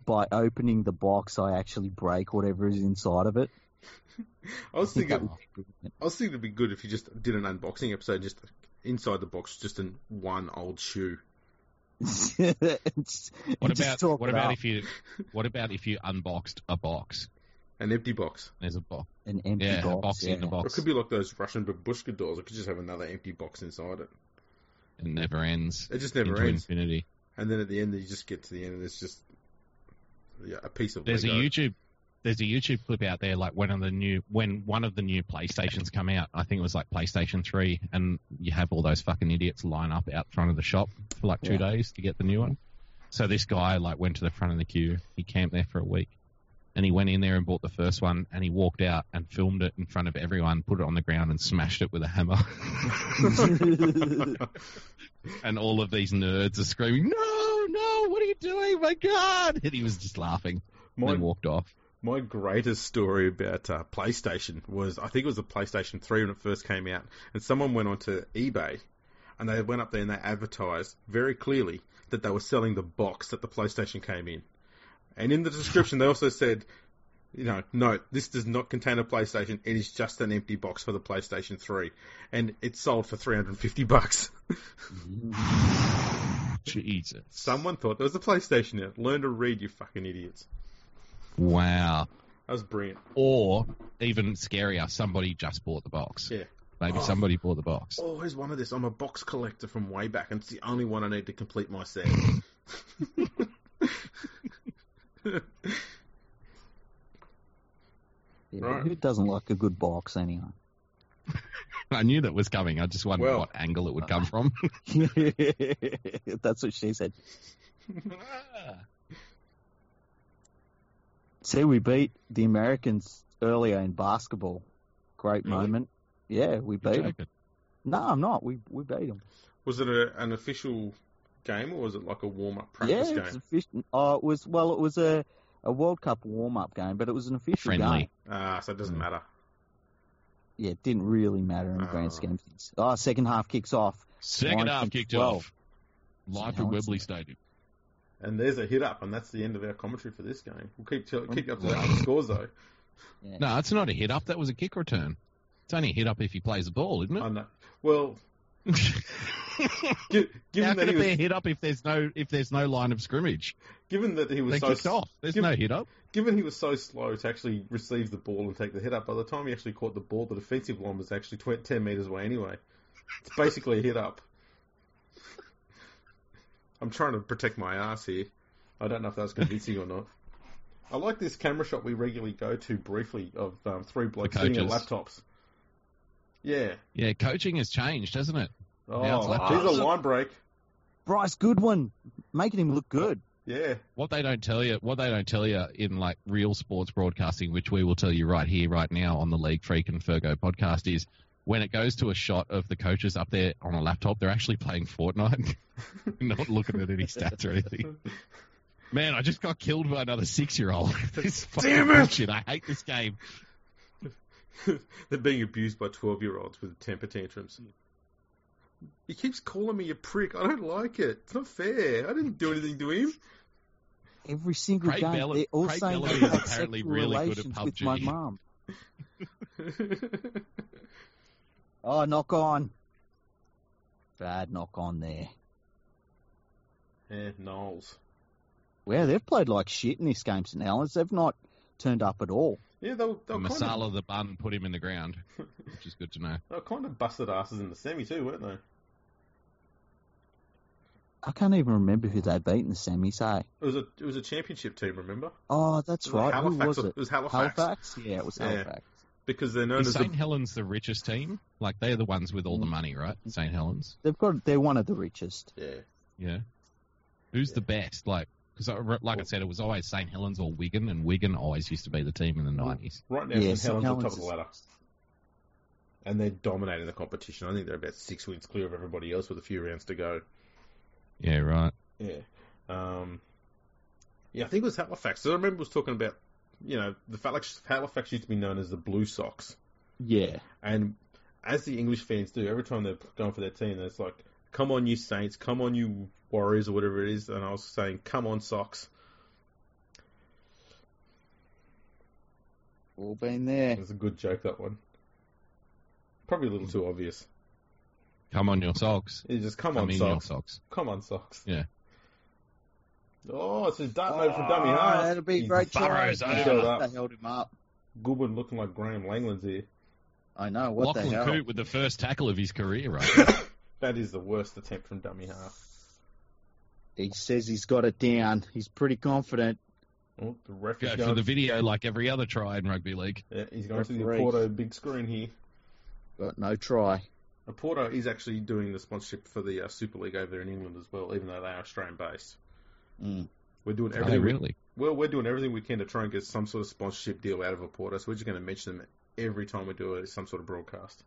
S2: by opening the box, I actually break whatever is inside of it.
S1: I was
S2: think that
S1: thinking,
S2: would be brilliant.
S1: I was thinking it'd be good if you just did an unboxing episode, just inside the box, just in one old shoe.
S2: It's-
S3: What
S2: you just
S3: about
S2: talk
S3: what
S2: it
S3: about
S2: up.
S3: if you what about if you unboxed a box?
S1: An empty box.
S3: There's a box.
S2: an empty
S3: yeah,
S2: box?
S3: a box in
S2: yeah.
S3: a
S1: It
S3: box.
S1: could be like those Russian babushka dolls. It could just have another empty box inside it.
S3: It never ends.
S1: It just never
S3: into
S1: ends.
S3: infinity.
S1: And then at the end, you just get to the end, and it's just yeah, a piece of
S3: There's a
S1: Lego.
S3: YouTube there's a YouTube clip out there like when of the new when one of the new PlayStations come out, I think it was like PlayStation three and you have all those fucking idiots line up out front of the shop for like two
S2: Yeah.
S3: days to get the new one. So this guy like went to the front of the queue, he camped there for a week. And he went in there and bought the first one and he walked out and filmed it in front of everyone, put it on the ground and smashed it with a hammer. and all of these nerds are screaming, "No, no! What are you doing? My God!" And he was just laughing and then
S1: My,
S3: walked off.
S1: my greatest story about uh, PlayStation was I think it was the PlayStation 3 when it first came out, and someone went onto eBay and they went up there and they advertised very clearly that they were selling the box that the PlayStation came in. And in the description, they also said, you know, note, this does not contain a PlayStation. It is just an empty box for the PlayStation 3. And it sold for 350 bucks.
S3: Jesus!
S1: Someone thought there was a PlayStation in it. Learn to read, you fucking idiots.
S3: Wow!
S1: That was brilliant.
S3: Or even scarier, somebody just bought the box.
S1: Yeah.
S3: Maybe
S1: Oh.
S3: somebody bought the box.
S1: Oh, here's one of this. I'm a box collector from way back, and it's the only one I need to complete my set.
S2: Yeah,
S1: Right.
S2: Who doesn't like a good box anyway?
S3: I knew that was coming. I just wondered
S1: Well.
S3: what angle it would come from.
S2: That's what she said. See, we beat the Americans earlier in basketball. Great
S1: Really?
S2: moment. Yeah, we beat them.
S3: Joking.
S2: No, I'm not. We we beat them.
S1: was it a, an official game, or was it like a warm up practice
S2: yeah, it was
S1: game?
S2: official. Oh, it was well, it was a, a World Cup warm up game, but it was an official
S3: Friendly.
S2: game.
S1: Ah, so it doesn't
S3: Hmm.
S1: matter.
S2: Yeah, it didn't really matter in the
S1: Ah.
S2: grand scheme of things. Oh, second half kicks off.
S3: Second
S2: Nineteen
S3: half kicked
S2: twelve.
S3: off. Live
S2: How
S3: from
S2: is
S3: Webley
S2: it?
S3: Stadium.
S1: And there's a hit up, and that's the end of our commentary for this game. We'll keep tell, keep you up to the
S3: Oh, Wow.
S1: other scores though.
S2: Yeah.
S3: No, it's not a hit up. That was a kick return. It's only a hit up if he plays the ball, isn't it?
S1: I know. Well, Uh, gi-
S3: How
S1: given
S3: can
S1: that he
S3: it be
S1: was
S3: a hit up if there's no if there's no line of scrimmage?
S1: given that he
S3: They
S1: was
S3: kicked
S1: so
S3: off. There's
S1: give-
S3: no hit up.
S1: given he was so slow to actually receive the ball and take the hit up. By the time he actually caught the ball, the defensive line was actually tw- ten meters away anyway. It's basically a hit up. I'm trying to protect my ass here. I don't know if that was convincing or not. I like this camera shot we regularly go to briefly of um, three blokes sitting at
S3: coaches.
S1: laptops. Yeah.
S3: Yeah, coaching has changed, hasn't it?
S1: Oh,
S3: Yeah, it's laptops.
S1: here's a line break.
S2: Bryce Goodwin making him look good.
S1: Yeah.
S3: What they don't tell you, what they don't tell you in like real sports broadcasting, which we will tell you right here, right now on the League Freak and Fergo podcast, is when it goes to a shot of the coaches up there on a laptop, they're actually playing Fortnite, not looking at any stats or anything. Man, I just got killed by another six-year-old. this is fucking
S1: Damn it!
S3: bullshit. I hate this game.
S1: They're being abused by 12 year olds with temper tantrums. He keeps calling me a prick. I don't like it. It's not fair. I didn't do anything to him.
S2: Every single
S3: Craig
S2: game,
S3: Bell-
S2: they're all
S3: Craig
S2: saying
S3: Bellamy
S2: they
S3: is
S2: had
S3: apparently
S2: sexual
S3: really good at
S2: relations with
S3: PUBG.
S2: my mum. Oh, knock on. Bad knock on there.
S1: yeah, Eh, Knowles.
S2: Well, they've played like shit in this game, St. Helens. They've not turned up at all.
S1: Yeah, they were, they were, kind,
S3: Masala
S1: of,
S3: the bun put him in the ground, which is good to know.
S1: they were kind of busted asses in the semi, too, weren't they?
S2: I can't even remember who they beat in the semis, hey?
S1: It was a, it was a championship team, remember?
S2: Oh, that's
S1: It was
S2: right.
S1: Halifax,
S2: who was
S1: or-
S2: it?
S1: It was Halifax.
S2: Halifax? Yeah, it was
S1: Yeah.
S2: Halifax.
S1: Because they're known
S3: Is
S1: as
S3: St.
S1: the.
S3: Helens the richest team? Like, they're the ones with all
S2: Mm.
S3: the money, right? St. Helens.
S2: They've got, they're one of the richest.
S1: Yeah.
S3: Yeah. Who's
S1: Yeah.
S3: the best? Like, because I, re- like I said, it was always St. Helens or Wigan, and Wigan always used to be the team in the 90s.
S1: Right now,
S2: Yeah,
S1: St. Helens are
S2: Helens
S1: top of the
S2: is-
S1: ladder. And they're dominating the competition. I think they're about six wins clear of everybody else with a few rounds to go.
S3: Yeah, right.
S1: Yeah. Um, yeah, I think it was Halifax. I remember was talking about, you know, the Halifax, Halifax used to be known as the Blue Sox.
S2: Yeah.
S1: And as the English fans do, every time they're going for their team, it's like, come on, you Saints, come on, you Warriors, or whatever it is. And I was saying, come on, Sox.
S2: All been there.
S1: It was a good joke, that one. Probably a little too obvious.
S3: Come on, your socks.
S1: It's just, come
S3: I
S1: on,
S3: mean, your
S1: Sox.
S3: socks.
S1: Come on, Sox.
S3: Yeah.
S1: Oh, it's a dart mode for dummy, huh?
S2: Ah, That'll be a
S1: He's
S2: great
S3: Burrows eh?
S2: tries.
S3: over.
S2: They held him up.
S1: Good one looking like Graham Langland's here.
S2: I know. What the
S3: Lachlan
S2: hell?
S3: Coote with the first tackle of his career, right?
S1: That is the worst attempt from dummy half.
S2: He says he's got it down. He's pretty confident.
S1: Oh, the ref is
S3: Go for
S1: going,
S3: the video like every other try in rugby league.
S1: yeah, he's going to the
S2: Referee.
S1: Porto big screen here.
S2: Got no try.
S1: Porto is actually doing the sponsorship for the uh, Super League over there in England as well, even though they are Australian based.
S2: Mm.
S1: We're doing
S3: Oh,
S1: everything.
S3: really?
S1: Well, we're doing everything we can to try and get some sort of sponsorship deal out of a Porto, so we're just going to mention them every time we do a, some sort of broadcast.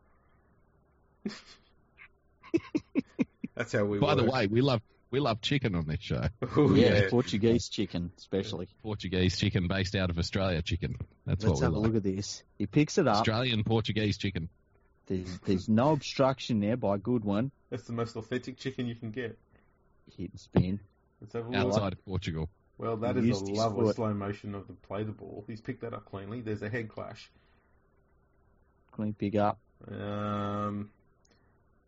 S1: That's how we.
S3: By the
S1: work.
S3: way, we love we love chicken on this show.
S1: Ooh,
S2: yeah,
S1: yeah.
S2: Portuguese chicken, especially.
S3: Portuguese chicken based out of Australia chicken. That's
S2: Let's
S3: what
S2: have
S3: we
S2: a
S3: like.
S2: look at this. He picks it up.
S3: Australian Portuguese chicken.
S2: There's, there's no obstruction there by Goodwin.
S1: that's the most authentic chicken you can get.
S2: Hit and spin.
S1: Let's have a look.
S3: outside of Portugal.
S1: Well, that is
S2: Used
S1: a
S2: his
S1: lovely
S2: foot.
S1: slow motion of the play the ball. He's picked that up cleanly. There's a head clash.
S2: Clean pick up.
S1: Um,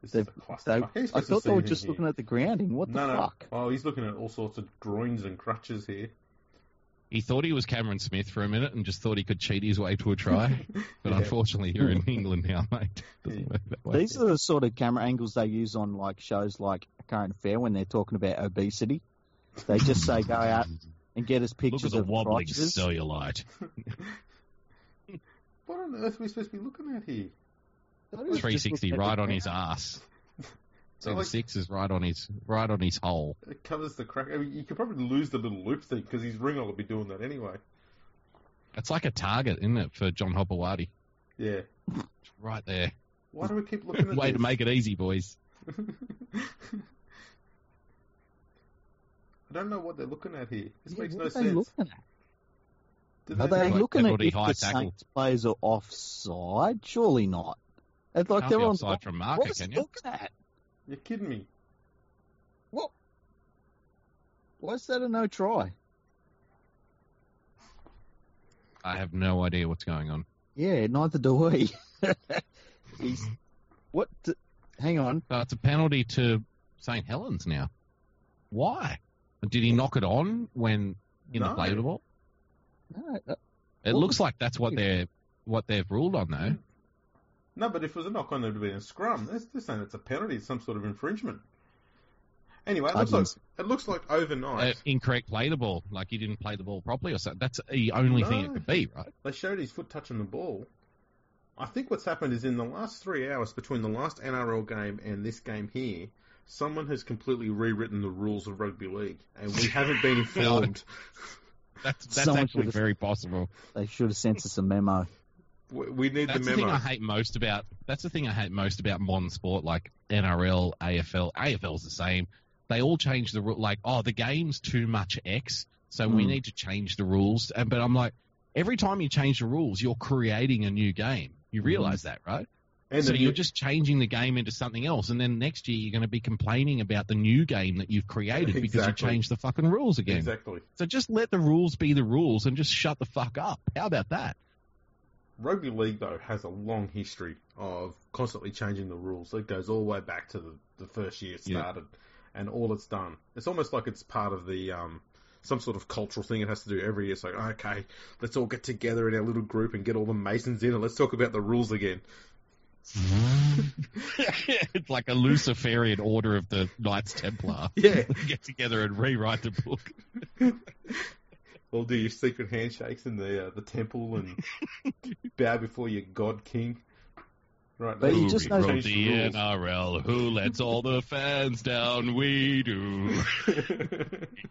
S1: this is
S2: They've-
S1: a
S2: They,
S1: clusterfuck. He's
S2: I
S1: supposed to
S2: thought
S1: see
S2: they were
S1: him
S2: just
S1: here.
S2: looking at the grounding. What the
S1: no, no.
S2: fuck?
S1: Oh, he's looking at all sorts of groins and crutches here.
S3: He thought he was Cameron Smith for a minute and just thought he could cheat his way to a try. But
S1: Yeah.
S3: unfortunately, you're in England now, mate. Doesn't work that way.
S2: These are the sort of camera angles they use on like shows like Current Affair when they're talking about obesity. They just say go out and get us
S3: Look at
S2: pictures
S3: the
S2: of
S3: wobbling
S2: crotches.
S3: cellulite.
S1: What on earth are we supposed to be looking at here?
S2: That is just
S3: 360
S2: looking at
S3: right
S2: the
S3: on his
S2: ground.
S3: ass. So
S1: Like-
S3: the six is right on his right on his hole.
S1: It covers the crack. I mean, you could probably lose the little loop thing because his ring will be doing that anyway.
S3: It's like a target, isn't it, for John Hopperwadi?
S1: Yeah.
S3: It's Right there.
S1: Why do we keep looking at
S3: Way to
S1: this?
S3: make it easy, boys.
S1: I don't know what they're looking at here. This
S2: Yeah,
S1: makes
S2: what
S1: no
S2: are they
S1: sense.
S2: looking at?
S1: Do
S2: Are
S1: know-
S2: they
S3: Like,
S2: looking
S3: they've
S2: at
S3: already
S2: if
S3: high
S2: the
S3: tackle.
S2: Saints players are offside? Surely not. It's like
S3: Can't
S2: they're
S3: be
S2: on.
S3: offside from Marker,
S2: What's
S3: can
S2: he
S3: you?
S2: looking at?
S1: You're kidding me.
S2: Why is that a no try?
S3: I have no idea what's going on.
S2: Yeah, neither do we. He's, what? The, hang on.
S3: So Uh, it's a penalty to St. Helens now. Why? Did he knock it on when in the
S1: No.
S3: play of the ball?
S2: No, uh,
S3: It
S2: Well,
S3: looks like that's what they're what they've ruled on though.
S1: No, but if it was a knock on, it would have been a scrum. This, this ain't it's a penalty. It's some sort of infringement. Anyway, it
S2: I
S1: looks like
S2: didn't-
S1: it looks like
S3: Uh,
S1: overnight
S3: incorrect play the ball, like he didn't play the ball properly or something. That's the only thing it
S1: No.
S3: could be, right?
S1: they showed his foot touching the ball. I think what's happened is in the last three hours between the last NRL game and this game here, someone has completely rewritten the rules of rugby league, and we haven't been informed.
S3: That's that's
S2: Someone
S3: actually
S2: should've-
S3: very possible.
S2: They should have sent us a memo.
S1: We, we need
S3: That's
S1: the
S3: the, thing
S1: memo.
S3: I hate most about that's the thing I hate most about modern sport like NRL, AFL. AFL's the same. They all change the rule like, oh the game's too much X, So we
S1: Hmm.
S2: Mm.
S3: need to change the rules. And, but I'm like, every time you change the rules, you're creating a new game. You realize that, right?
S1: Hmm. And
S3: so
S1: the
S3: you're
S1: new-
S3: just changing the game into something else, and then next year you're going to be complaining about the new game that you've created because you
S1: Exactly.
S3: changed the fucking rules again.
S1: exactly.
S3: So just let the rules be the rules and just shut the fuck up. How about that?
S1: Rugby league though has a long history of constantly changing the rules. It goes all the way back to the, the first year it
S3: Yeah.
S1: started, and all it's done. It's almost like it's part of the um, some sort of cultural thing it has to do every year. It's like okay, let's all get together in our little group and get all the masons in and let's talk about the rules again.
S3: Mm-hmm. it's like a Luciferian order of the Knights Templar.
S1: Yeah,
S3: Get together and rewrite the book.
S1: we'll do your secret handshakes in the uh, the temple and bow before your god king. Right,
S2: But you
S1: let's
S2: just
S3: Who
S2: know-
S3: rewrote
S1: change
S3: the
S1: the
S3: NRL? Who lets all the fans down? We do.
S1: rules.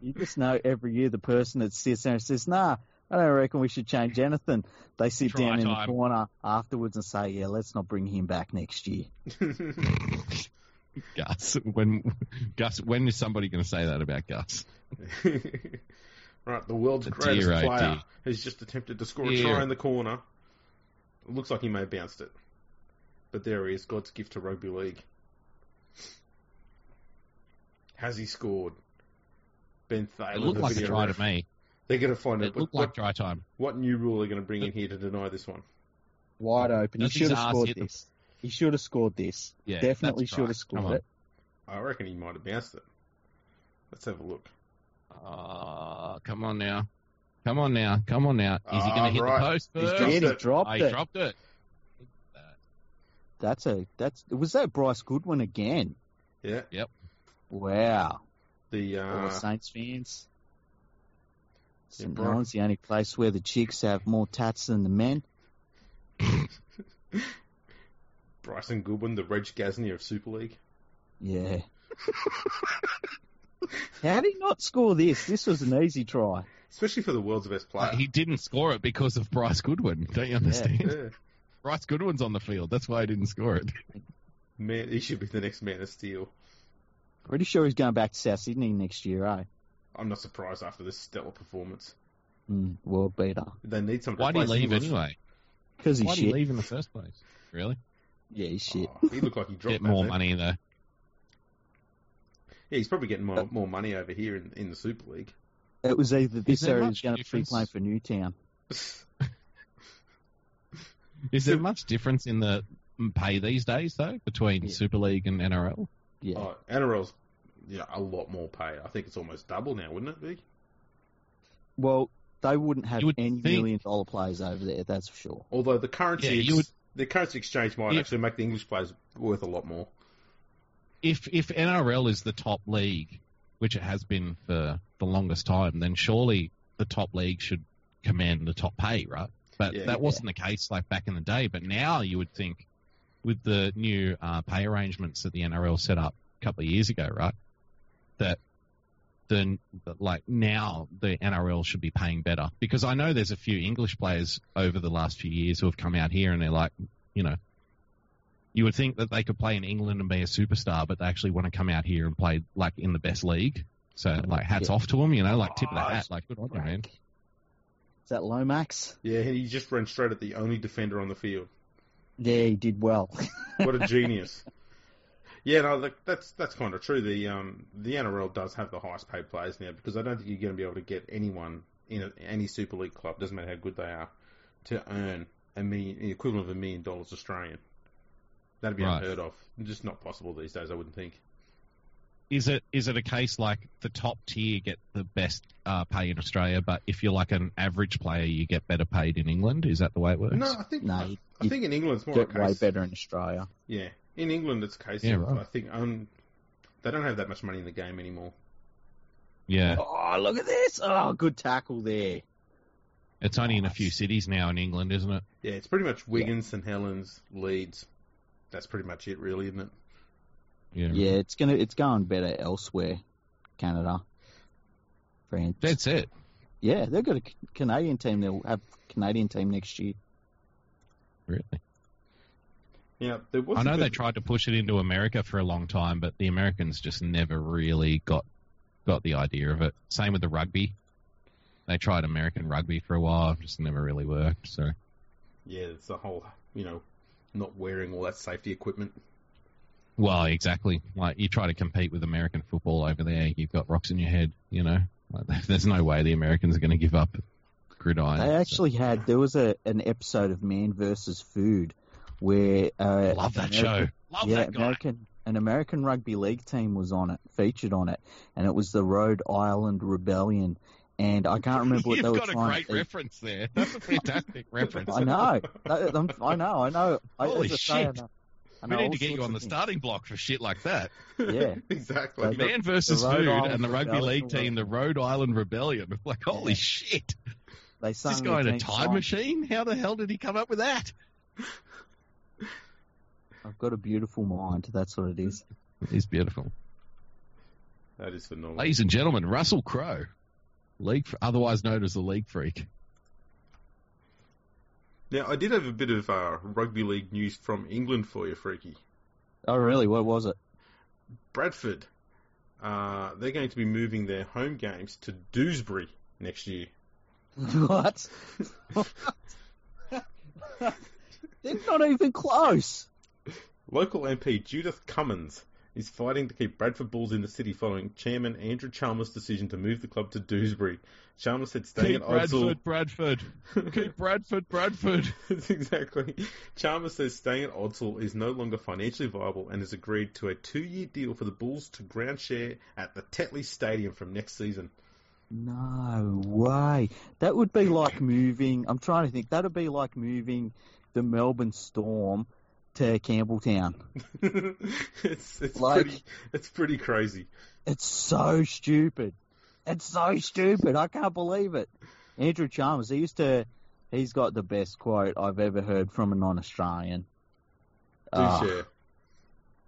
S2: You just know every year the person that sits there and says, "Nah, I don't reckon we should change anything." They sit
S3: Try
S2: down in
S3: time.
S2: the corner afterwards and say, "Yeah, let's not bring him back next year."
S3: Gus, when Gus, when is somebody going to say that about Gus?
S1: right, the world's
S3: Dear,
S1: greatest
S3: oh
S1: player
S3: dear.
S1: has just attempted to score a
S3: Dear.
S1: try in the corner. It looks like he may have bounced it. But there he is, God's gift to rugby league. Has he scored? Ben Thaler.
S3: It looked
S1: the
S3: like a
S1: video
S3: try
S1: ref.
S3: to me.
S1: They're going to find
S3: It
S1: out
S3: looked
S1: what,
S3: like try time.
S1: what, what new rule they're going to bring in here to deny this one.
S2: Wide open.
S3: Does
S2: he
S3: his
S2: should have
S3: ass
S2: scored
S3: hit the-
S2: this. He should have scored this.
S3: Yeah,
S2: Definitely
S3: that's
S2: should
S3: try.
S2: have
S3: Come on.
S2: scored it.
S1: I reckon he might have bounced it. Let's have a look.
S3: Ah, come on now. Come on now. Come on now. Is he going
S1: Ah,
S3: to hit
S1: right.
S3: the post
S1: He's
S3: first?
S2: Yeah, he
S1: dropped it.
S2: dropped
S3: Ah,
S2: it.
S3: he dropped it.
S2: That's a that's was that Bryce Goodwin again?
S1: Yeah.
S2: Wow,
S1: The
S2: all the
S1: uh,
S2: Saints fans.
S1: Yeah,
S2: St.
S1: Bry-
S2: Helens, the only place where the chicks have more tats than the men.
S1: Bryson Goodwin, the Reg Gaznia of Super League.
S2: Yeah. How did he not score this? This was an easy try.
S1: Especially for the world's best player.
S3: But he didn't score it because of Bryce Goodwin. Don't you understand?
S1: Yeah.
S3: Bryce Goodwin's on the field. That's why he didn't score it.
S1: Man, he should be the next Man of Steel.
S2: Pretty sure he's going back to South Sydney next year, eh?
S1: I'm not surprised after this stellar performance.
S3: Hmm.
S2: Mm, world beater.
S1: They need some.
S3: Why'd he leave anyway?
S2: Because he's
S3: uh, Why'd he
S2: shit.
S3: leave Oh. in the first place? Really?
S2: Yeah, he's shit.
S1: Oh, he looked like he dropped
S3: Get more
S1: that, man.
S3: money though.
S1: Yeah, he's probably getting more, more money over here in, in the Super League.
S2: It was either this
S3: there
S2: or he
S3: much
S2: was going to be
S3: difference?
S2: playing for Newtown.
S3: Is there much difference in the pay these days though between
S2: Yeah.
S3: Super League and NRL?
S2: Yeah.
S1: Oh, NRL's yeah a lot more pay. I think it's almost double now, wouldn't it be?
S2: Well, they wouldn't have
S3: You would
S2: any
S3: think-
S2: million dollar players over there, that's for sure.
S1: Although the currency
S3: Yeah, you
S1: ex-
S3: would-
S1: the currency exchange might
S3: Yeah.
S1: actually make the English players worth a lot more.
S3: If if NRL is the top league, which it has been for the longest time, then surely the top league should command the top pay, right? But
S1: Yeah.
S3: that wasn't the case like back in the day. But now you would think with the new uh, pay arrangements that the NRL set up a couple of years ago, right? That then that, like now the NRL should be paying better because I know there's a few English players over the last few years who have come out here and they're like, you know, you would think that they could play in England and be a superstar, but they actually want to come out here and play like in the best league. So like hats
S2: Yeah.
S3: off to them, you know, like tip of the
S1: Ah,
S3: hat, like good on you, man.
S2: Is that Lomax?
S1: Yeah, he just ran straight at the only defender on the field.
S2: Yeah, he did well.
S1: What a genius! Yeah, no, look, that's that's kind of true. The um the NRL does have the highest paid players now because I don't think you're going to be able to get anyone in a, any Super League club, doesn't matter how good they are, to earn a million, the equivalent of a million dollars Australian. That'd be
S3: Right.
S1: unheard of. Just not possible these days, I wouldn't think.
S3: is it is it a case like the top tier get the best uh, pay in Australia, but if you're like an average player, you get better paid in England? Is that the way it works?
S1: No, I think
S2: No,
S1: I,
S2: you-
S1: I think in England it's more a
S2: Get way
S1: case.
S2: better in Australia.
S1: Yeah, in England it's a case.
S3: Yeah,
S1: of,
S3: right.
S1: I think um, they don't have that much money in the game anymore.
S3: Yeah,
S2: Oh, look at this. Oh, good tackle there.
S3: it's only in a few cities now in England, isn't it?
S1: Yeah, it's pretty much Wigan, St Helens, Leeds. That's pretty much it, really, isn't it?
S3: Yeah.
S2: Yeah, it's gonna it's going better elsewhere. Canada. France.
S3: That's it.
S2: yeah, they've got a C- Canadian team. They'll have Canadian team next year.
S3: Really.
S1: Yeah, there was.
S3: I know
S1: a
S3: they
S1: bit-
S3: tried to push it into America for a long time, but the Americans just never really got got the idea of it. Same with the rugby. They tried American rugby for a while, just never really worked. So
S1: Yeah, it's the whole, you know, not wearing all that safety equipment.
S3: Well, exactly. Like you try to compete with American football over there, you've got rocks in your head. You know, like, there's no way the Americans are going to give up gridiron.
S2: They actually had there was a an episode of Man versus Food where uh,
S3: so. love that
S2: American-
S3: show. Love
S2: yeah,
S3: that guy.
S2: American an American rugby league team was on it, featured on it, and it was the Rhode Island Rebellion. And I can't remember what
S3: You've
S2: they were
S3: got a
S2: trying
S3: great
S2: to eat.
S3: reference there. That's a fantastic reference.
S2: I know. I- I'm, I know. I know. I,
S3: Holy
S2: as I say, I
S3: shit.
S2: know- I
S3: We
S2: know
S3: need
S2: all
S3: to get you
S2: sorts
S3: on the
S2: of things.
S3: starting block for shit like that.
S2: Yeah.
S1: exactly.
S2: Like,
S3: Man versus
S2: Rhode
S3: Food
S2: Island
S3: and the rugby
S2: Rebellion
S3: league
S2: was-
S3: team, the Rhode Island Rebellion. Like, holy
S2: Yeah.
S3: shit.
S2: They
S3: Is
S2: sung
S3: this
S2: the
S3: guy in a
S2: team
S3: time
S2: song,
S3: machine? How the hell did he come up with that?
S2: I've got a beautiful mind. That's what it is.
S3: He's beautiful.
S1: that is phenomenal.
S3: Ladies and gentlemen, Russell Crowe, league, otherwise known as the League Freak.
S1: Now, I did have a bit of uh, rugby league news from England for you, Freaky.
S2: Oh, really? What was it?
S1: Bradford, uh, they're going to be moving their home games to Dewsbury next year.
S2: what? They're not even close.
S1: Local MP Judith Cummins is fighting to keep Bradford Bulls in the city following Chairman Andrew Chalmers' decision to move the club to Dewsbury. Chalmers said staying
S3: Keep
S1: at Oddsall.
S3: Bradford, Bradford. Keep Bradford, Bradford.
S1: exactly. Chalmers says staying at Oddsall is no longer financially viable and has agreed to a two year deal for the Bulls to ground share at the Tetley Stadium from next season.
S2: No way. That would be like moving. I'm trying to think. That'd be like moving the Melbourne Storm to Campbelltown.
S1: it's it's
S2: Like-
S1: pretty it's pretty crazy.
S2: It's so stupid. It's so stupid. I can't believe it. Andrew Chalmers, he used to. He's got the best quote I've ever heard from a non-Australian.
S1: Do
S2: Ah.
S1: share.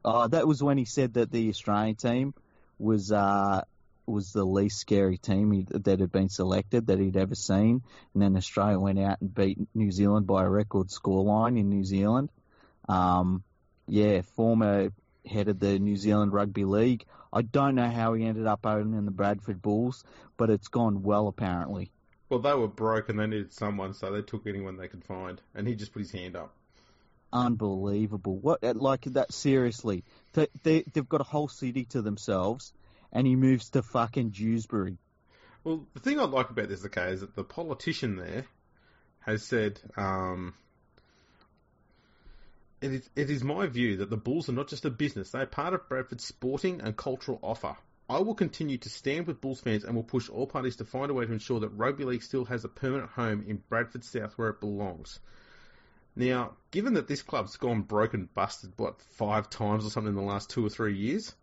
S2: Oh, that was when he said that the Australian team was uh, was the least scary team he, that had been selected that he'd ever seen, and then Australia went out and beat New Zealand by a record scoreline in New Zealand. Um, yeah, former head of the New Zealand Rugby League. I don't know how he ended up owning the Bradford Bulls, but it's gone well apparently.
S1: Well, they were broke and they needed someone, so they took anyone they could find, and he just put his hand up.
S2: Unbelievable! What uh, like that? Seriously, they, they, they've got a whole city to themselves, and he moves to fucking Dewsbury.
S1: Well, the thing I like about this, okay, is that the politician there has said, um, it is, it is my view that the Bulls are not just a business, they are part of Bradford's sporting and cultural offer. I will continue to stand with Bulls fans and will push all parties to find a way to ensure that rugby league still has a permanent home in Bradford South where it belongs. Now, given that this club's gone broke and busted, what, five times or something in the last two or three years?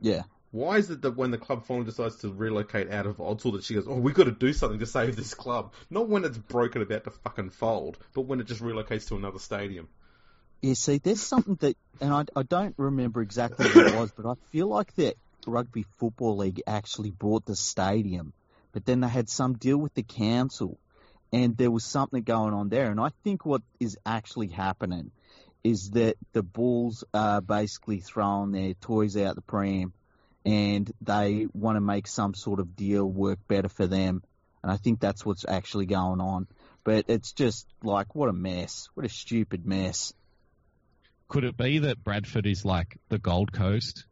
S2: Yeah.
S1: Why is it that when the club finally decides to relocate out of Oddsall that she goes, oh, we've got to do something to save this club? Not when it's broken about to fucking fold, but when it just relocates to another stadium.
S2: Yeah, see, there's something that, and I, I don't remember exactly what it was, but I feel like the Rugby Football League actually bought the stadium, but then they had some deal with the council, and there was something going on there. And I think what is actually happening is that the Bulls are basically throwing their toys out the pram, and they want to make some sort of deal work better for them. And I think that's what's actually going on. But it's just like, what a mess. What a stupid mess.
S3: Could it be that Bradford is like the Gold Coast?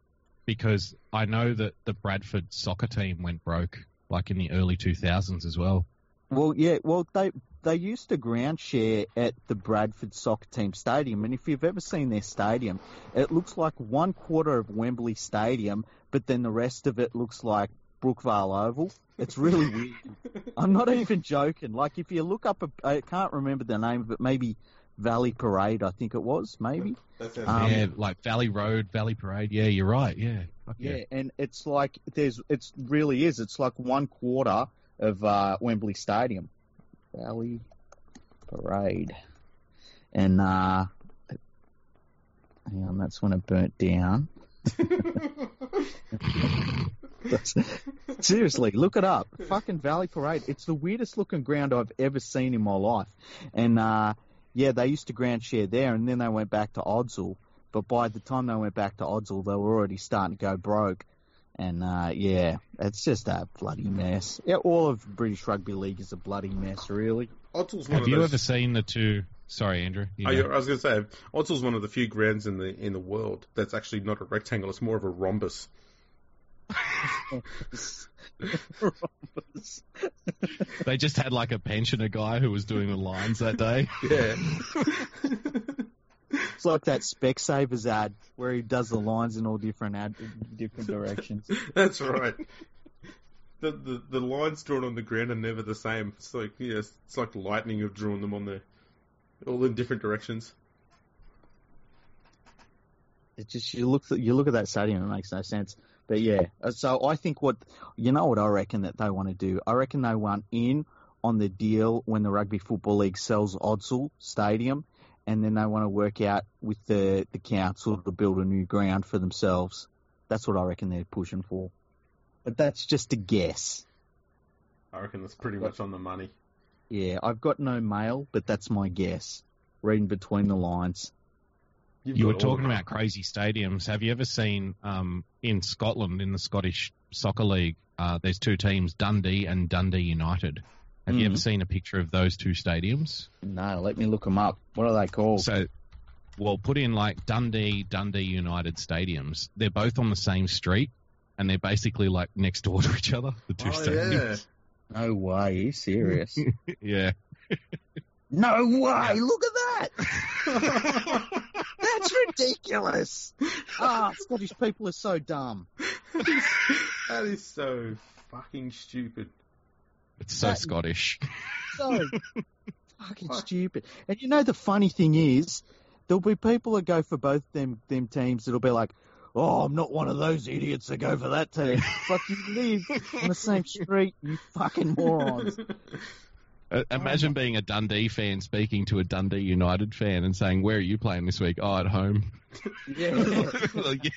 S3: Because I know that the Bradford soccer team went broke like in the early 2000s as well.
S2: Well, yeah. Well, they they used to ground share at the Bradford Soccer Team Stadium, and if you've ever seen their stadium, it looks like one quarter of Wembley Stadium, but then the rest of it looks like Brookvale Oval. It's really weird. I'm not even joking. Like if you look up, a, I can't remember the name of it. Maybe Valley Parade, I think it was. Maybe.
S1: That
S2: Um,
S1: sounds
S3: yeah, like Valley Road, Valley Parade. Yeah, you're right. Yeah. Fuck
S2: Yeah, and it's like there's it's really is. It's like one quarter of uh, Wembley Stadium. Valley Parade. And uh hang on, that's when it burnt down. That's- Seriously, look it up. Fucking Valley Parade. It's the weirdest looking ground I've ever seen in my life. And uh yeah, they used to ground share there and then they went back to Oddsall. But by the time they went back to Oddsall, they were already starting to go broke. And uh, yeah, it's just a bloody mess. Yeah, all of British rugby league is a bloody mess, really.
S1: Ottel's one
S3: Have
S1: of
S3: you
S1: those.
S3: ever seen the two? Sorry, Andrew. you
S1: Oh,
S3: know.
S1: yeah, I was going to say, Ottel's one of the few grounds in the in the world that's actually not a rectangle; it's more of a rhombus.
S3: They just had like a pensioner guy who was doing the lines that day.
S1: Yeah.
S2: It's like that Specsavers ad where he does the lines in all different ad, different directions.
S1: That's right. The, the the lines drawn on the ground are never the same. It's like yes, it's like lightning have drawn them on there, all in different directions.
S2: It just you look you look at that stadium, it makes no sense. But yeah, uh, so I think what you know what I reckon that they want to do. I reckon they want in on the deal when the Rugby Football League sells Oddsall Stadium, and then they want to work out with the the council to build a new ground for themselves. That's what I reckon they're pushing for. But that's just a guess.
S1: I reckon that's pretty much on the money.
S2: Yeah, I've got no mail, but that's my guess. Reading between the lines.
S1: You've
S3: You
S1: got
S3: were
S1: all
S3: talking
S1: the-
S3: about crazy stadiums. Have you ever seen um, in Scotland in the Scottish Soccer League? Uh, there's two teams, Dundee and Dundee United. Have you
S1: Mm-hmm.
S3: ever
S2: Mhm.
S3: seen a picture of those two stadiums?
S2: No, let me look them up. What are they
S1: Oh.
S2: called?
S3: So, well, put in like Dundee, Dundee United stadiums. They're both on the same street, and they're basically like next door to each other. The two
S1: Oh, yeah.
S3: stadiums.
S2: No way. Are you serious?
S3: Yeah.
S2: no way. Look at that. That's ridiculous. Ah, Scottish people are so dumb.
S1: that is so fucking stupid.
S3: it's so
S2: That-
S3: Scottish.
S2: So fucking stupid. And you know the funny thing is, there'll be people that go for both them them teams that'll be like, "Oh, I'm not one of those idiots that go for that team." Fuck you live on the same street, you fucking morons.
S1: Oh,
S3: Uh, Imagine being a Dundee fan speaking to a Dundee United fan and saying, "Where are you playing this week?" Oh, at home.
S2: Yeah.
S3: Like,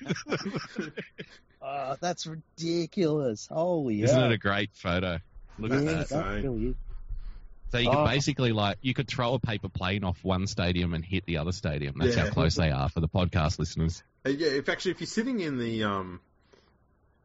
S2: Oh, that's ridiculous. Holy
S3: Isn't
S2: hell.
S3: it a great photo? Look at
S2: yeah,
S3: that. eh?
S1: that?
S2: that really is.
S3: So you could
S1: Uh,
S2: Oh.
S3: basically like you could throw a paper plane off one stadium and hit the other stadium. That's
S1: Yeah.
S3: how close they are for the podcast listeners.
S1: Uh, yeah, if actually if you're sitting in the um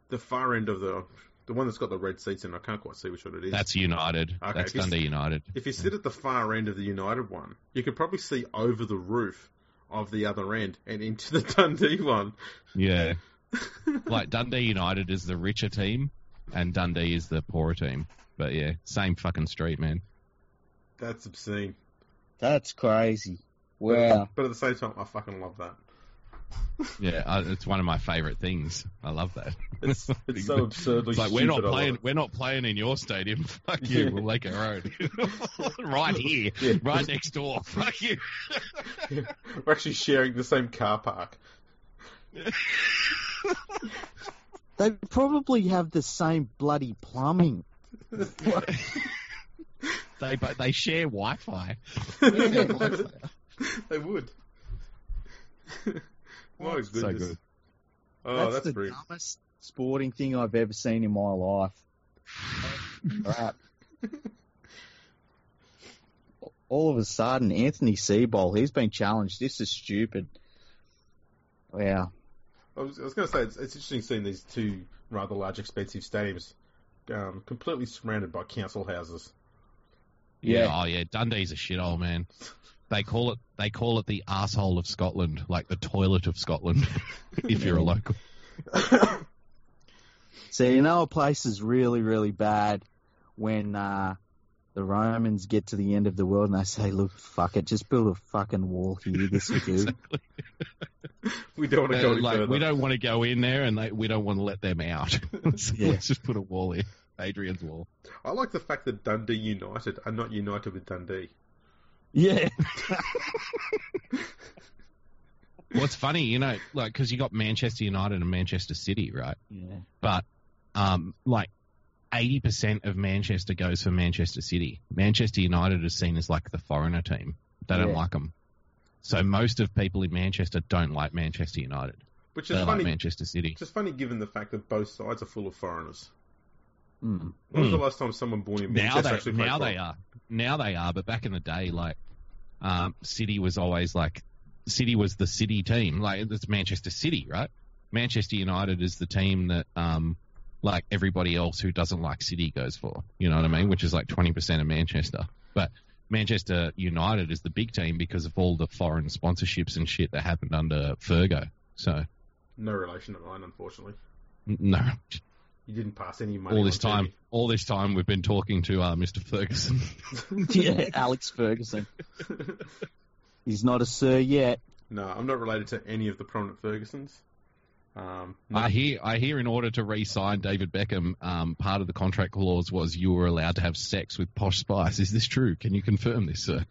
S1: the far end of the the one that's got the red seats in, I can't quite see which one it is.
S3: That's United.
S1: Okay,
S3: That's
S1: if you-
S3: Dundee United.
S1: If you sit at the far end of the United one, you could probably see over the roof of the other end and into the Dundee one.
S3: Yeah. like Dundee United is the richer team and Dundee is the poorer team. But yeah, same fucking street, man.
S1: That's obscene.
S2: That's crazy. Wow.
S1: But at the same time, I fucking love that.
S3: Yeah, I, it's one of my favorite things. I love that.
S1: It's, it's so absurdly
S3: It's like we're
S1: stupid.
S3: not
S1: I love
S3: playing.
S1: it.
S3: We're not playing in your stadium. Fuck you.
S1: Yeah.
S3: We'll make our own. right here,
S1: Yeah.
S3: right next door. Fuck you.
S1: We're actually sharing the same car park.
S2: They probably have the same bloody plumbing.
S3: They but they share Wi-Fi.
S1: they would. My goodness.
S3: So good.
S1: Oh,
S2: that's,
S1: that's,
S2: the
S1: brilliant.
S2: dumbest sporting thing I've ever seen in my life. Crap. All of a sudden, Anthony Seabold, he's been challenged. This is stupid. Wow.
S1: I was, I was going to say it's, it's interesting seeing these two rather large, expensive stadiums um, completely surrounded by council houses.
S3: Yeah.
S2: Yeah.
S3: Oh yeah. Dundee's a shithole, man. They call it. They call it the asshole of Scotland, like the toilet of Scotland. if you're a local.
S2: So you know a place is really, really bad when uh, the Romans get to the end of the world and they say, "Look, fuck it, just build a fucking wall here. This will do."
S1: We don't want to go
S3: Uh,
S1: any
S3: like
S1: further.
S3: we don't want to go in there, and they, we don't want to let them out. so
S2: Yeah.
S3: Let's just put a wall in. Adrian's wall.
S1: I like the fact that Dundee United are not united with Dundee.
S2: yeah.
S3: Well, it's funny, you know, like because you got Manchester United and Manchester City, right?
S2: Yeah.
S3: but um, like eighty percent of Manchester goes for Manchester City. Manchester United is seen as like the foreigner team. They don't
S2: Yeah.
S3: 'em. like them. So most of people in Manchester don't like Manchester United.
S1: Which
S3: They
S1: is
S3: like
S1: funny.
S3: Manchester City.
S1: Which is funny given the fact that both sides are full of foreigners.
S2: Mm.
S1: When was
S3: Hmm.
S1: the last time someone born in
S3: Now
S1: Manchester
S3: they
S1: actually played
S3: now
S1: football?
S3: they are now they are, but back in the day, like um, City was always like City was the city team. Like it's Manchester City, right? Manchester United is the team that um, like everybody else who doesn't like City goes for. You know what I mean? Which is like twenty percent of Manchester, but Manchester United is the big team because of all the foreign sponsorships and shit that happened under Fergo. So
S1: No relation to mine, unfortunately.
S3: n- no,
S1: You didn't pass any money.
S3: all
S1: on
S3: this
S1: to
S3: time,
S1: me.
S3: all this time we've been talking to uh, Mr. Ferguson.
S2: yeah, Alex Ferguson. He's not a sir yet.
S1: No, I'm not related to any of the prominent Fergusons. Um, no,
S3: I hear, I hear. In order to re-sign David Beckham, um, part of the contract clause was you were allowed to have sex with Posh Spice. Is this true? Can you confirm this, sir?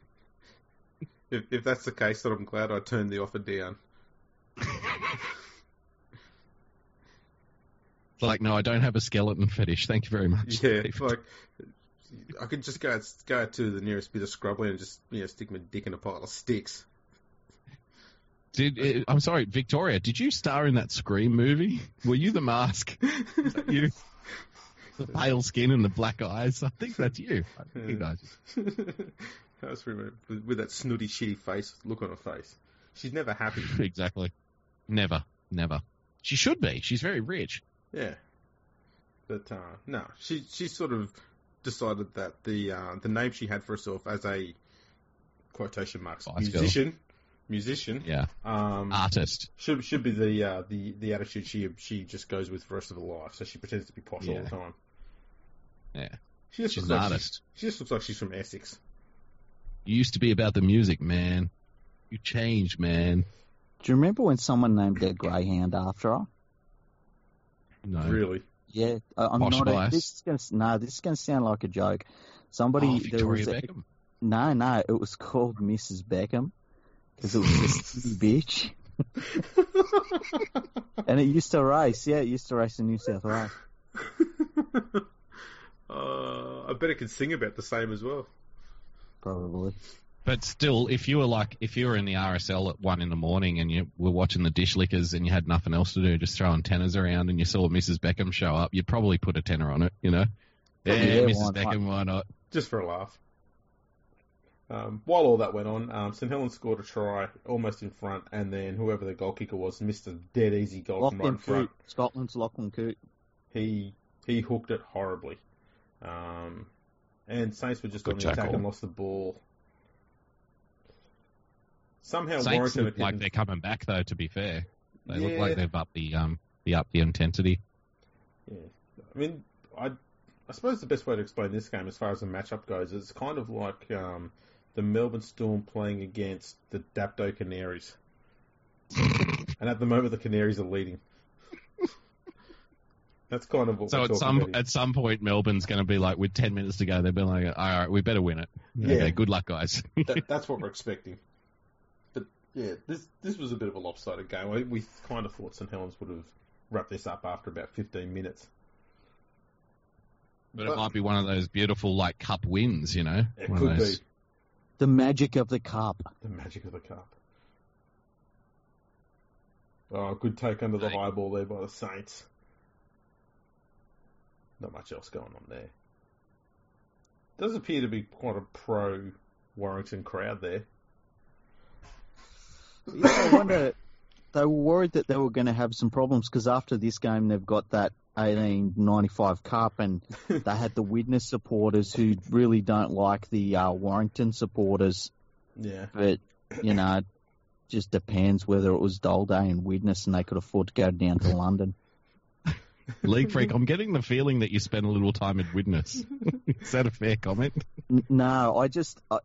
S1: if, if that's the case, then I'm glad I turned the offer down.
S3: It's like, no, I don't have a skeleton fetish. Thank you very much.
S1: Yeah,
S3: David.
S1: like I could just go go to the nearest bit of scrubland and just you know stick my dick in a pile of sticks.
S3: Did uh, I'm sorry, Victoria? Did you star in that Scream movie? Were you the mask? you, the pale skin and the black eyes. I think that's you. I recognize you.
S1: That's remember with, with that snooty, shitty face look on her face. She's never happy.
S3: Exactly. Never, never. She should be. She's very rich.
S1: Yeah, but uh, no, she she sort of decided that the uh, the name she had for herself as a quotation marks
S3: Vice girl.
S1: musician musician
S3: Yeah, Ah.
S1: um,
S3: artist.
S1: should should be the uh, the the attitude she she just goes with for the rest of her life. So she pretends to be posh all
S3: Yeah.
S1: the time.
S3: Yeah.
S1: she just
S3: She's
S1: looks
S3: an
S1: like
S3: artist.
S1: She, she just looks like she's from Essex.
S3: You used to be about the music, man. You changed, man.
S2: Do you remember when someone named their greyhound after her?
S3: No,
S1: Really,
S2: Yeah, I, I'm
S3: Posh
S2: not.
S3: Spice.
S2: A, this is gonna, s- no, this is going to sound like a joke. Somebody
S3: Oh,
S2: there
S3: Victoria
S2: was a,
S3: Beckham.
S2: no, no. It was called Mrs. Beckham because it was this bitch, and it used to race. Yeah, it used to race in New South Wales.
S1: uh, I bet it could sing about the same as well.
S2: Probably.
S3: But still, if you were like, if you were in the RSL at one in the morning and you were watching the dish lickers and you had nothing else to do, just throwing tenors around and you saw Mrs. Beckham show up, you'd probably put a tenor on it, you know? Yeah,
S2: Yeah,
S3: Mrs.
S2: why not?
S3: Beckham, why not?
S1: just for a laugh. Um, while all that went on, um, St Helens scored a try almost in front, and then whoever the goal kicker was missed a dead easy goal from right
S2: Lachlan
S1: in front.
S2: Coote, Scotland's Lachlan Coote.
S1: He he hooked it horribly, um, and Saints were just
S3: Good
S1: on the attack
S3: tackle.
S1: and lost the ball. Somehow
S3: Saints
S1: Warrington
S3: look like
S1: didn't-
S3: they're coming back, though, to be fair. They look
S1: Yeah.
S3: like they've upped the, um, the up the intensity.
S1: I mean, I I suppose the best way to explain this game, as far as the matchup goes, is it's kind of like um, the Melbourne Storm playing against the Dapto Canaries, and at the moment the Canaries are leading. That's kind of what
S3: So
S1: we're
S3: at
S1: talking
S3: some,
S1: about. here.
S3: at some point, Melbourne's going to be like, with 10 minutes to go, they'll be like, all right, we better win it.
S1: Yeah.
S3: Okay, good luck, guys.
S1: that, that's what we're expecting. But yeah, this this was a bit of a lopsided game. We, we kind of thought St Helens would have wrapped this up after about 15 minutes.
S3: But
S1: But-
S3: it might be one of those beautiful, like, cup wins, you know?
S1: It
S3: One of
S1: could
S3: those-
S1: be
S2: The magic of the cup.
S1: the magic of the cup. Oh, good take under the
S3: Right.
S1: high ball there by the Saints. Not much else going on there. Does appear to be quite a pro Warrington crowd there.
S2: Yeah, I wonder. They were worried that they were going to have some problems because after this game, they've got that 1895 Cup, and they had the witness supporters who really don't like the uh, Warrington supporters.
S1: Yeah.
S2: But you know, it just depends whether it was Dole Day and witness, and they could afford to go down to London.
S3: League Freak, I'm getting the feeling that you spent a little time in Witness. Is that a fair comment?
S2: N- No, I just I,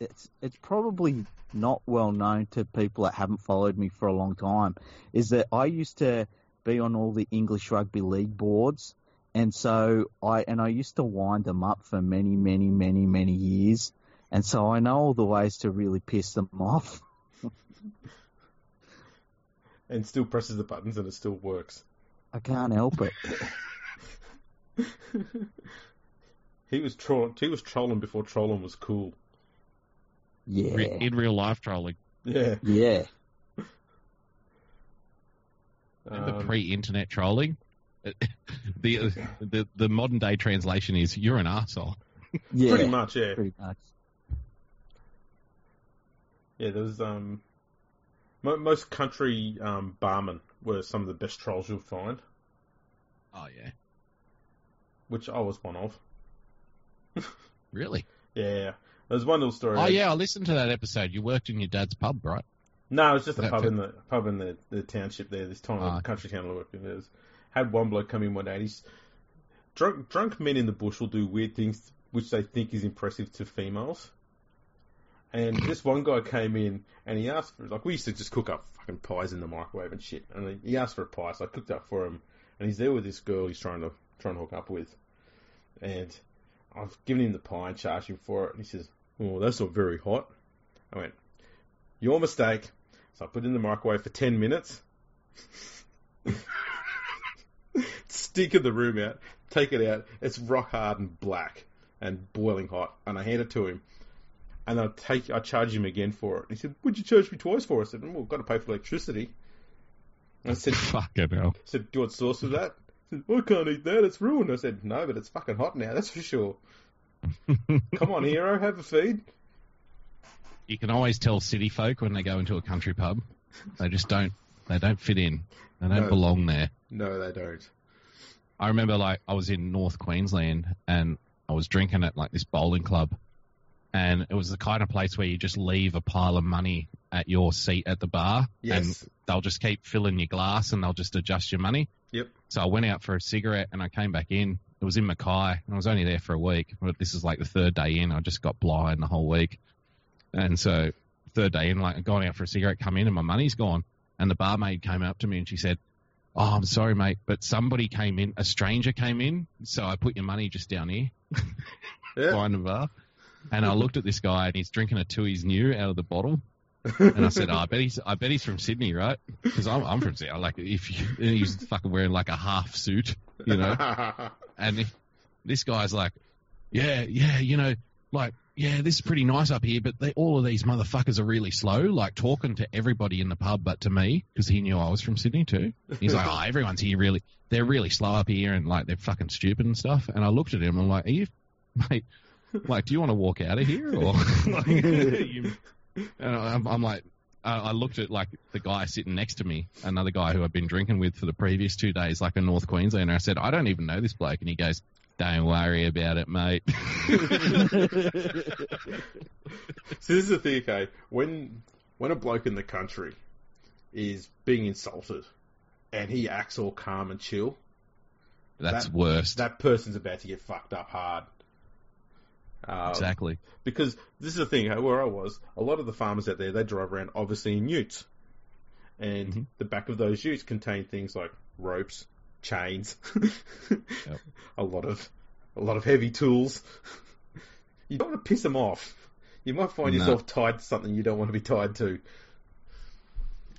S2: it's it's probably not well known to people that haven't followed me for a long time is that I used to be on all the English rugby league boards and so I and I used to wind them up for many many many many years and so I know all the ways to really piss them off.
S1: And still presses the buttons and it still works.
S2: I can't help it.
S1: he was trolling he was trolling before trolling was cool.
S3: Re-
S2: Yeah.
S3: In real life trolling.
S1: Yeah.
S2: Yeah.
S3: Remember
S1: Um,
S3: pre-internet trolling? The, the the modern day translation is you're an asshole.
S2: Yeah.
S1: Pretty much, yeah.
S2: Pretty much.
S1: Yeah, there was um, mo- most country um, barmen were some of the best trolls you'll find,
S3: Oh yeah,
S1: which I was one of.
S3: really?
S1: Yeah, there's one little story.
S3: Oh yeah, I listened to that episode. You worked in your dad's pub, right?
S1: No, it's just a
S3: That
S1: pub
S3: fit-
S1: in the pub in the, the township there. This time,
S3: Ah.
S1: the country town I worked in. It was, had one bloke come in one day. And he's drunk. Drunk men in the bush will do weird things which they think is impressive to females. And this one guy came in and he asked for like we used to just cook up fucking pies in the microwave and shit. And he asked for a pie, so I cooked up for him. And he's there with this girl he's trying to trying to hook up with. And I've given him the pie and charged him for it. And he says, "Oh, that's not very hot." I went, "Your mistake." So I put it in the microwave for 10 minutes. Stink in the room out. Take it out. It's rock hard and black and boiling hot. And I hand it to him. And I take, I charge him again for it. He said, "Would you charge me twice for it?" I said, "Well, we've got to pay for electricity." And I said,
S3: Fucking hell.
S1: said, "Do you want sauce with that?" He said, "I can't eat that. It's ruined." I said, "No, but it's fucking hot now. That's for sure. Come on, hero, have a feed."
S3: You can always tell city folk when they go into a country pub. They just don't. They don't fit in. They don't
S1: No.
S3: belong there.
S1: No, they don't.
S3: I remember like I was in North Queensland and I was drinking at like this bowling club, and it was the kind of place where you just leave a pile of money at your seat at the bar, and
S1: Yes.
S3: they'll just keep filling your glass and they'll just adjust your money.
S1: Yep.
S3: So I went out for a cigarette and I came back in. It was in Mackay and I was only there for a week, but this is like the third day in. I just got blind the whole week, and so third day in, like I'd gone out for a cigarette, come in and my money's gone. And the barmaid came up to me and she said, "Oh, I'm sorry, mate, but somebody came in, a stranger came in, so I put your money just down here."
S1: Yeah.
S3: behind the bar. And I looked at this guy, and he's drinking a Tui's new out of the bottle. And I said, oh, "I bet he's, I bet he's from Sydney, right? Because I'm, I'm from Sydney. Like, if you, and he was fucking wearing like a half suit, you know. And if, this guy's like, yeah, yeah, you know, like, yeah, this is pretty nice up here, but they, all of these motherfuckers are really slow, like talking to everybody in the pub, but to me, because he knew I was from Sydney too. He's like, oh, everyone's here really, they're really slow up here and like they're fucking stupid and stuff. And I looked at him, I'm like, are you, mate, like, do you want to walk out of here or? like, you- and I'm, I'm like, I I looked at like the guy sitting next to me, another guy who I'd been drinking with for the previous two days, like a North Queenslander. I said, I don't even know this bloke, and he goes, "Don't worry about it, mate."
S1: So this is the thing, okay? When when a bloke in the country is being insulted, and he acts all calm and chill,
S3: That's
S1: That-
S3: worse.
S1: that person's about to get fucked up hard. Um,
S3: exactly.
S1: Because this is the thing, okay, where I was, a lot of the farmers out there they drive around obviously in utes, and
S3: Mhm.
S1: the back of those utes contain things like ropes, chains, a lot of a lot of heavy tools. You don't want to piss them off. You might find
S3: No.
S1: yourself tied to something you don't want to be tied to.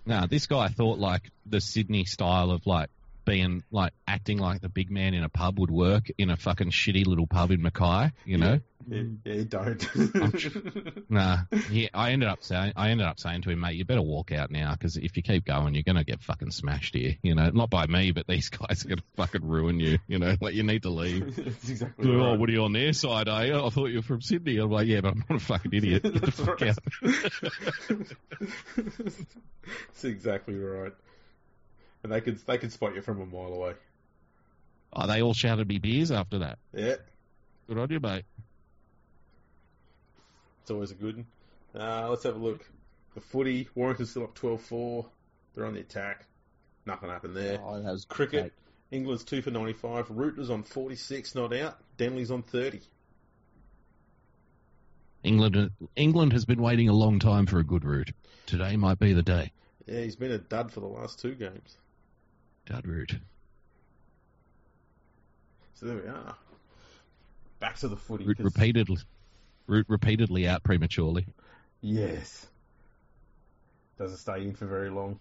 S3: Now this guy thought like the Sydney style of like being like acting like the big man in a pub would work in a fucking shitty little pub in Mackay. You know?
S1: Yeah, yeah, you don't.
S3: Nah. He, I ended up saying, I ended up saying to him, mate, you better walk out now because if you keep going, you're gonna get fucking smashed here. You know, not by me, but these guys are gonna fucking ruin you. You know, like you need to leave.
S1: That's exactly
S3: Oh,
S1: right.
S3: what are you on their side, eh? I thought you were from Sydney. I'm like, yeah, but I'm not a fucking idiot. Get the fuck out.
S1: That's exactly right. And they could they could spot you from a mile away.
S3: Oh, they all shouted me beers after that.
S1: Yeah,
S3: Good on you, mate.
S1: it's always a good. one. Uh, let's have a look. The footy, Warrington's still up 12-4. They're on the attack. Nothing happened there.
S2: Oh, that was
S1: Cricket.
S2: great.
S1: England's two for ninety-five. Rooters on forty-six, not out. Denley's on thirty.
S3: England, England has been waiting a long time for a good route. Today might be the day.
S1: Yeah, he's been a dud for the last two games.
S3: Dud route.
S1: So there we are. Back to the footy.
S3: Root
S1: 'cause-
S3: repeatedly, root repeatedly out prematurely.
S1: Yes. Doesn't stay in for very long.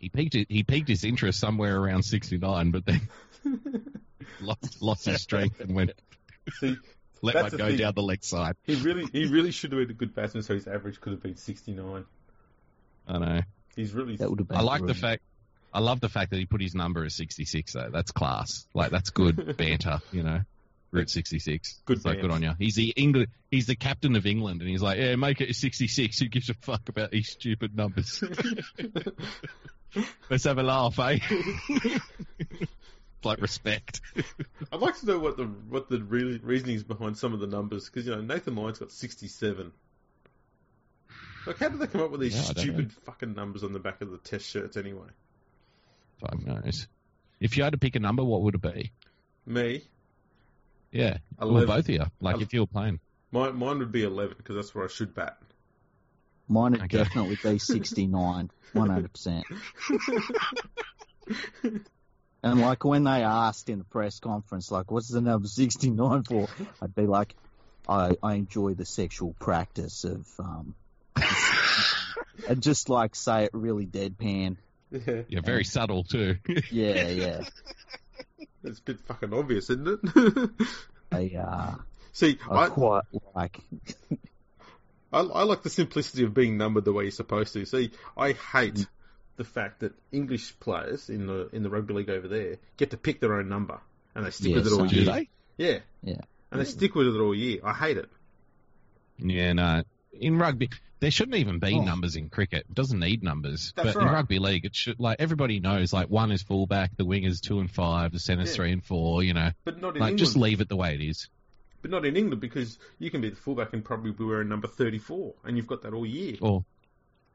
S3: He peaked. it- He peaked his interest somewhere around 69, but then lost lost his strength and went
S1: See,
S3: let
S1: That's
S3: one
S1: the
S3: go
S1: thing.
S3: down the leg side.
S1: he really, he really should have been a good batsman, so his average could have been sixty-nine.
S3: I know.
S1: He's really
S2: That would have been.
S3: I like the
S2: brilliant.
S3: fact. I love the fact that he put his number as 66 though. That's class. Like that's good banter, you know. Route 66.
S1: Good
S3: it's like,
S1: man.
S3: good on you. He's the England. He's the captain of England, and he's like, yeah, make it 66. Who gives a fuck about these stupid numbers? Let's have a laugh, eh? like respect.
S1: I'd like to know what the what the really reasoning is behind some of the numbers because you know Nathan Lyon's got sixty seven. Like, how did they come up with these
S3: Yeah, I don't
S1: stupid fucking numbers on the back of the test shirts anyway?
S3: Fuck knows. If you had to pick a number, what would it be?
S1: Me,
S3: Yeah, well,
S1: eleven.
S3: both of you. Like
S1: Ele-
S3: if you were playing.
S1: Mine, mine would be eleven because that's where I should bat.
S2: Mine would
S3: Okay.
S2: definitely be 69, 100%. And like when they asked in the press conference, like, what's the number 69 for? I'd be like, I, I enjoy the sexual practice of, um, and just like say it really deadpan.
S1: yeah,
S3: Yeah, very subtle too.
S2: Yeah, yeah.
S1: it's a bit fucking obvious, isn't it?
S2: They, uh,
S1: See,
S2: I
S1: I,
S2: quite like,
S1: I, I like the simplicity of being numbered the way you're supposed to. See, I hate the fact that English players in the in the rugby league over there get to pick their own number and they stick
S2: Yeah,
S1: with it all
S2: same.
S3: Do
S1: year.
S3: they?
S1: Yeah,
S2: Yeah.
S1: and they stick with it all year. I hate it.
S3: Yeah, no. In rugby, there shouldn't even be
S2: Oh.
S3: numbers in cricket. It doesn't need numbers.
S1: That's
S3: but in
S1: right.
S3: rugby league, it should like everybody knows like one is fullback, the wing is two and five, the center's
S1: Yeah.
S3: three and four. You know,
S1: But not in
S3: like
S1: England.
S3: just leave it the way it is.
S1: But not in England because you can be the fullback and probably be wearing number thirty-four, and you've got that all year.
S2: Oh.
S3: Or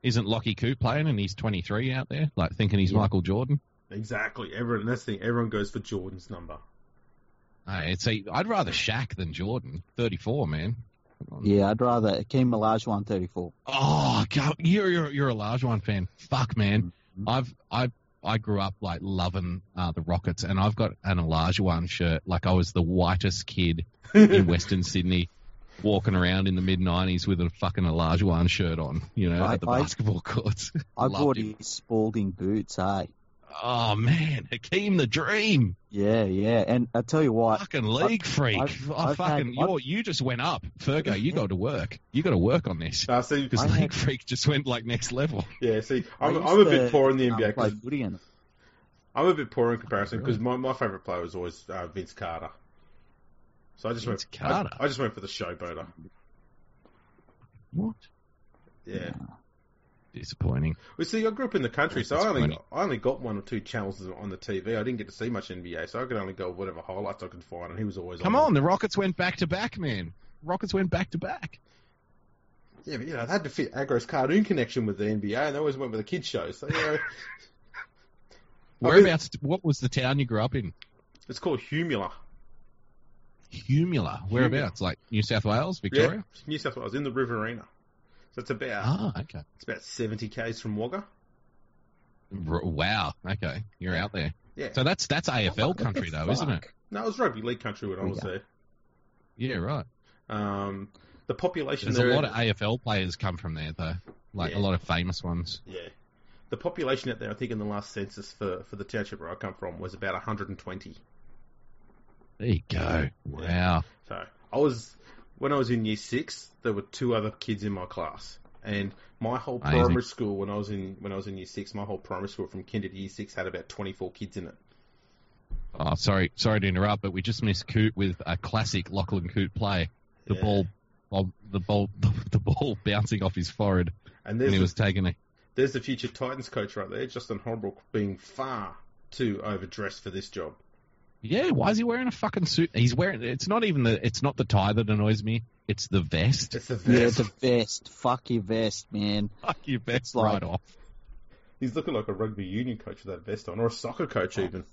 S3: isn't Lockie Coo playing and he's twenty three out there, like thinking he's
S2: Yeah.
S3: Michael Jordan?
S1: Exactly. Everyone. That's the thing. Everyone goes for Jordan's number.
S3: Uh, it's a, I'd rather Shaq than Jordan. Thirty four, man. Come on.
S2: yeah, I'd rather Akeem Milage 134.
S3: Oh, God, you're you're you're a large one fan. Fuck, man.
S2: Mhm.
S3: I've I I grew up like loving uh, the Rockets, and I've got an large one shirt. Like I was the whitest kid in Western Sydney, walking around in the mid '90s with a fucking large one shirt on. You know,
S2: I-
S3: at the
S2: I-
S3: basketball courts.
S2: I
S3: Loved
S2: bought
S3: him.
S2: his Spalding boots, eh? hey.
S3: Oh man, Hakeem the Dream,
S2: Yeah, yeah. And I tell you what,
S3: fucking league freak.
S2: I've-
S3: i
S2: I've
S3: fucking
S2: had-
S3: you you just went up, Fergo. You got to work. You got to work on this
S1: Uh, see,
S3: because
S2: I
S3: league
S2: had-
S3: freak just went like next level.
S1: yeah, see, I'm,
S2: I
S1: I'm a
S2: used
S1: bit
S2: to,
S1: poor in the
S2: um,
S1: NBA.
S2: play
S1: 'cause
S2: footy and
S1: I'm a bit poor in comparison because my, my favourite player was always uh, Vince Carter. So I just
S3: Vince
S1: went.
S3: Carter?
S1: I, I just went for the showboater.
S3: What?
S1: Yeah.
S3: Disappointing.
S1: Well, see, I grew up in the country,
S3: That's
S1: so I only
S3: funny.
S1: I only got one or two channels on the TV. I didn't get to see much NBA, so I could only go whatever highlights I could find, and he was always
S3: Come
S1: on.
S3: on, the Rockets went back to back, man. Rockets went back to back.
S1: Yeah, but you know, they had to fit Agro's cartoon connection with the NBA, and they always went with the kids show. So you know, I mean-
S3: Whereabouts? What was the town you grew up in?
S1: it's called Humula.
S3: Humula. Whereabouts? Like New South Wales,
S1: Yeah,
S3: Victoria?
S1: New South Wales in the Riverina. So it's about
S3: Ah, okay.
S1: it's about seventy k's from Wagga.
S3: R- wow. Okay, you're out there.
S1: Yeah,
S3: So that's that's AFL country though, isn't it?
S1: no, it was rugby league country when I was
S3: Yeah, right.
S1: there. Um, the population
S3: There's a
S1: there,
S3: lot of AFL players come from there though. Like
S1: Yeah.
S3: a lot of famous ones.
S1: yeah, the population out there, I think, in the last census for for the township where I come from was about one hundred and twenty.
S3: There you go. Wow.
S1: So I was when I was in year six, there were two other kids in my class, and my whole
S3: Amazing.
S1: primary school when I was in when I was in year six, my whole primary school from kinder to year six had about twenty four kids in it.
S3: Oh, sorry, sorry to interrupt, but we just missed Coot with a classic Lachlan Coot play. The
S1: Yeah.
S3: ball, oh, the ball, the, ball bouncing off his forehead
S1: And
S3: when
S1: there's
S3: he
S1: the,
S3: was taking a
S1: there's the future Titans coach right there, Justin Holbrook, being far too overdressed for this job.
S3: Yeah, why is he wearing a fucking suit? He's wearing. It's not even the. It's not the tie that annoys me. It's the vest.
S1: It's the
S2: Yeah,
S1: vest.
S2: it's a vest. Fuck your vest, man.
S3: Fuck your vest
S2: It's like-
S3: right off.
S1: He's looking like a rugby union coach with that vest on, or a soccer coach even.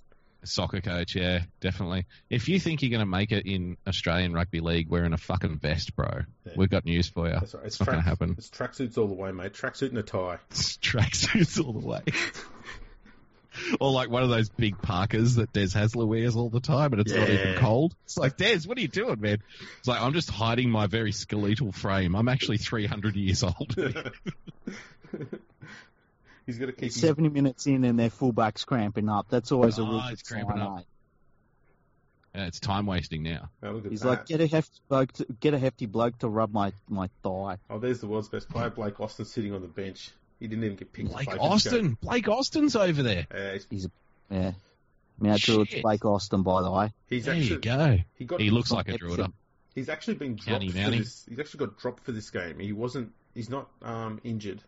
S3: Soccer coach, yeah, definitely. If you think you're going to make it in Australian rugby league wearing a fucking vest, bro,
S1: Yeah.
S3: we've got news for you.
S1: That's right. It's,
S3: It's not going to
S1: track,
S3: happen.
S1: it's tracksuits all the way, mate. Tracksuit and a tie.
S3: It's tracksuits all the way. Or like one of those big parkas that Des Hasler wears all the time, and it's not even
S1: Yeah.
S3: cold. It's like Des, what are you doing, man? It's like I'm just hiding my very skeletal frame. I'm actually 300 years old.
S1: He's gonna keep.
S2: It's
S1: his-
S2: 70 minutes in and their fullback's cramping up. That's always a
S3: Oh,
S2: real
S3: it's
S2: good sign,
S3: cramping up.
S2: mate.
S3: Yeah, it's time wasting now.
S1: Oh, look at
S2: He's
S1: that.
S2: like, get a hefty bloke, to, get a hefty bloke to rub my, my thigh.
S1: Oh, there's the world's best player, Blake Austin, sitting on the bench. He didn't even get picked. to
S3: Blake
S1: play for the
S3: Austin. Blake Austin's over there.
S1: show. Uh, he's-
S2: Yeah, Mount Druitt's
S3: Shit.
S2: Blake Austin, by the way.
S1: He's
S3: There
S1: actually
S3: you go.
S1: he got
S3: He looks like a
S2: Excellent.
S3: druid.
S1: he's actually been dropped
S3: County
S1: for
S3: Mountie.
S1: this. He's actually got dropped for this game. He wasn't. He's not um, injured.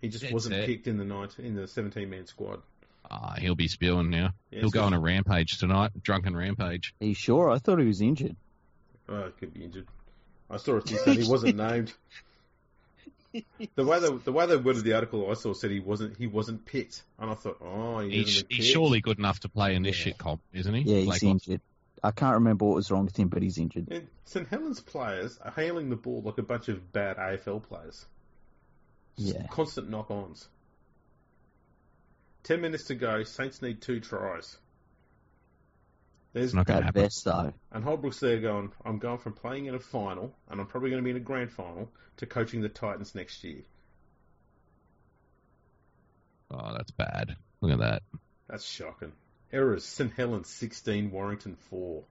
S1: He just
S3: That's
S1: wasn't
S3: it.
S1: picked in the night in the seventeen man squad.
S3: Ah, he'll be spewing now.
S1: Yeah,
S3: He'll
S1: it's
S3: go on
S1: good.
S3: a rampage tonight, drunken rampage.
S2: Are you sure? I thought he was injured.
S1: Oh, he could be injured. I saw a thing that he wasn't named. The way they, the way they worded the article I saw said he wasn't he wasn't picked, and I thought, oh, he
S3: He's,
S1: hasn't been
S3: he's
S1: picked.
S3: surely good enough to play in this
S1: Yeah.
S3: shit comp, isn't he?
S2: Yeah, he's
S3: Blake Austin.
S2: injured. I can't remember what was wrong with him, but he's injured.
S1: And St Helens players are hailing the ball like a bunch of bad AFL players. Just
S2: Yeah.
S1: Constant knock ons. Ten minutes to go. Saints need two tries. There's
S3: It's not going to
S2: That
S3: happen.
S2: vest, though.
S1: and Holbrook's there going. I'm going from playing in a final, and I'm probably going to be in a grand final, to coaching the Titans next year.
S3: Oh, that's bad. Look at that.
S1: That's shocking. Errors: St Helens sixteen, Warrington four.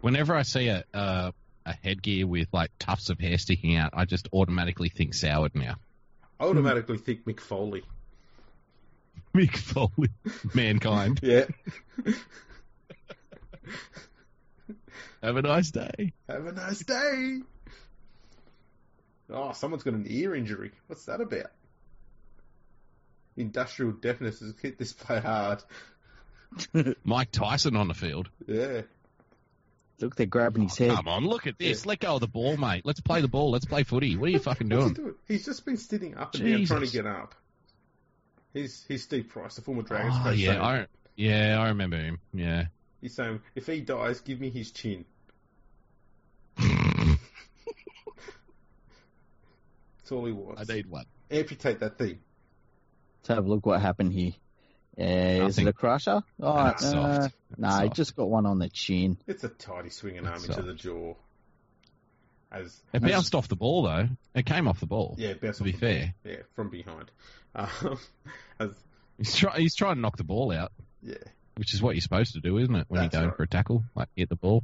S3: Whenever I see a uh, a headgear with like tufts of hair sticking out, I just automatically think soured now.
S1: I automatically think Mick Foley.
S3: Mick Foley, mankind.
S1: Yeah.
S3: Have a nice day.
S1: Have a nice day. Oh, someone's got an ear injury. What's that about? Industrial deafness has hit this play hard.
S3: Mike Tyson on the field. Oh,
S1: Yeah.
S2: Look, they're grabbing his head.
S3: Come on, look at this. Let go of the ball, mate. Let's play the ball. Let's play footy. What are you fucking
S1: What's he
S3: doing?
S1: doing? He's just been sitting up and
S3: Jesus.
S1: down trying to get up. He's he's Steve Price, the former Dragons
S3: Oh,
S1: coach.
S3: yeah,
S1: saying-
S3: I, yeah, I remember him. Yeah.
S1: He's saying, if he dies, give me his chin. That's all he
S3: I
S1: wants.
S3: need one.
S1: Amputate that thing.
S2: Let's have a look what happened here. Uh, is it
S3: Nothing.
S2: a crusher? Oh,
S3: That's
S2: uh,
S3: soft.
S2: No,
S3: That's
S2: he
S3: soft.
S2: just got one on the chin.
S1: It's a tidy swinging arm
S3: That's
S1: into
S3: all.
S1: the jaw. As
S3: It
S1: as-
S3: bounced off the ball though. It came off the ball.
S1: Yeah, bounce
S3: To be
S1: off the ball.
S3: fair,
S1: Yeah, from behind. Um, as,
S3: he's try, he's trying to knock the ball out,
S1: yeah,
S3: which is what you're supposed to do, isn't it? When
S1: That's
S3: you go
S1: right.
S3: for a tackle, like hit the ball.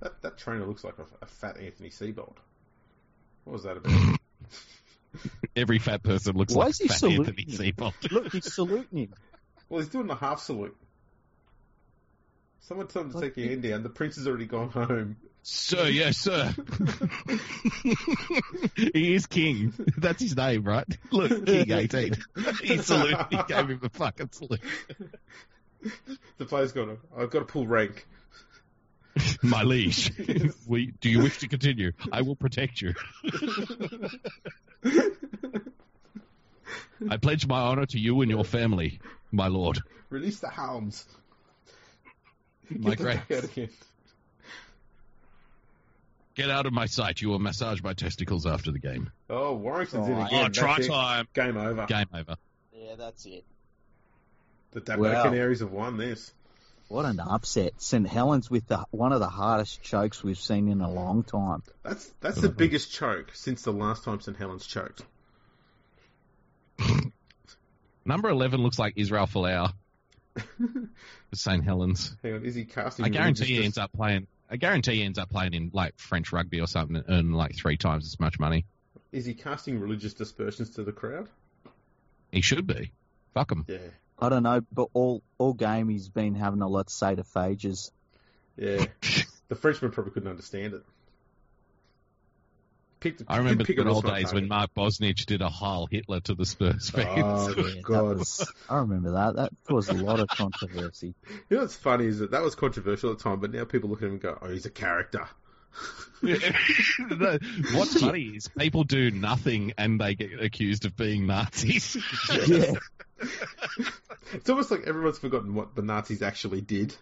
S1: that that trainer looks like a, a fat Anthony Seabold. What was that about?
S3: Every fat person looks
S2: Why
S3: like
S2: is he
S3: fat
S2: saluting
S3: Anthony
S2: him?
S3: Seabold.
S2: Look, he's saluting him.
S1: well, he's doing the half salute. Someone tell him to
S2: Like-
S1: take your hand down. The prince has already gone home.
S3: sir, yes, sir. he is king. That's his name, right? Look, King 18. he saluted. He gave him the fucking salute.
S1: The player's gone. I've got to pull rank.
S3: My liege, we, do you wish to continue? I will protect you. I pledge my honor to you and your family, my lord.
S1: Release the hounds.
S3: My
S1: Get the
S3: great.
S1: duck out again.
S3: Get out of my sight. You will massage my testicles after the game.
S1: Oh, Warrington's in
S2: Oh,
S1: again.
S3: oh,
S1: That's
S3: try
S1: it.
S3: time.
S1: Game over.
S3: Game over.
S2: Yeah, that's it.
S1: The Dapper
S2: Wow.
S1: Canaries have won this.
S2: What an upset. St Helens with the, one of the hardest chokes we've seen in a long time.
S1: That's that's the biggest choke since the last time St Helens choked.
S3: Number 11 looks like Israel Folau for St. Helens.
S1: Hang on, is he casting?
S3: I guarantee he
S1: religious-
S3: ends up playing. I guarantee he ends up playing in like French rugby or something and earning like three times as much money.
S1: Is he casting religious dispersions to the crowd?
S3: He should be. Fuck him.
S1: Yeah,
S2: I don't know, but all, all game he's been having a lot to say to phages.
S1: yeah. the Frenchman probably couldn't understand it. Picked,
S3: I remember the
S1: pick a
S3: good old
S1: restaurant
S3: days when
S1: target.
S3: Mark Bosnich did a Heil Hitler to the Spurs
S1: Oh,
S3: fans.
S1: yeah,
S2: That
S1: God.
S2: was- I remember that. That caused a lot of controversy.
S1: You know what's funny is that that was controversial at the time, but now people look at him and go, "Oh, he's a character." Oh.
S3: No, What's funny is people do nothing and they get accused of being Nazis.
S2: Yeah.
S1: It's almost like everyone's forgotten what the Nazis actually did.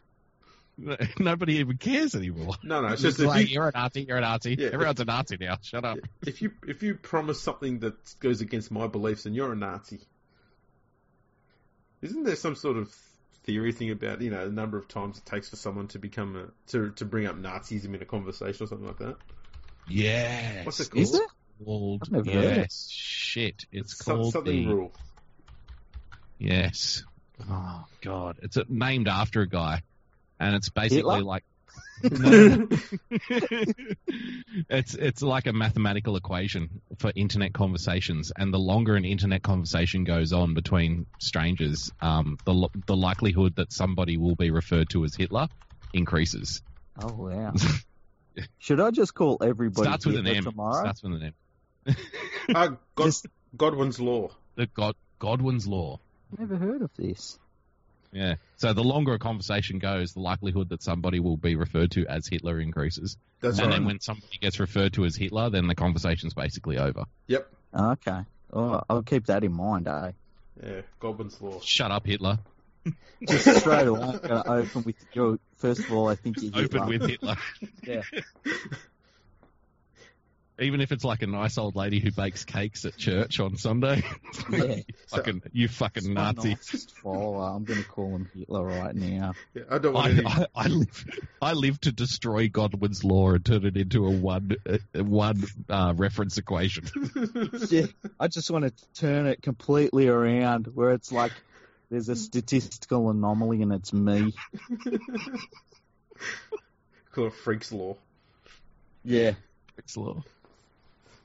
S3: Nobody even cares anymore.
S1: No, no, it's
S3: It's
S1: just if
S3: like,
S1: you,
S3: you're a Nazi, you're a Nazi.
S1: Yeah.
S3: Everyone's a Nazi now. Shut up.
S1: if you if you promise something that goes against my beliefs, then you're a Nazi. Isn't there some sort of theory thing about you know the number of times it takes for someone to become a, to to bring up Nazism in a conversation or something like that?
S3: Yes.
S1: What's it called?
S2: Is there?
S3: called?
S2: I've never
S3: yes.
S2: heard of it.
S3: Shit. It's
S1: Some-
S3: called
S1: something
S3: the
S1: rule.
S3: yes. Oh God, it's uh, named after a guy, and it's basically
S2: Hitler?
S3: like it's it's like a mathematical equation for internet conversations, and the longer an internet conversation goes on between strangers, um, the lo- the likelihood that somebody will be referred to as Hitler increases.
S2: Oh wow. Should I just call everybody
S3: Starts with an
S2: Hitler
S3: M.
S2: tomorrow?
S3: Starts with an M.
S1: Uh, God,
S2: Just-
S1: Godwin's Law.
S3: The God Godwin's law.
S2: Never heard of this.
S3: Yeah. So the longer a conversation goes, the likelihood that somebody will be referred to as Hitler increases.
S1: That's
S3: and
S1: right.
S3: then when somebody gets referred to as Hitler, then the conversation's basically over.
S1: Yep.
S2: Okay. Oh, I'll keep that in mind, eh?
S1: Yeah, Godwin's Law.
S3: Shut up, Hitler.
S2: Just straight away, I'm going to open with your. First of all, I think you
S3: Open with Hitler.
S2: Yeah.
S3: Even if it's like a nice old lady who bakes cakes at church on Sunday. It's like,
S2: Yeah.
S3: "You fucking, you fucking
S2: My
S3: Nazi.
S2: nicest follower. I'm going to call him Hitler right now.
S1: Yeah, I don't want
S3: I,
S1: any.
S3: I, I, live, I live to destroy Godwin's law and turn it into a one, a one uh, reference equation.
S2: Yeah, I just want to turn it completely around where it's like there's a statistical anomaly and it's me.
S1: Call it Freak's Law.
S2: Yeah.
S3: Godwin's law.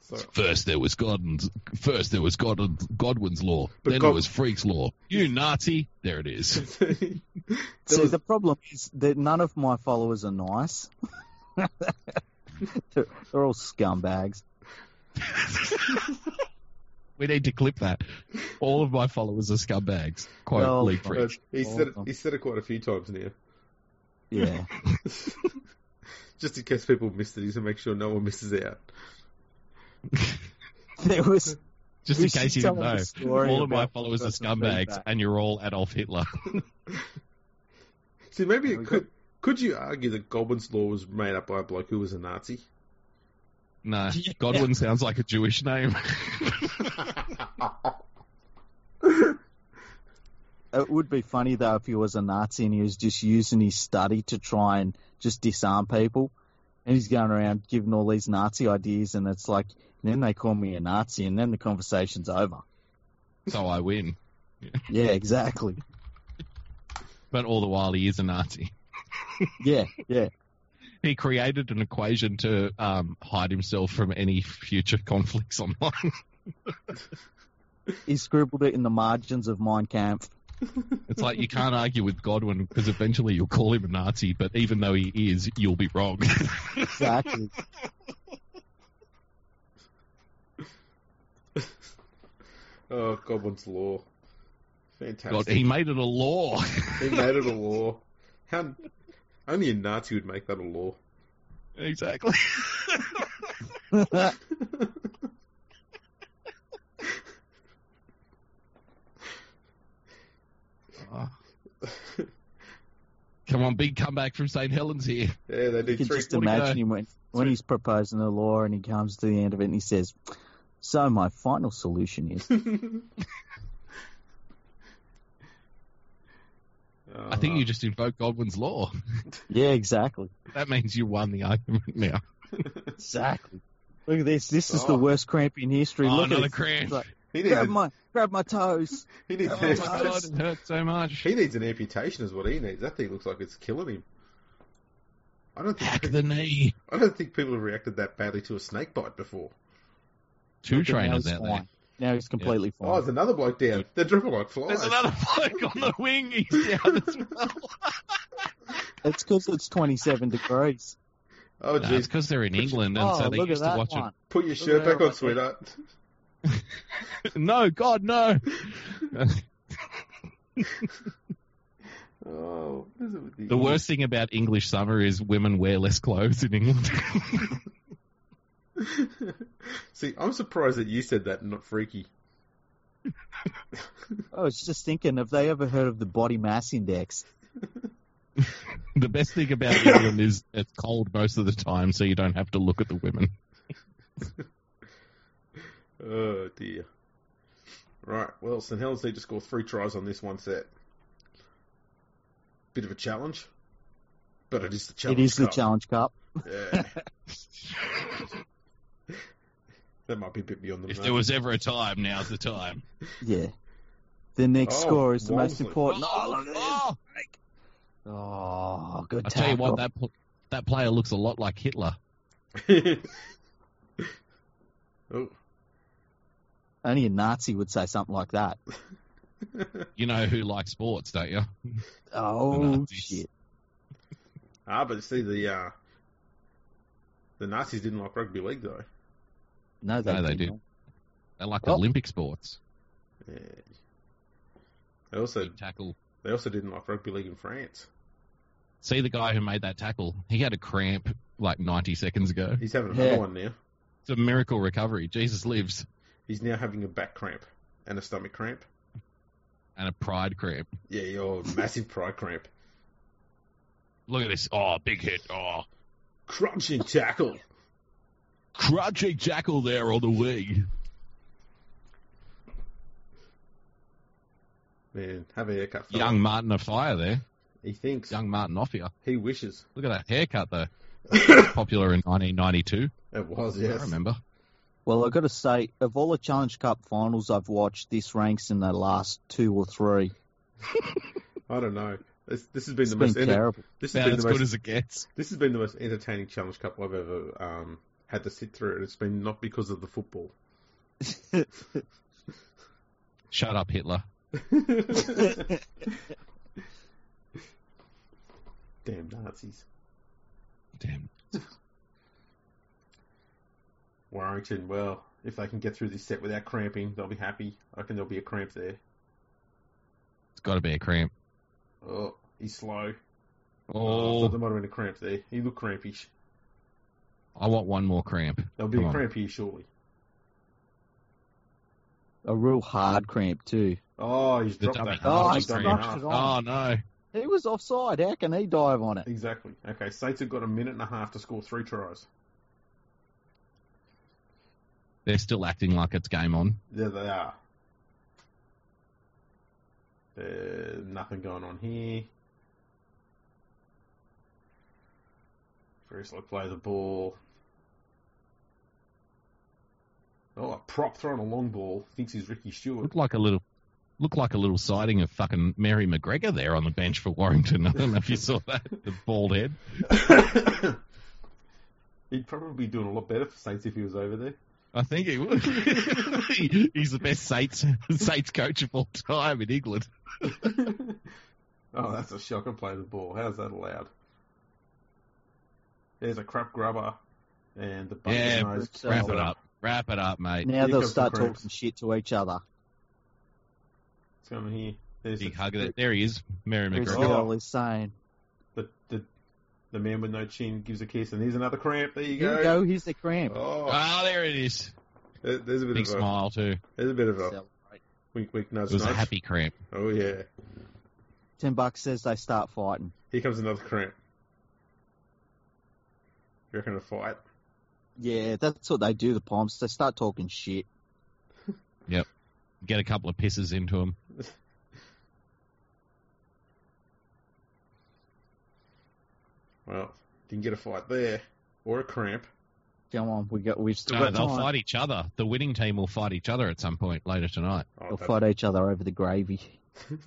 S1: So,
S3: First there was Godwin's. First there was God, Godwin's law.
S1: But
S3: then
S1: God-
S3: it was Freak's law. You Nazi. There it is.
S1: There
S2: See,
S1: was-
S2: the problem is that none of my followers are nice. they're, they're all scumbags.
S3: we need to clip that. All of my followers are scumbags. Quote
S2: No.
S3: Lee Freak.
S1: that's- he, said it,
S2: Awesome.
S1: he said it quite a few times now.
S2: Yeah.
S1: Just in case people missed it, he's to make sure no one misses out.
S2: There was
S3: Just
S2: We
S3: in case
S2: should
S3: you
S2: tell
S3: didn't
S2: them
S3: know,
S2: the story
S3: all of my
S2: about
S3: followers are
S2: personal
S3: scumbags,
S2: feedback.
S3: and you're all Adolf Hitler.
S1: See, maybe
S2: There
S1: it
S2: we
S1: could. Could you argue that Godwin's Law was made up by a bloke who was a Nazi?
S3: No, Godwin sounds like a Jewish name.
S2: It would be funny though if he was a Nazi and he was just using his study to try and just disarm people, and he's going around giving all these Nazi ideas, and it's like and then they call me a Nazi, and then the conversation's over.
S3: so I win.
S2: Yeah, exactly.
S3: But all the while, he is a Nazi.
S2: Yeah, yeah,
S3: He created an equation to um, hide himself from any future conflicts online.
S2: he scribbled it in the margins of Mein Kampf.
S3: It's like you can't argue with Godwin because eventually you'll call him a Nazi, but even though he is, you'll be wrong.
S2: Exactly.
S1: Oh, Godwin's Law. Fantastic.
S3: God,
S1: he...
S3: he made it a law.
S1: made it a law. How... Only a Nazi would make that a law.
S3: exactly.
S2: Ah.
S3: Come on, big comeback from St. Helens here.
S1: Yeah, they
S2: you
S1: did
S2: can
S1: three.
S2: just
S3: what do you
S2: imagine
S3: know?
S2: him when, when he's proposing the law, and he comes to the end of it, and he says, "So my final solution is."
S3: I think
S1: Uh,
S2: Ah.
S3: you just invoked Godwin's law.
S2: yeah, exactly.
S3: That means you won the argument now.
S2: Exactly. Look at this. This is the
S1: Oh.
S2: worst cramp in history.
S3: Oh,
S2: Look at
S3: another
S2: it.
S3: cramp.
S2: It's like,
S1: He needs,
S2: grab
S1: a,
S2: my grab my toes.
S1: he, needs
S2: Oh my God.
S3: it hurts so much.
S1: he needs an amputation, is what he needs. That thing looks like it's killing him. I don't think
S3: Hack the knee.
S1: I don't think people have reacted that badly to a snake bite before.
S3: Two
S2: Look at now
S3: trainers
S2: he's
S3: out there.
S2: fine. Now he's completely
S1: Oh,
S2: fine.
S1: there's another bloke down. They're dripping like flies.
S3: There's another bloke on the wing. He's down as
S2: Oh,
S3: well.
S2: It's because it's 27 degrees.
S1: Oh,
S3: No, it's
S1: jeez.
S3: because they're in England, and
S2: oh,
S3: so they
S2: look
S3: used
S2: at
S3: to
S2: that
S3: watch
S2: one.
S1: Put your
S2: Look
S1: shirt
S2: at
S1: back
S2: that
S1: on,
S2: one.
S1: sweetheart.
S3: it. No, God, no.
S1: Oh, this is
S3: The worst thing about English summer is women wear less clothes in England.
S1: See, I'm surprised that you said that, and not freaky.
S2: I was just thinking, have they ever heard of the body mass index?
S3: the best thing about England is it's cold most of the time, so you don't have to look at the women.
S1: Oh dear. Right. Well, St Helens need to score three tries on this one set. Bit of a challenge, but it is the challenge.
S2: it is the
S1: Cup.
S2: Challenge Cup.
S1: Yeah. that might be a bit beyond the.
S3: If
S1: mark.
S3: there was ever a time, now's the time.
S2: Yeah. The next
S1: Oh,
S2: score is the most
S1: Walmsley.
S2: important.
S3: Oh,
S2: Oh, look at this.
S3: oh.
S2: Oh, good
S3: I tell you
S2: tackle.
S3: what, that pl- That player looks a lot like Hitler.
S1: oh.
S2: Only a Nazi would say something like that.
S3: You know who likes sports, don't you?
S2: Oh
S3: Nazis.
S2: shit!
S1: ah, but see the uh, the Nazis didn't like rugby league though.
S2: No, they
S3: No, they
S2: did
S3: do.
S2: not.
S3: They like
S2: Oh.
S3: Olympic sports.
S1: Yeah. They also
S3: Big tackle.
S1: they also didn't like rugby league in France.
S3: See the guy who made that tackle. He had a cramp like 90 seconds ago.
S1: He's having another
S2: Yeah.
S1: one now.
S3: It's a miracle recovery. Jesus lives.
S1: He's now having a back cramp and a stomach cramp.
S3: And a pride cramp.
S1: Yeah, your massive pride cramp.
S3: Look at this. Oh, big hit. Oh,
S1: Crunching tackle.
S3: crouching jackal there on the wing.
S1: Man, have a haircut. fella.
S3: Young Martin of Fire there.
S1: He thinks.
S3: Young Martin Offia.
S1: He wishes.
S3: Look at that haircut though.
S1: it
S3: Popular in 1992.
S1: was,
S3: I
S1: yes.
S3: remember.
S2: Well, I've got to say, of all the Challenge Cup finals I've watched, this ranks in the last two or three.
S1: I don't know. This, this has been
S2: It's
S1: the
S2: been
S1: most. enter-
S2: terrible.
S1: this has
S3: About
S1: been
S3: as
S1: the
S3: good
S1: most.
S3: as it gets.
S1: This has been the most entertaining challenge cup I've ever um, had to sit through, and it's been not because of the football.
S3: Shut up, Hitler.
S1: Damn Nazis!
S3: Damn.
S1: Warrington. Well, if they can get through this set without cramping, they'll be happy. I reckon there'll be a cramp there.
S3: It's got to be a cramp.
S1: Oh, he's slow. I thought
S3: Oh,
S1: there might have been a cramp there. He looked crampish.
S3: I want one more cramp.
S1: There'll be
S3: Come
S1: a
S3: on.
S1: cramp here shortly.
S2: A real hard cramp too.
S1: Oh, he's
S3: The
S1: dropped
S3: dummy
S1: that.
S3: half
S1: Oh,
S3: is
S1: he's
S3: cramp.
S1: done that half.
S2: Knocked it off.
S3: Oh, no.
S2: He was offside. How can he dive on it?
S1: Exactly. Okay, Saints have got a minute and a half to score three tries.
S3: They're still acting like it's game on.
S1: There they are. There's nothing going on here. First, let play the ball. Oh, a prop throwing a long ball. Thinks he's Ricky Stewart.
S3: Look like a little, look like a little sighting of fucking Mary McGregor there on the bench for Warrington. I don't know if you saw that, the bald head.
S1: He'd probably be doing a lot better for Saints if he was over there.
S3: I think he would. He- He's the best Saints Saints coach of all time in England.
S1: oh, that's a shocker play the ball. How's that allowed? There's a crap grubber and the bunker
S3: Yeah,
S1: nose
S2: but, uh,
S1: kills
S3: Wrap it up. Wrap it up, mate.
S1: Here
S2: Now they'll
S1: comes the
S2: start
S1: cramps.
S2: talking shit to each other.
S1: It's coming here. There's
S3: Big
S1: the,
S3: hug of that. There he is, Mary
S2: Chris
S3: McGregor.
S1: Oh.
S2: Hill is saying,
S1: The, the the man with no chin gives a kiss, and here's another cramp. There you
S2: "Here
S1: go.
S2: you go, here's the cramp."
S1: Oh,
S3: Ah, there it is.
S1: there- there's a bit
S3: Big
S1: of a
S3: smile too.
S1: there's a bit of a
S2: Celebrate.
S1: wink, wink, nudge,
S3: It was a
S1: nudge.
S3: happy cramp.
S1: Oh yeah,
S2: Ten bucks says they start fighting.
S1: here comes another cramp. You reckon a fight?
S2: Yeah, that's what they do. The palms they start talking shit.
S3: Get a couple of pisses into him.
S1: Well, didn't get a fight there, or a cramp.
S2: Come on, we got we've still
S3: No,
S2: got
S3: they'll
S2: time.
S3: fight each other. The winning team will fight each other at some point later tonight.
S1: Oh,
S2: They'll
S1: that's,
S2: fight each other over the gravy.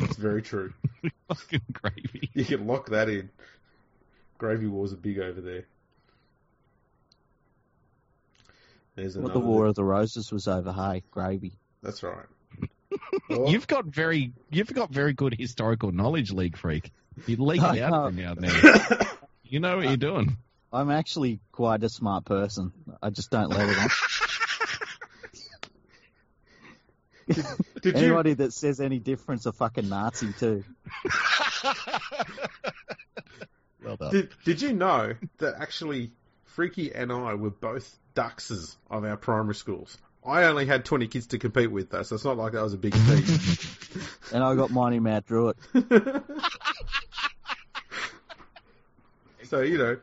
S1: that's very true.
S3: Fucking gravy.
S1: You can lock that in. Gravy wars are big over there. There's
S2: What
S1: another.
S2: the War of the Roses was over, hey, gravy.
S1: That's right. Oh,
S3: You've got very, you've got very good historical knowledge, League Freak. You leak
S2: I
S3: it out
S2: know.
S3: from now and then. You know what you're doing.
S2: I'm actually quite a smart person. I just don't let it on.
S1: did you
S2: Anybody that says any difference a fucking Nazi too.
S3: well done.
S1: did, did you know that actually Freaky and I were both duxes of our primary schools? I only had twenty kids to compete with though, so it's not like that was a big feat.
S2: And I got mine in Mount Druitt.
S1: so you know,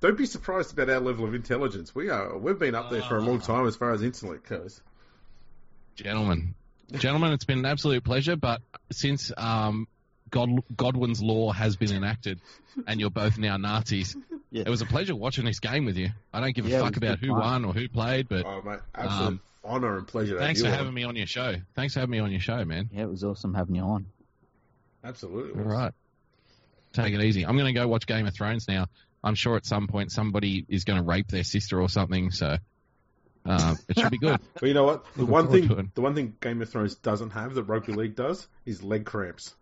S1: don't be surprised about our level of intelligence. We are we've been up there for a
S3: Ah.
S1: long time as far as intellect goes.
S3: Gentlemen, gentlemen, it's been an absolute pleasure. But since um, God, Godwin's law has been enacted, and you're both now Nazis,
S2: Yeah.
S3: it was a pleasure watching this game with you. I don't give a
S2: Yeah, it
S3: fuck
S2: was
S3: about
S2: good
S3: who
S2: fun.
S3: won or who played, but
S1: Oh mate, absolute
S3: Um,
S1: honor and pleasure. to have
S3: thanks
S1: you
S3: for
S1: on.
S3: having me on your show. Thanks for having me on your show, man.
S2: Yeah, it was awesome having you on.
S1: Absolutely.
S3: All right. Take it easy. I'm going to go watch Game of Thrones now. I'm sure at some point somebody is going to rape their sister or something. So uh, it should be good.
S1: But you know what? The
S3: Looking
S1: one
S3: forward
S1: thing
S3: to it.
S1: the one thing Game of Thrones doesn't have that rugby league does is leg cramps.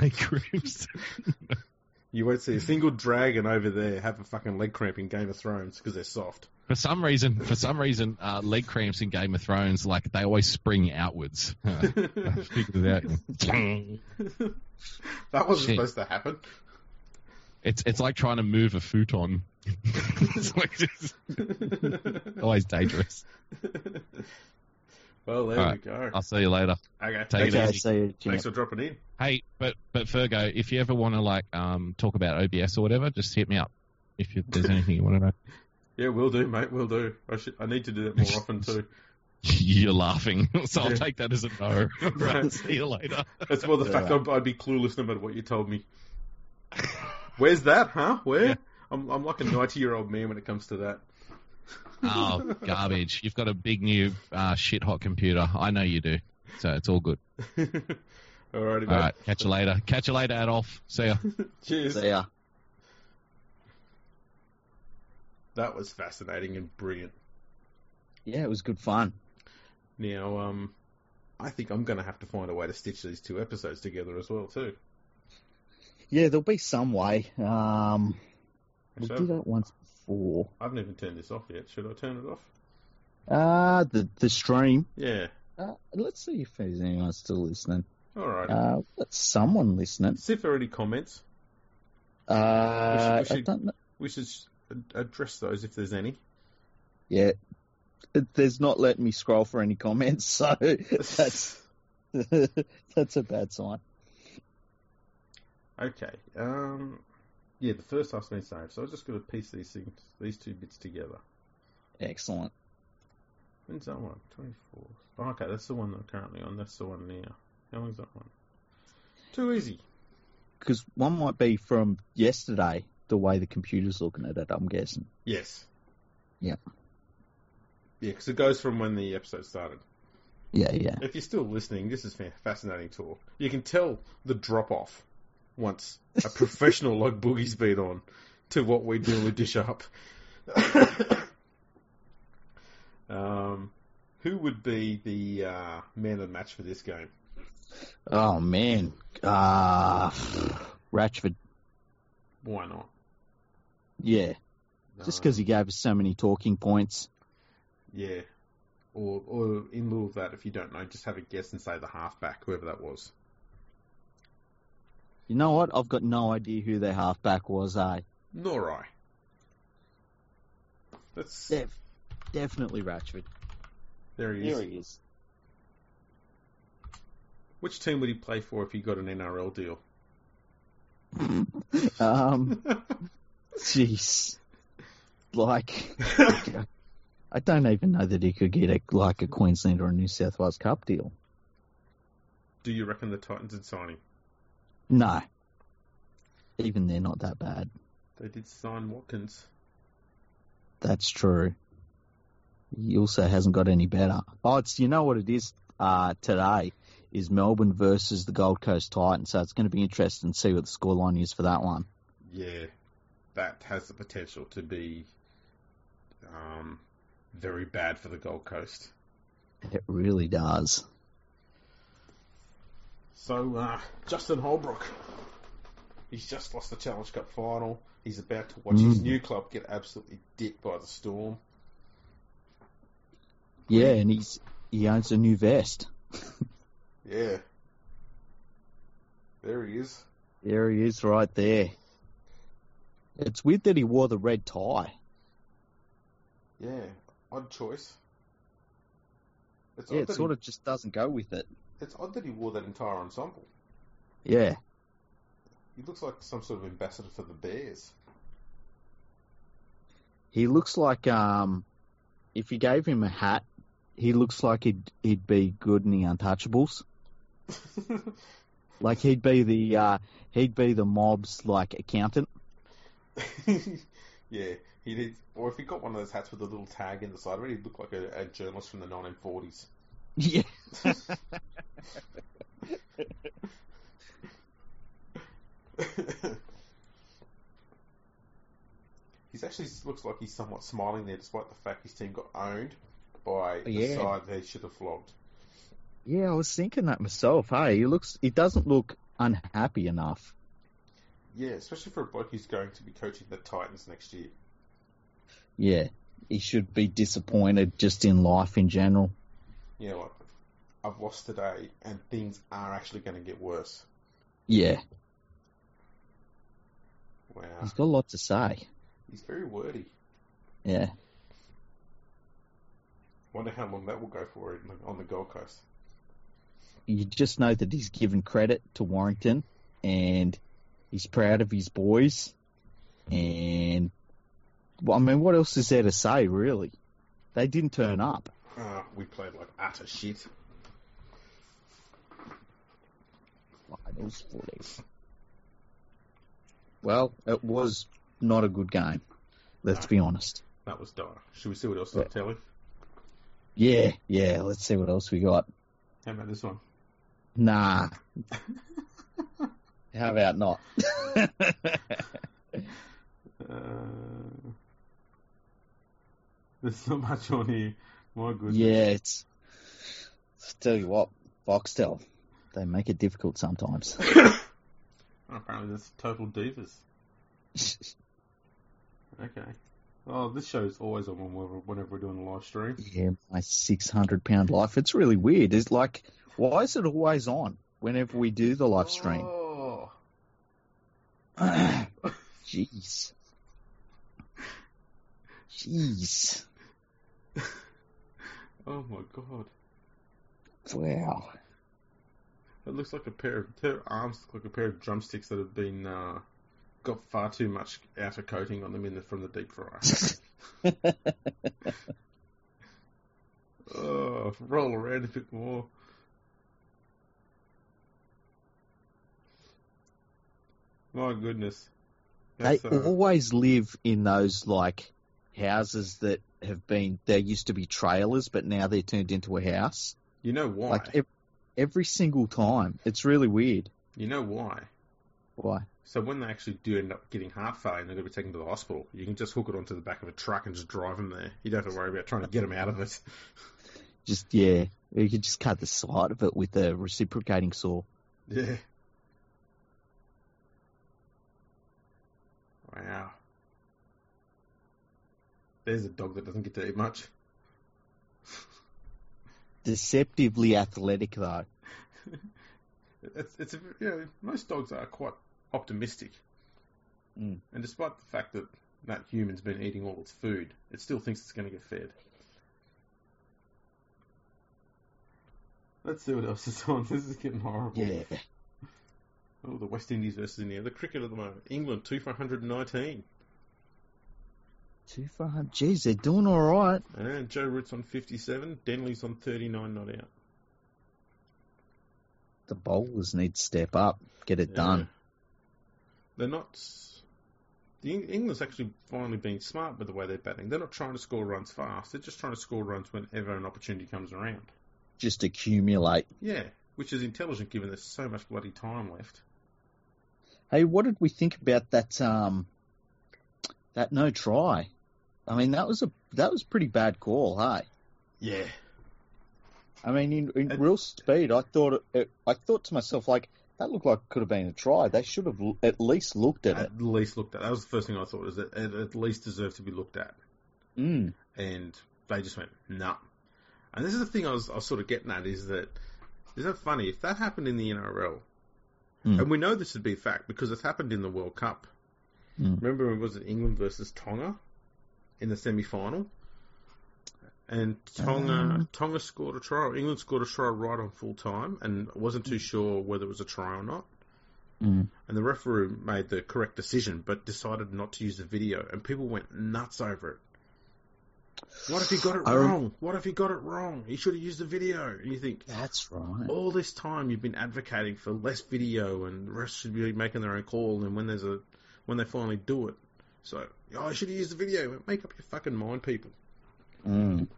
S3: Like groups.
S1: You won't see a single dragon over there have a fucking leg cramp in Game of Thrones because they're soft.
S3: For some reason, for some reason, uh, leg cramps in Game of Thrones, like they always spring outwards. I figured it out.
S1: That wasn't
S3: Shit.
S1: supposed to happen.
S3: It's it's like trying to move a futon. it's like just always dangerous.
S1: well, there we
S3: Alright.
S1: go.
S3: I'll see you later.
S1: Okay,
S3: Take it
S1: thanks,
S2: Okay,
S3: easy.
S2: so you
S1: thanks for dropping in.
S3: Hey, but but Fergo, if you ever want to like um talk about OBS or whatever, just hit me up. If you, there's anything you want to know,
S1: Yeah, we'll do, mate. We'll do. I should. I need to do that more often too.
S3: you're laughing, so I'll
S1: Yeah.
S3: take that as a no.
S1: Right.
S3: right. See you later.
S1: It's more the
S2: Yeah.
S1: fact I'd, I'd be clueless no matter what you told me. Where's that, huh? Where?
S3: Yeah.
S1: I'm, I'm like a 90 year old man when it comes to that.
S3: Oh, garbage! You've got a big new uh, shit hot computer. I know you do, so it's all good.
S1: Alrighty, mate.
S3: All right, catch you later. Catch you later, Adolf. See ya.
S1: Cheers.
S2: See ya.
S1: That was fascinating and brilliant.
S2: Yeah, it was good fun.
S1: Now, um, I think I'm going to have to find a way to stitch these two episodes together as well, too.
S2: Yeah, there'll be some way. Um, we
S1: So,
S2: did that once before.
S1: I haven't even turned this off yet. Should I turn it off?
S2: Uh, the the stream.
S1: Yeah.
S2: Uh, let's see if there's anyone still listening.
S1: All right.
S2: Uh, we've got someone listening.
S1: See if there are any comments.
S2: Uh,
S1: We should- we
S2: I don't know.
S1: We should s- address those if there's any.
S2: Yeah. It- There's not letting me scroll for any comments, so that's that's a bad sign.
S1: Okay. Um, yeah, the first half's been saved, so I'm just going to piece these things, these two bits together.
S2: Excellent.
S1: When's that one? 24th. Oh, okay, that's the one that I'm currently on. That's the one now. How long's that one? Too easy.
S2: Because one might be from yesterday, the way the computer's looking at it. I'm guessing.
S1: Yes.
S2: Yeah.
S1: Yeah, because it goes from when the episode started.
S2: Yeah, yeah.
S1: If you're still listening, this is fa- fascinating talk. You can tell the drop off once a professional like Boogie's been on to what we do with Dish Up. um, who would be the uh, man of the match for this game?
S2: Oh man, uh, Ratchford.
S1: Why not? Um,
S2: Yeah, just because he gave us so many talking points.
S1: Yeah. Or, or in lieu of that, if you don't know, just have a guess and say the halfback, whoever that was.
S2: You know what? I've got no idea who their halfback was. Eh?
S1: Nor I. That's
S2: Def- definitely Ratchford.
S1: there he is.
S2: is.
S1: Which team would he play for if he got an NRL deal?
S2: Um, jeez, like I don't even know that he could get a like a Queensland or a New South Wales Cup deal.
S1: Do you reckon the Titans would sign him?
S2: No, even they're not that bad.
S1: They did sign Watkins.
S2: That's true. He also hasn't got any better. Oh, it's you know what it is uh, today is Melbourne versus the Gold Coast Titans, so it's going to be interesting to see what the scoreline is for that one.
S1: Yeah, that has the potential to be um, very bad for the Gold Coast.
S2: It really does.
S1: So uh, Justin Holbrook, he's just lost the Challenge Cup final. He's about to watch his
S2: Mm.
S1: new club get absolutely dipped by the storm.
S2: Yeah, and he's he owns a new vest.
S1: Yeah, there he is.
S2: There he is, right there. It's weird that he wore the red tie.
S1: Yeah, odd choice. It's
S2: yeah,
S1: odd
S2: it
S1: that he,
S2: sort of just doesn't go with it.
S1: it's odd that he wore that entire ensemble.
S2: Yeah,
S1: He looks like some sort of ambassador for the Bears.
S2: he looks like um, if you gave him a hat, he looks like he'd he'd be good in the Untouchables. Like he'd be the uh, he'd be the mob's like accountant.
S1: yeah, he did. Or if he got one of those hats with a little tag in the side of it, he'd look like a, a journalist from the 1940s.
S2: Yeah,
S1: He's actually looks like he's somewhat smiling there, despite the fact his team got owned by the
S2: Yeah.
S1: side they should have flogged.
S2: Yeah, I was thinking that myself. Hey, he looks. He doesn't look unhappy enough.
S1: Yeah, especially for a bloke who's going to be coaching the Titans next year.
S2: Yeah, he should be disappointed just in life in general.
S1: Yeah, like I've lost today, and things are actually going to get worse.
S2: Yeah,
S1: Wow,
S2: he's got a lot to say.
S1: he's very wordy.
S2: Yeah,
S1: Wonder how long that will go for in the, on the Gold Coast.
S2: you just know that he's given credit to Warrington, and he's proud of his boys. And well, I mean, what else is there to say, really? They didn't turn up.
S1: Uh, we played like utter shit.
S2: Finals footy. Well, it was not a good game. Let's be honest.
S1: That was dire. Should we see what else on telly?
S2: Yeah, yeah. Let's see what else we got.
S1: How about this one?
S2: Nah. How about not?
S1: Uh, there's not much on here. My goodness.
S2: yeah, it's. Tell you what, Foxtel, they make it difficult sometimes.
S1: Apparently, that's total divas. Okay. Oh, this show's always on whenever, whenever we're doing a live stream.
S2: yeah, my six hundred pound life. It's really weird. It's like, why is it always on whenever we do the live stream?
S1: Oh,
S2: Jeez. Jeez.
S1: oh my god.
S2: Wow.
S1: It looks like a pair of their arms look like a pair of drumsticks that have been uh, got far too much outer coating on them in the, from the deep fryer. oh, roll around a bit more. My goodness.
S2: They
S1: That's, uh,
S2: always live in those like houses that have been there used to be trailers, but now they're turned into a house.
S1: you know why?
S2: Like ev- every single time, it's really weird.
S1: you know why?
S2: Why?
S1: So when they actually do end up getting heart failure and they're going to be taken to the hospital, you can just hook it onto the back of a truck and just drive them there. You don't have to worry about trying to get them out of it.
S2: Just yeah, you could just cut the side of it with a reciprocating saw.
S1: Yeah. Wow. There's a dog that doesn't get to eat much.
S2: Deceptively athletic though.
S1: It's, it's a, you know, most dogs are quite optimistic.
S2: Mm.
S1: And despite the fact that that human's been eating all its food, it still thinks it's going to get fed. Let's see what else is on. This is getting horrible.
S2: Yeah.
S1: Oh, the West Indies versus India. The cricket at the moment. England, 2 for 119.
S2: Too far. Jeez, they're doing all right.
S1: And Joe Root's on 57. Denley's on 39, not out.
S2: The bowlers need to step up, get it
S1: Yeah.
S2: done.
S1: They're not. s- The Eng- England's actually finally being smart with the way they're batting. They're not trying to score runs fast. They're just trying to score runs whenever an opportunity comes around.
S2: Just accumulate.
S1: Yeah, which is intelligent given there's so much bloody time left.
S2: Hey, what did we think about that? Um, that no try. I mean, that was a that was a pretty bad call. Hey,
S1: Yeah.
S2: I mean, in, in
S1: It-
S2: real speed, I thought it, it, I thought to myself like that looked like it could have been a try. They should have l- at least looked at it.
S1: At least looked at. That was the first thing I thought. Is that it at least deserved to be looked at.
S2: Mm.
S1: and they just went nah. And this is the thing I was, I was sort of getting at is that isn't it funny if that happened in the NRL,
S2: Hmm.
S1: and we know this would be a fact because it's happened in the World Cup.
S2: Hmm.
S1: Remember, it was it England versus Tonga in the semi-final, and Tonga
S2: Um.
S1: Tonga scored a try. Or England scored a try right on full time, and wasn't too sure whether it was a try or not.
S2: Hmm.
S1: And the referee made the correct decision, but decided not to use the video, and people went nuts over it. What if he got it
S2: I rem-
S1: wrong? what if he got it wrong? He should have used the video. And you think,
S2: That's right.
S1: all this time you've been advocating for less video and the rest should be making their own call and when there's a when they finally do it. So oh, I should have used the video. Make up your fucking mind, people.
S2: Mm.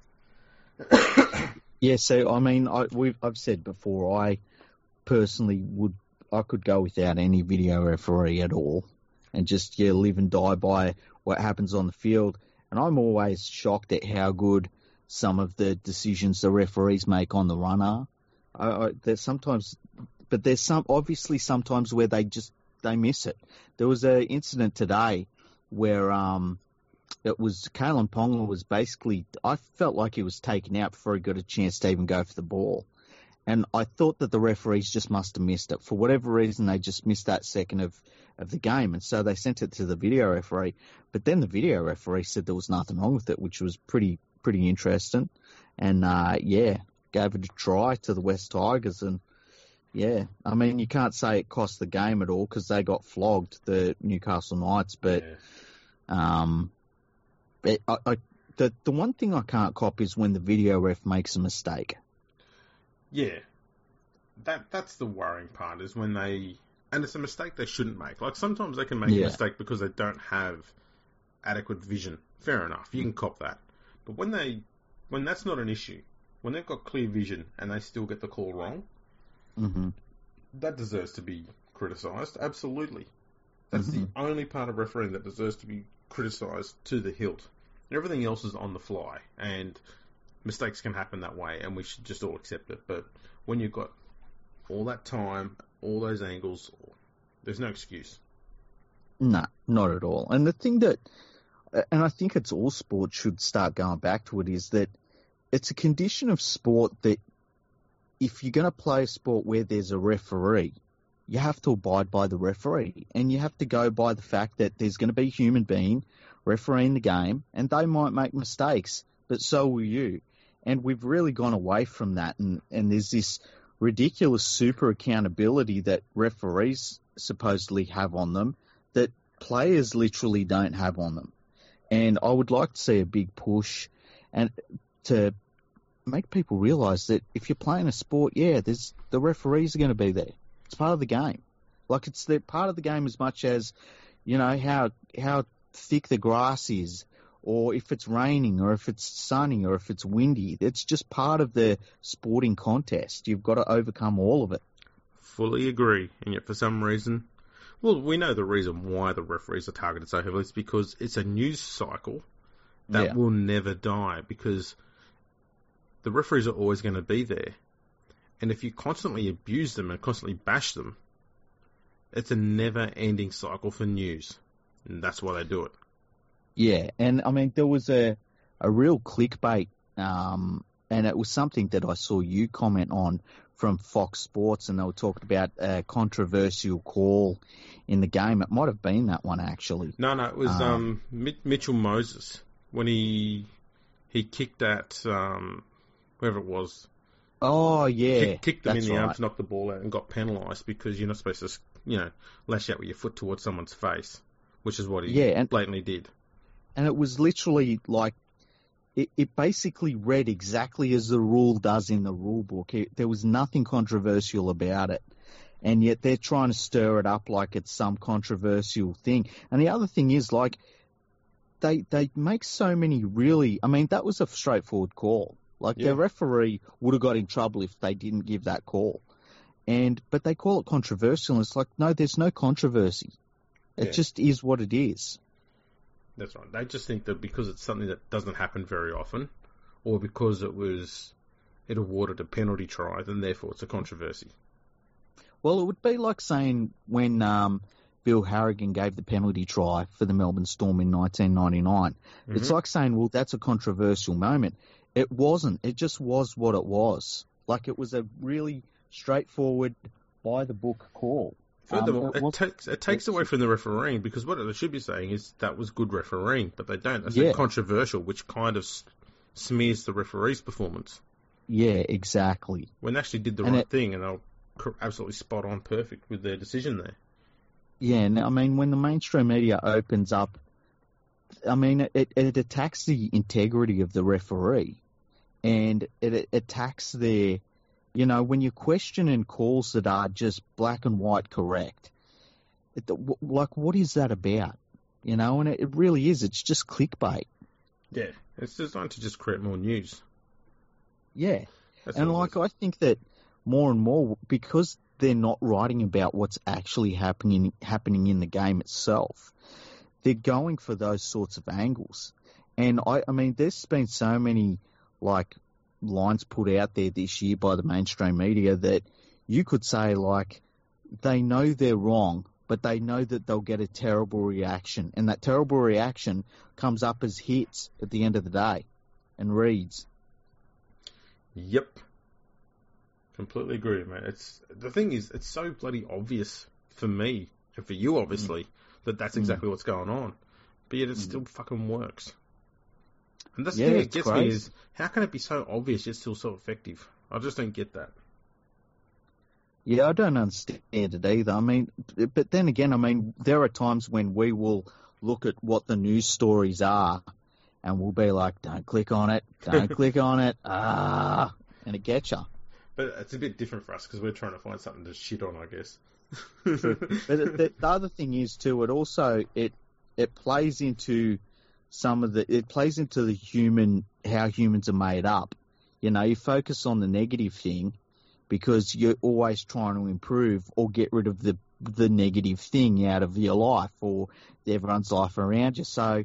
S2: yeah, so I mean, I, we've, I've said before, I personally would, I could go without any video referee at all, and just yeah, live and die by what happens on the field. And I'm always shocked at how good some of the decisions the referees make on the run are. I, I, there's sometimes, but there's some obviously sometimes where they just they miss it. There was an incident today where um, it was Kalen Ponga was basically I felt like he was taken out before he got a chance to even go for the ball. And I thought that the referees just must have missed it. For whatever reason, they just missed that second of, of the game. And so they sent it to the video referee. But then the video referee said there was nothing wrong with it, which was pretty, pretty interesting. And, uh, yeah, gave it a try to the West Tigers. And, yeah, I mean, you can't say it cost the game at all because they got flogged, the Newcastle Knights. But,
S1: Yeah.
S2: um, it, I, I, the, the one thing I can't cop is when the video ref makes a mistake.
S1: Yeah, that that's the worrying part is when they and it's a mistake they shouldn't make. Like sometimes they can make
S2: Yeah.
S1: a mistake because they don't have adequate vision. Fair enough, you can cop that. But when they when that's not an issue, when they've got clear vision and they still get the call wrong,
S2: hmm
S1: that deserves to be criticised. Absolutely, that's the only part of refereeing that deserves to be criticised to the hilt. Everything else is on the fly, and mistakes can happen that way, and we should just all accept it. But when you've got all that time, all those angles, there's no excuse.
S2: No, not at all. And the thing that, and I think it's all sports should start going back to it, is that it's a condition of sport that if you're going to play a sport where there's a referee, you have to abide by the referee and you have to go by the fact that there's going to be a human being refereeing the game and they might make mistakes, but so will you. And we've really gone away from that. And, and there's this ridiculous super accountability that referees supposedly have on them that players literally don't have on them. And I would like to see a big push and to make people realise that if you're playing a sport, yeah, there's the referees are going to be there. It's part of the game. Like it's the part of the game as much as you know how how thick the grass is, or if it's raining, or if it's sunny, or if it's windy. It's just part of the sporting contest. You've got to overcome all of it.
S1: Fully agree, and yet for some reason, well, we know the reason why the referees are targeted so heavily. It's because it's a news cycle that
S2: yeah.
S1: will never die because the referees are always going to be there. And if you constantly abuse them and constantly bash them, it's a never ending cycle for news. And that's why they do it.
S2: Yeah, and I mean there was a a real clickbait, um, and it was something that I saw you comment on from Fox Sports, and they were talking about a controversial call in the game. It might have been that one actually.
S1: No, no, it was
S2: Ah.
S1: um, Mi- Mitchell Moses when he he kicked at um, whoever it was,
S2: Oh yeah,
S1: kick, kicked them in
S2: that's
S1: the
S2: right.
S1: arms, knocked the ball out, and got penalised because you're not supposed to, you know, lash out with your foot towards someone's face, which is what he
S2: Yeah, and-
S1: blatantly did.
S2: and it was literally like it, it basically read exactly as the rule does in the rule book. It, there was nothing controversial about it, and yet they're trying to stir it up like it's some controversial thing. And the other thing is like they they make so many really. I mean, that was a straightforward call. Like
S1: Yeah.
S2: the referee would have got in trouble if they didn't give that call. And but they call it controversial. And it's like no, there's no controversy. It
S1: Yeah.
S2: just is what it is.
S1: That's right. They just think that because it's something that doesn't happen very often, or because it was it awarded a penalty try, then therefore it's a controversy.
S2: Well, it would be like saying when um, Bill Harrigan gave the penalty try for the Melbourne Storm in 1999. It's
S1: Mhm.
S2: like saying, well, that's a controversial moment. It wasn't. It just was what it was. Like it was a really straightforward, by the book call.
S1: Furthermore,
S2: um, it
S1: it,
S2: was-
S1: takes it takes away from the refereeing because what they should be saying is that was good refereeing, but they don't. They say
S2: Yeah.
S1: controversial, which kind of s- smears the referee's performance
S2: Yeah, exactly.
S1: when they actually did the
S2: And
S1: right
S2: it-
S1: thing and they were cor- absolutely spot on, perfect with their decision there.
S2: Yeah, and I mean, when the mainstream media opens up, I mean, it, it attacks the integrity of the referee, and it attacks their, you know, when you're questioning calls that are just black and white correct, it, w- like what is that about? You know, and it, it really is. It's just clickbait.
S1: Yeah, it's designed to just create more news.
S2: Yeah.
S1: That's
S2: and
S1: all it
S2: like I think that more and more because they're not writing about what's actually happening happening in the game itself, they're going for those sorts of angles. And I, I mean, there's been so many like lines put out there this year by the mainstream media that you could say like they know they're wrong, but they know that they'll get a terrible reaction, and that terrible reaction comes up as hits at the end of the day, and reads.
S1: Yep. Completely agree, mate. It's the thing is, it's so bloody obvious for me and for
S2: Mm.
S1: you, obviously, that that's exactly what's going on. But yet, it still fucking works. And that's
S2: Yeah,
S1: the thing that
S2: it's
S1: gets me
S2: crazy.
S1: is how can it be so obvious yet still so effective? I just don't get that.
S2: Yeah, I don't understand it either. I mean, b- but then again, I mean, there are times when we will look at what the news stories are, and we'll be like, "Don't click on it, don't click on it," ah, and it gets you.
S1: But it's a bit different for us because we're trying to find something to shit on, I guess.
S2: But the, the, the other thing is too, it also it it plays into some of the it plays into the human how humans are made up. You know, you focus on the negative thing because you're always trying to improve or get rid of the the negative thing out of your life or everyone's life around you. So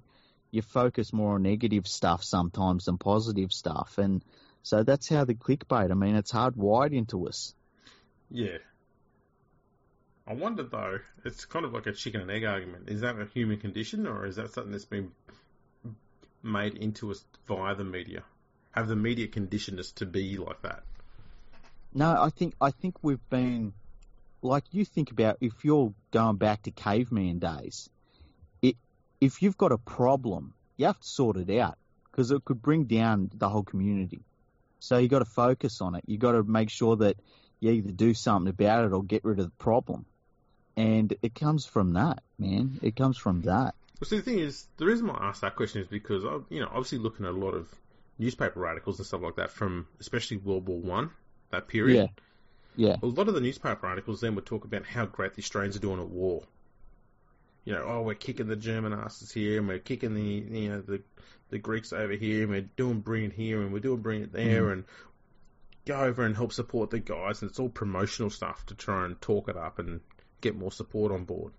S2: you focus more on negative stuff sometimes than positive stuff, and so that's how the clickbait. I mean, it's hardwired into us.
S1: Yeah. I wonder though, it's kind of like a chicken and egg argument. Is that a human condition or is that something that's been made into us via the media? Have the media conditioned us to be like that?
S2: No, I think I think we've been like you think about if you're going back to caveman days, it, if you've got a problem, you have to sort it out because it could bring down the whole community. So you got to focus on it. You got to make sure that you either do something about it or get rid of the problem. And it comes from that, man. It comes from that.
S1: Well, see, the thing is, the reason why I asked that question is because I, you know, obviously looking at a lot of newspaper articles and stuff like that from especially World War One, that period.
S2: Yeah. Yeah.
S1: A lot of the newspaper articles then would talk about how great the Australians are doing at war. You know, oh, we're kicking the German asses here, and we're kicking the you know the the Greeks over here, and we're doing bring it here, and we're doing bring it there, and go over and help support the guys, and it's all promotional stuff to try and talk it up and get more support on board.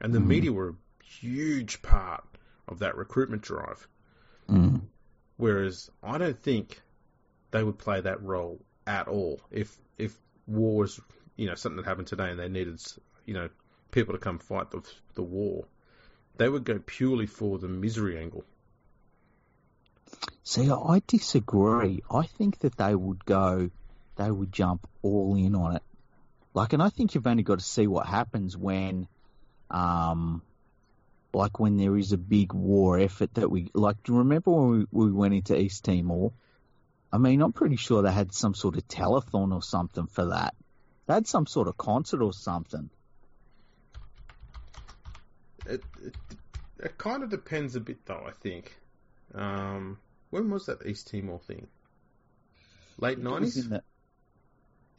S1: And the media were a huge part of that recruitment drive.
S2: Mm.
S1: Whereas I don't think they would play that role at all if if war was you know something that happened today and they needed you know people to come fight the the war. They would go purely for the misery angle.
S2: See, I disagree. I think that they would go, they would jump all in on it. Like, and I think you've only got to see what happens when, um, like when there is a big war effort that we like. Do you remember when we, we went into East Timor? I mean, I'm pretty sure they had some sort of telethon or something for that. They had some sort of concert or something.
S1: It it, it kind of depends a bit though. I think. Um, when was that East Timor thing? Late
S2: It was
S1: nineties.
S2: in the-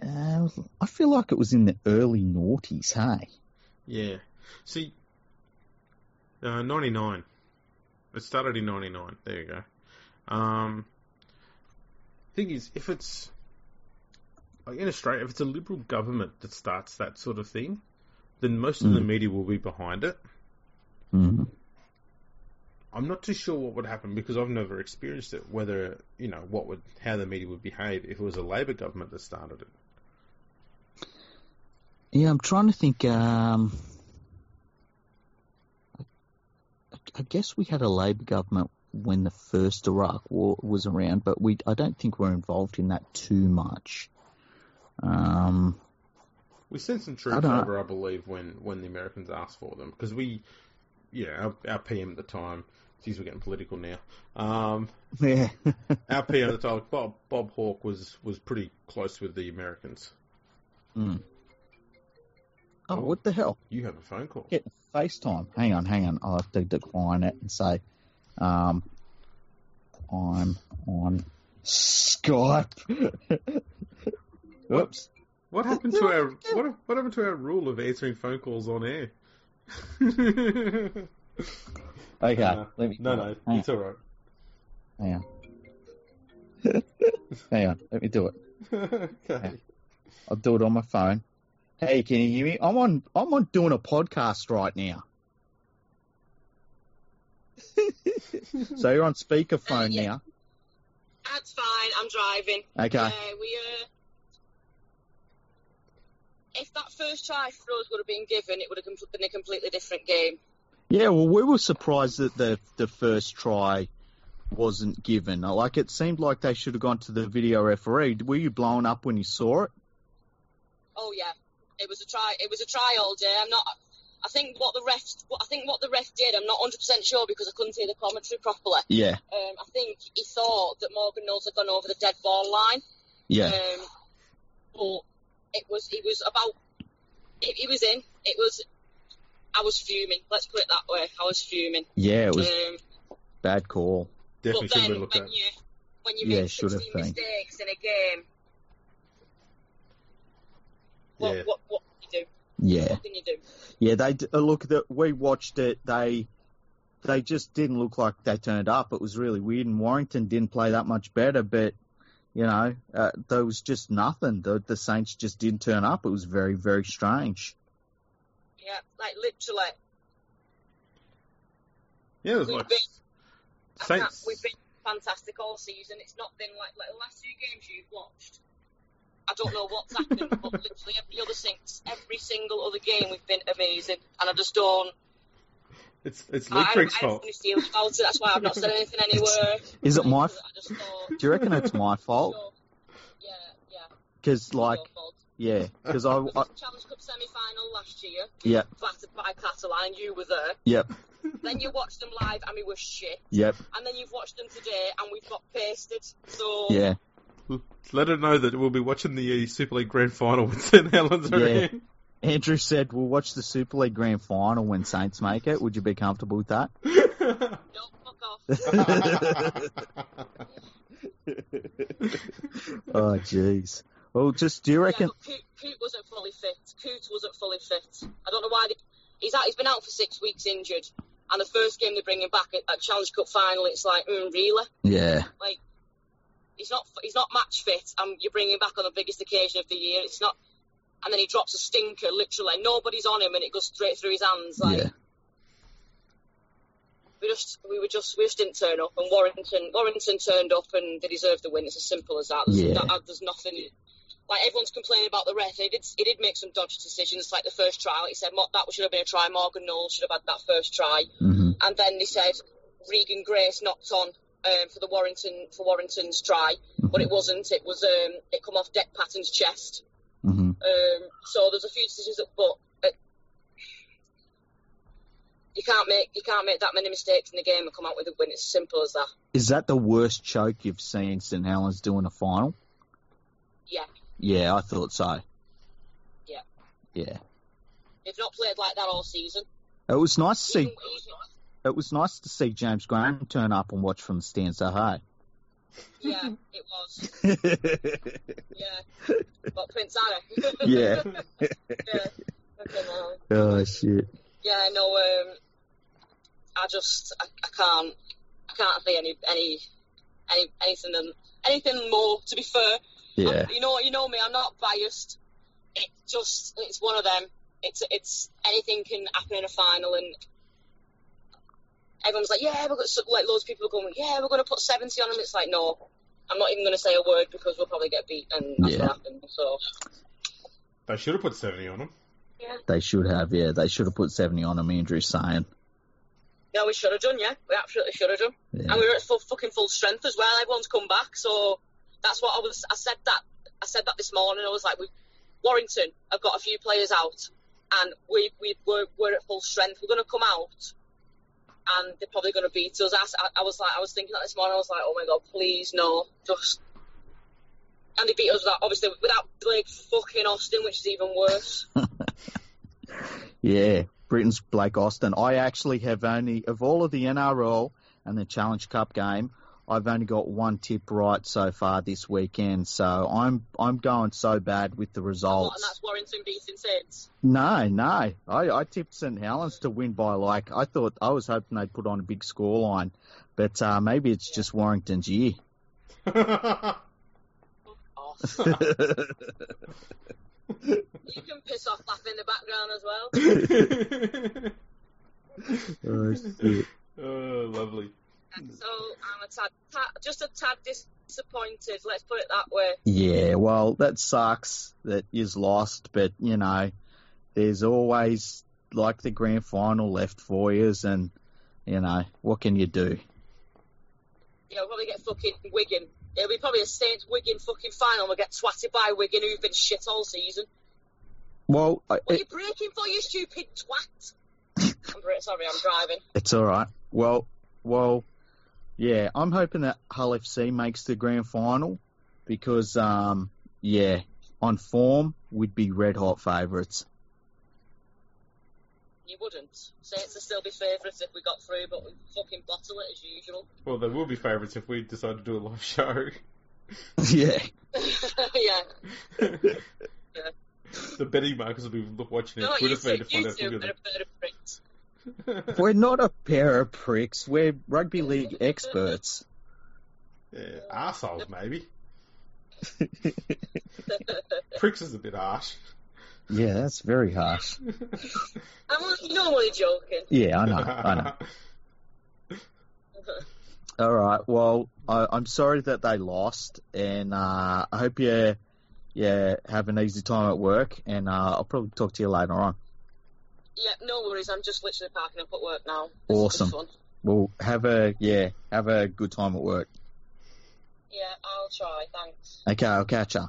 S2: Uh, I feel like it was in the early noughties, hey?
S1: Yeah. See, uh, 99. It started in 99. There you go. Um, thing is, if it's. Like in Australia, if it's a Liberal government that starts that sort of thing, then most of the media will be behind it.
S2: Mm.
S1: I'm not too sure what would happen because I've never experienced it. Whether you know what would how the media would behave if it was a Labor government that started it.
S2: Yeah, I'm trying to think. Um, I, I guess we had a Labor government when the first Iraq War was around, but we I don't think we're involved in that too much. Um,
S1: We sent some troops
S2: I don't know.
S1: over, I believe, when, when the Americans asked for them because we, yeah, our, our PM at the time. Geez, we're getting political now. Um,
S2: yeah,
S1: our PM at the time, Bob Bob Hawke, was was pretty close with the Americans.
S2: Oh, what the hell?
S1: You have a phone call.
S2: Get FaceTime. Hang on, hang on. I have to decline it and say, um, I'm on Skype. Oops.
S1: What
S2: Uh,
S1: happened to our what what happened to our rule of answering phone calls on air? okay,
S2: Okay.
S1: no,
S2: let me
S1: no, no,
S2: hang on.
S1: it's all right.
S2: Hang on. Hang on, let me do it.
S1: okay.
S2: I'll do it on my phone. Hey, can you hear me? I'm on I'm on doing a podcast right now. so you're on speakerphone
S5: Uh, yeah.
S2: now.
S5: That's fine. I'm driving.
S2: Okay.
S5: Yeah, we. Uh, if that first try throw would have been given, it would have com- been a completely different game.
S2: Yeah, well, we were surprised that the the first try wasn't given. Like it seemed like they should have gone to the video referee. Were you blown up when you saw it?
S5: Oh yeah, it was a try. It was a try all day. I'm not. I think what the ref. I think what the ref did. I'm not 100 percent sure because I couldn't hear the commentary properly.
S2: Yeah,
S5: Um, I think he thought that Morgan Knowles had gone over the dead ball line.
S2: yeah,
S5: Um, but it was. He was about. He, he was in. It was. I was fuming. Let's put it that way. I was fuming.
S2: yeah. It was
S5: um,
S2: bad call.
S1: Definitely
S5: but
S1: should have
S5: then
S1: been looked
S5: when
S1: at.
S5: you when you
S2: Yeah,
S5: make
S2: should have
S5: 16
S2: been.
S5: mistakes in a game, what,
S1: Yeah.
S5: what, what do you do?
S2: Yeah,
S5: What can you do?
S2: yeah. They d- uh, look. The, we watched it. They they just didn't look like they turned up. It was really weird. And Warrington didn't play that much better, but you know, uh, there was just nothing. The, the Saints just didn't turn up. It was very very strange.
S5: Yeah, like literally.
S1: Yeah, it was
S5: We've
S1: like
S5: been- I can't-
S1: Saints.
S5: We've been fantastic all season. It's not been like, like the last few games you've watched. I don't know what's happened, but literally every other since every single other game we've been amazing, and I just don't.
S1: It's it's
S5: I, I,
S1: Leitrim's
S5: I have
S1: fault.
S5: any feelings about it. That's why I've not said anything anywhere.
S2: Is it my?
S5: Because
S2: F-
S5: I just thought.
S2: do you reckon it's my fault?
S5: so- yeah, yeah. it's
S2: Because
S5: your
S2: like.
S5: fault.
S2: Yeah, because I, I
S5: Because the Challenge Cup semi-final last year,
S2: yeah,
S5: battered by Catalan, you were there.
S2: yep,
S5: Then you watched them live, and we were shit.
S2: yep,
S5: And then you've watched them today, and we've got pasted. So
S2: yeah,
S1: Let her know that we'll be watching the uh, Super League Grand Final when St Helens are
S2: Yeah.
S1: in.
S2: Andrew said we'll watch the Super League Grand Final when Saints make it. Would you be comfortable with that?
S5: no, fuck off.
S2: oh, jeez. Well, just do you reckon?
S5: Yeah, but Coot, Coot wasn't fully fit. Coot wasn't fully fit. I don't know why. They, he's out. He's been out for six weeks injured. And the first game they bring him back at, at Challenge Cup final, it's like, mm, really?
S2: Yeah,
S5: He's not. He's not match fit. And you bring him back on the biggest occasion of the year. It's not. And then he drops a stinker. Literally, nobody's on him, and it goes straight through his hands. Like
S2: yeah,
S5: we just, we were just, we just didn't turn up. And Warrington, Warrington turned up, and they deserved the win. It's as simple as that. There's,
S2: Yeah.
S5: that, there's nothing. Like everyone's complaining about the ref. He did, he did make some dodgy decisions. Like the first try, like he said, "Mo- that should have been a try. Morgan Knowles should have had that first try.
S2: hmm
S5: And then they said Regan Grace knocked on um, for the Warrington for Warrington's try, but it wasn't. It was um, it come off Deck Patton's chest.
S2: hmm
S5: Um, so there's a few decisions that, but uh, you can't make you can't make that many mistakes in the game and come out with a win. It's simple as that.
S2: Is that the worst choke you've seen St Helens do in a final?
S5: Yeah.
S2: Yeah, I thought so.
S5: Yeah.
S2: yeah.
S5: They've not played like that all season.
S2: It was nice to see.
S5: Even- even-
S2: It was nice to see James Graham turn up and watch from the stands. So hey.
S5: yeah, it was. Yeah, but Prince Anna.
S2: yeah.
S5: yeah. Okay, well.
S2: Oh shit.
S5: Yeah, no, um, I just I, I can't I can't see any any any anything than, anything more. To be fair,
S2: Yeah.
S5: I'm- you know you know me, I'm not biased. It just it's one of them. It's it's anything can happen in a final, and everyone's like, yeah, we're gonna, so- like loads of people are going, yeah, we're going to put seventy on them. It's like no. I'm not even going to say a word because we'll probably get beat, and that's
S2: Yeah.
S5: what happened. So,
S1: they should have put seventy on them.
S2: They should have, yeah. They should have put 70 on him, Andrew's saying.
S5: yeah, we should have done, yeah, we absolutely should have done.
S2: Yeah.
S5: and we were at full, fucking full strength as well. Everyone's come back, so that's what I was. I said that. I said that this morning. I was like, we, Warrington have got a few players out, and we we we're, we're at full strength. We're going to come out, and they're probably going to beat us. I, s- I- I was like, I was thinking that this morning. I was like, oh my god, please no, just. And they beat us that obviously without Blake fucking Austin, which is even worse.
S2: Yeah, Britain's Blake Austin. I actually have only, of all of the NRL and the Challenge Cup game, I've only got one tip right so far this weekend. So I'm I'm going so bad with the
S5: What, and
S2: results.
S5: that's Warrington beating Saints.
S2: No, no. I, I tipped St Helens to win by like I thought. I was hoping they'd put on a big scoreline, but uh, maybe it's just Warrington's year.
S5: Oh, you can piss off laugh in the background as well.
S2: Oh, shit.
S6: Oh, lovely.
S2: Hmm.
S5: So I'm a tad, tad, just a tad disappointed. Let's put it that way.
S2: Yeah, well, that sucks that is lost, but you know, there's always like the grand final left for yous, and you know, what can you do?
S5: You know, we'll probably get fucking Wigan. It'll be probably a Saints Wigan fucking final. and We'll get twatted by Wigan, who've been shit all season.
S2: Well, I-
S5: What are
S2: it,
S5: you breaking for, you stupid twat? I'm br- sorry, I'm driving.
S2: it's all right. Well, well, yeah, I'm hoping that Hull FC makes the grand final because, um, yeah, on form we'd be red hot favourites.
S5: You wouldn't. Saints would still be favourites if we got through, but we fucking bottle it as usual.
S6: Well, they will be favourites if we decide to do a live show.
S2: yeah,
S5: yeah.
S6: the betting markets will be look- watching
S2: Oh,
S5: No,
S6: our
S5: you
S6: Twitter
S5: two,
S6: feed to
S5: you
S6: find out
S5: two
S6: who
S5: are a
S6: the-
S5: pair of pricks.
S2: we're not a pair of pricks. We're rugby league experts.
S6: yeah, arseholes, maybe.
S5: I'm
S6: Pricks is a bit harsh.
S2: Yeah, that's very harsh.
S5: only- you're only joking.
S2: Yeah, I know. I know. All right. Well, I, I'm sorry that they lost, and uh, I hope you yeah have an easy time at work. And uh, I'll probably talk to you later on.
S5: Yeah, no worries. I'm just literally parking up at work now.
S2: Awesome.
S5: It's fun.
S2: Well, have a yeah, have a good time at work.
S5: Yeah, I'll try. Thanks.
S2: Okay, I'll catch ya.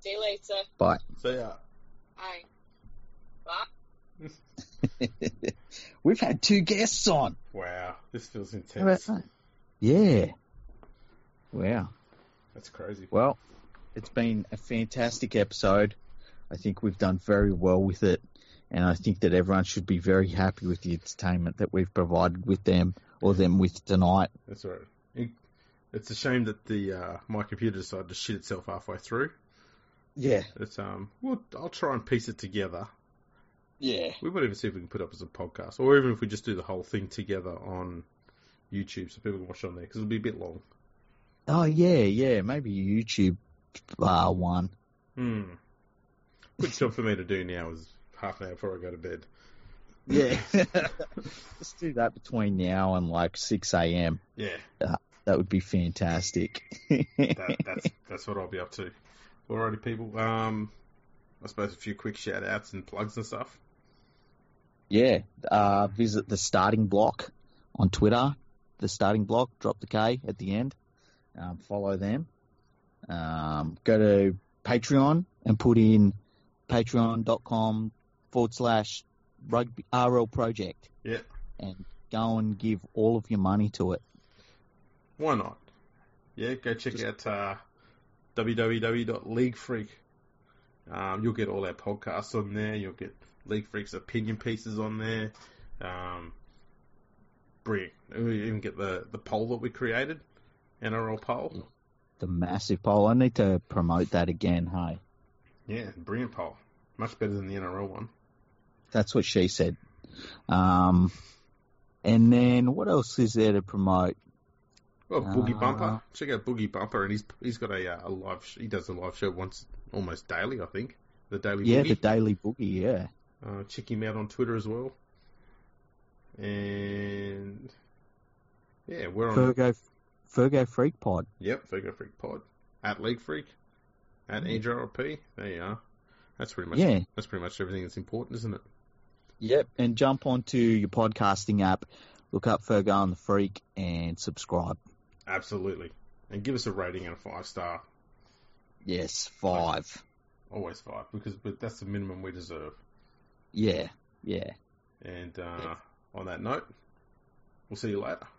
S5: See you later.
S6: so yeah,
S5: Bye. Bye.
S2: We've had two guests on.
S6: wow, this feels
S2: How about
S6: intense.
S2: that? Yeah. Wow.
S6: That's crazy.
S2: Well, it's been a fantastic episode. I think we've done very well with it, and I think that everyone should be very happy with the entertainment that we've provided with them or them with tonight.
S1: That's all right. It- It's a shame that the uh, my computer decided to shit itself halfway through.
S2: Yeah,
S1: It's um, well, I'll try and piece it together.
S2: yeah.
S1: We might even see if we can put up as a podcast, or even if we just do the whole thing together on YouTube, so people can watch it on there because it'll be a bit long.
S2: Oh yeah, yeah. Maybe a YouTube uh, one.
S1: Hmm. Good job for me to do now is half an hour before I go to bed.
S2: Yeah. Let's do that between now and like six a.m.
S1: Yeah,
S2: That would be fantastic.
S1: that, that's that's what I'll be up to. Alrighty, people. Um, I suppose a few quick shout outs and plugs and stuff.
S2: yeah. Uh, visit the starting block on Twitter. The starting block. Drop the K at the end. Um, follow them. Um, go to Patreon and put in patreon.com forward slash rugby RL project.
S1: Yeah.
S2: And go and give all of your money to it.
S1: Why not? Yeah, go check out uh, www.leaguefreak. Um, you'll get all our podcasts on there. You'll get League Freak's opinion pieces on there. Um, brilliant. We even get the, the poll that we created, NRL
S2: Mm.
S1: poll.
S2: The massive poll. I need to promote that again. Hey,
S1: Yeah, brilliant poll. Much better than the NRL one.
S2: that's what she said. Um, and then what else is there to promote?
S1: Well, Boogie
S2: Ah.
S1: Bumper. Check out Boogie Bumper, and he's he's got a, uh, a live. Sh- he does a live show once almost daily, I think. The daily.
S2: Yeah,
S1: Boogie.
S2: the daily boogie. Yeah,
S1: Uh, check him out on Twitter as well. And yeah, we're on.
S2: Fergo, Fergo Freak Pod.
S1: Yep, Virgo Freak Pod at League Freak at
S2: Mm.
S1: Andrew RP. There you are. That's pretty much.
S2: Yeah,
S1: That's pretty much everything that's important, isn't it?
S2: yep. And jump onto your podcasting app, look up Fergo and the Freak, and subscribe.
S1: Absolutely. And give us a rating and a five star.
S2: Yes, five.
S1: Always five, because but that's the minimum we deserve.
S2: Yeah, yeah.
S1: And uh, on that note, we'll see you later.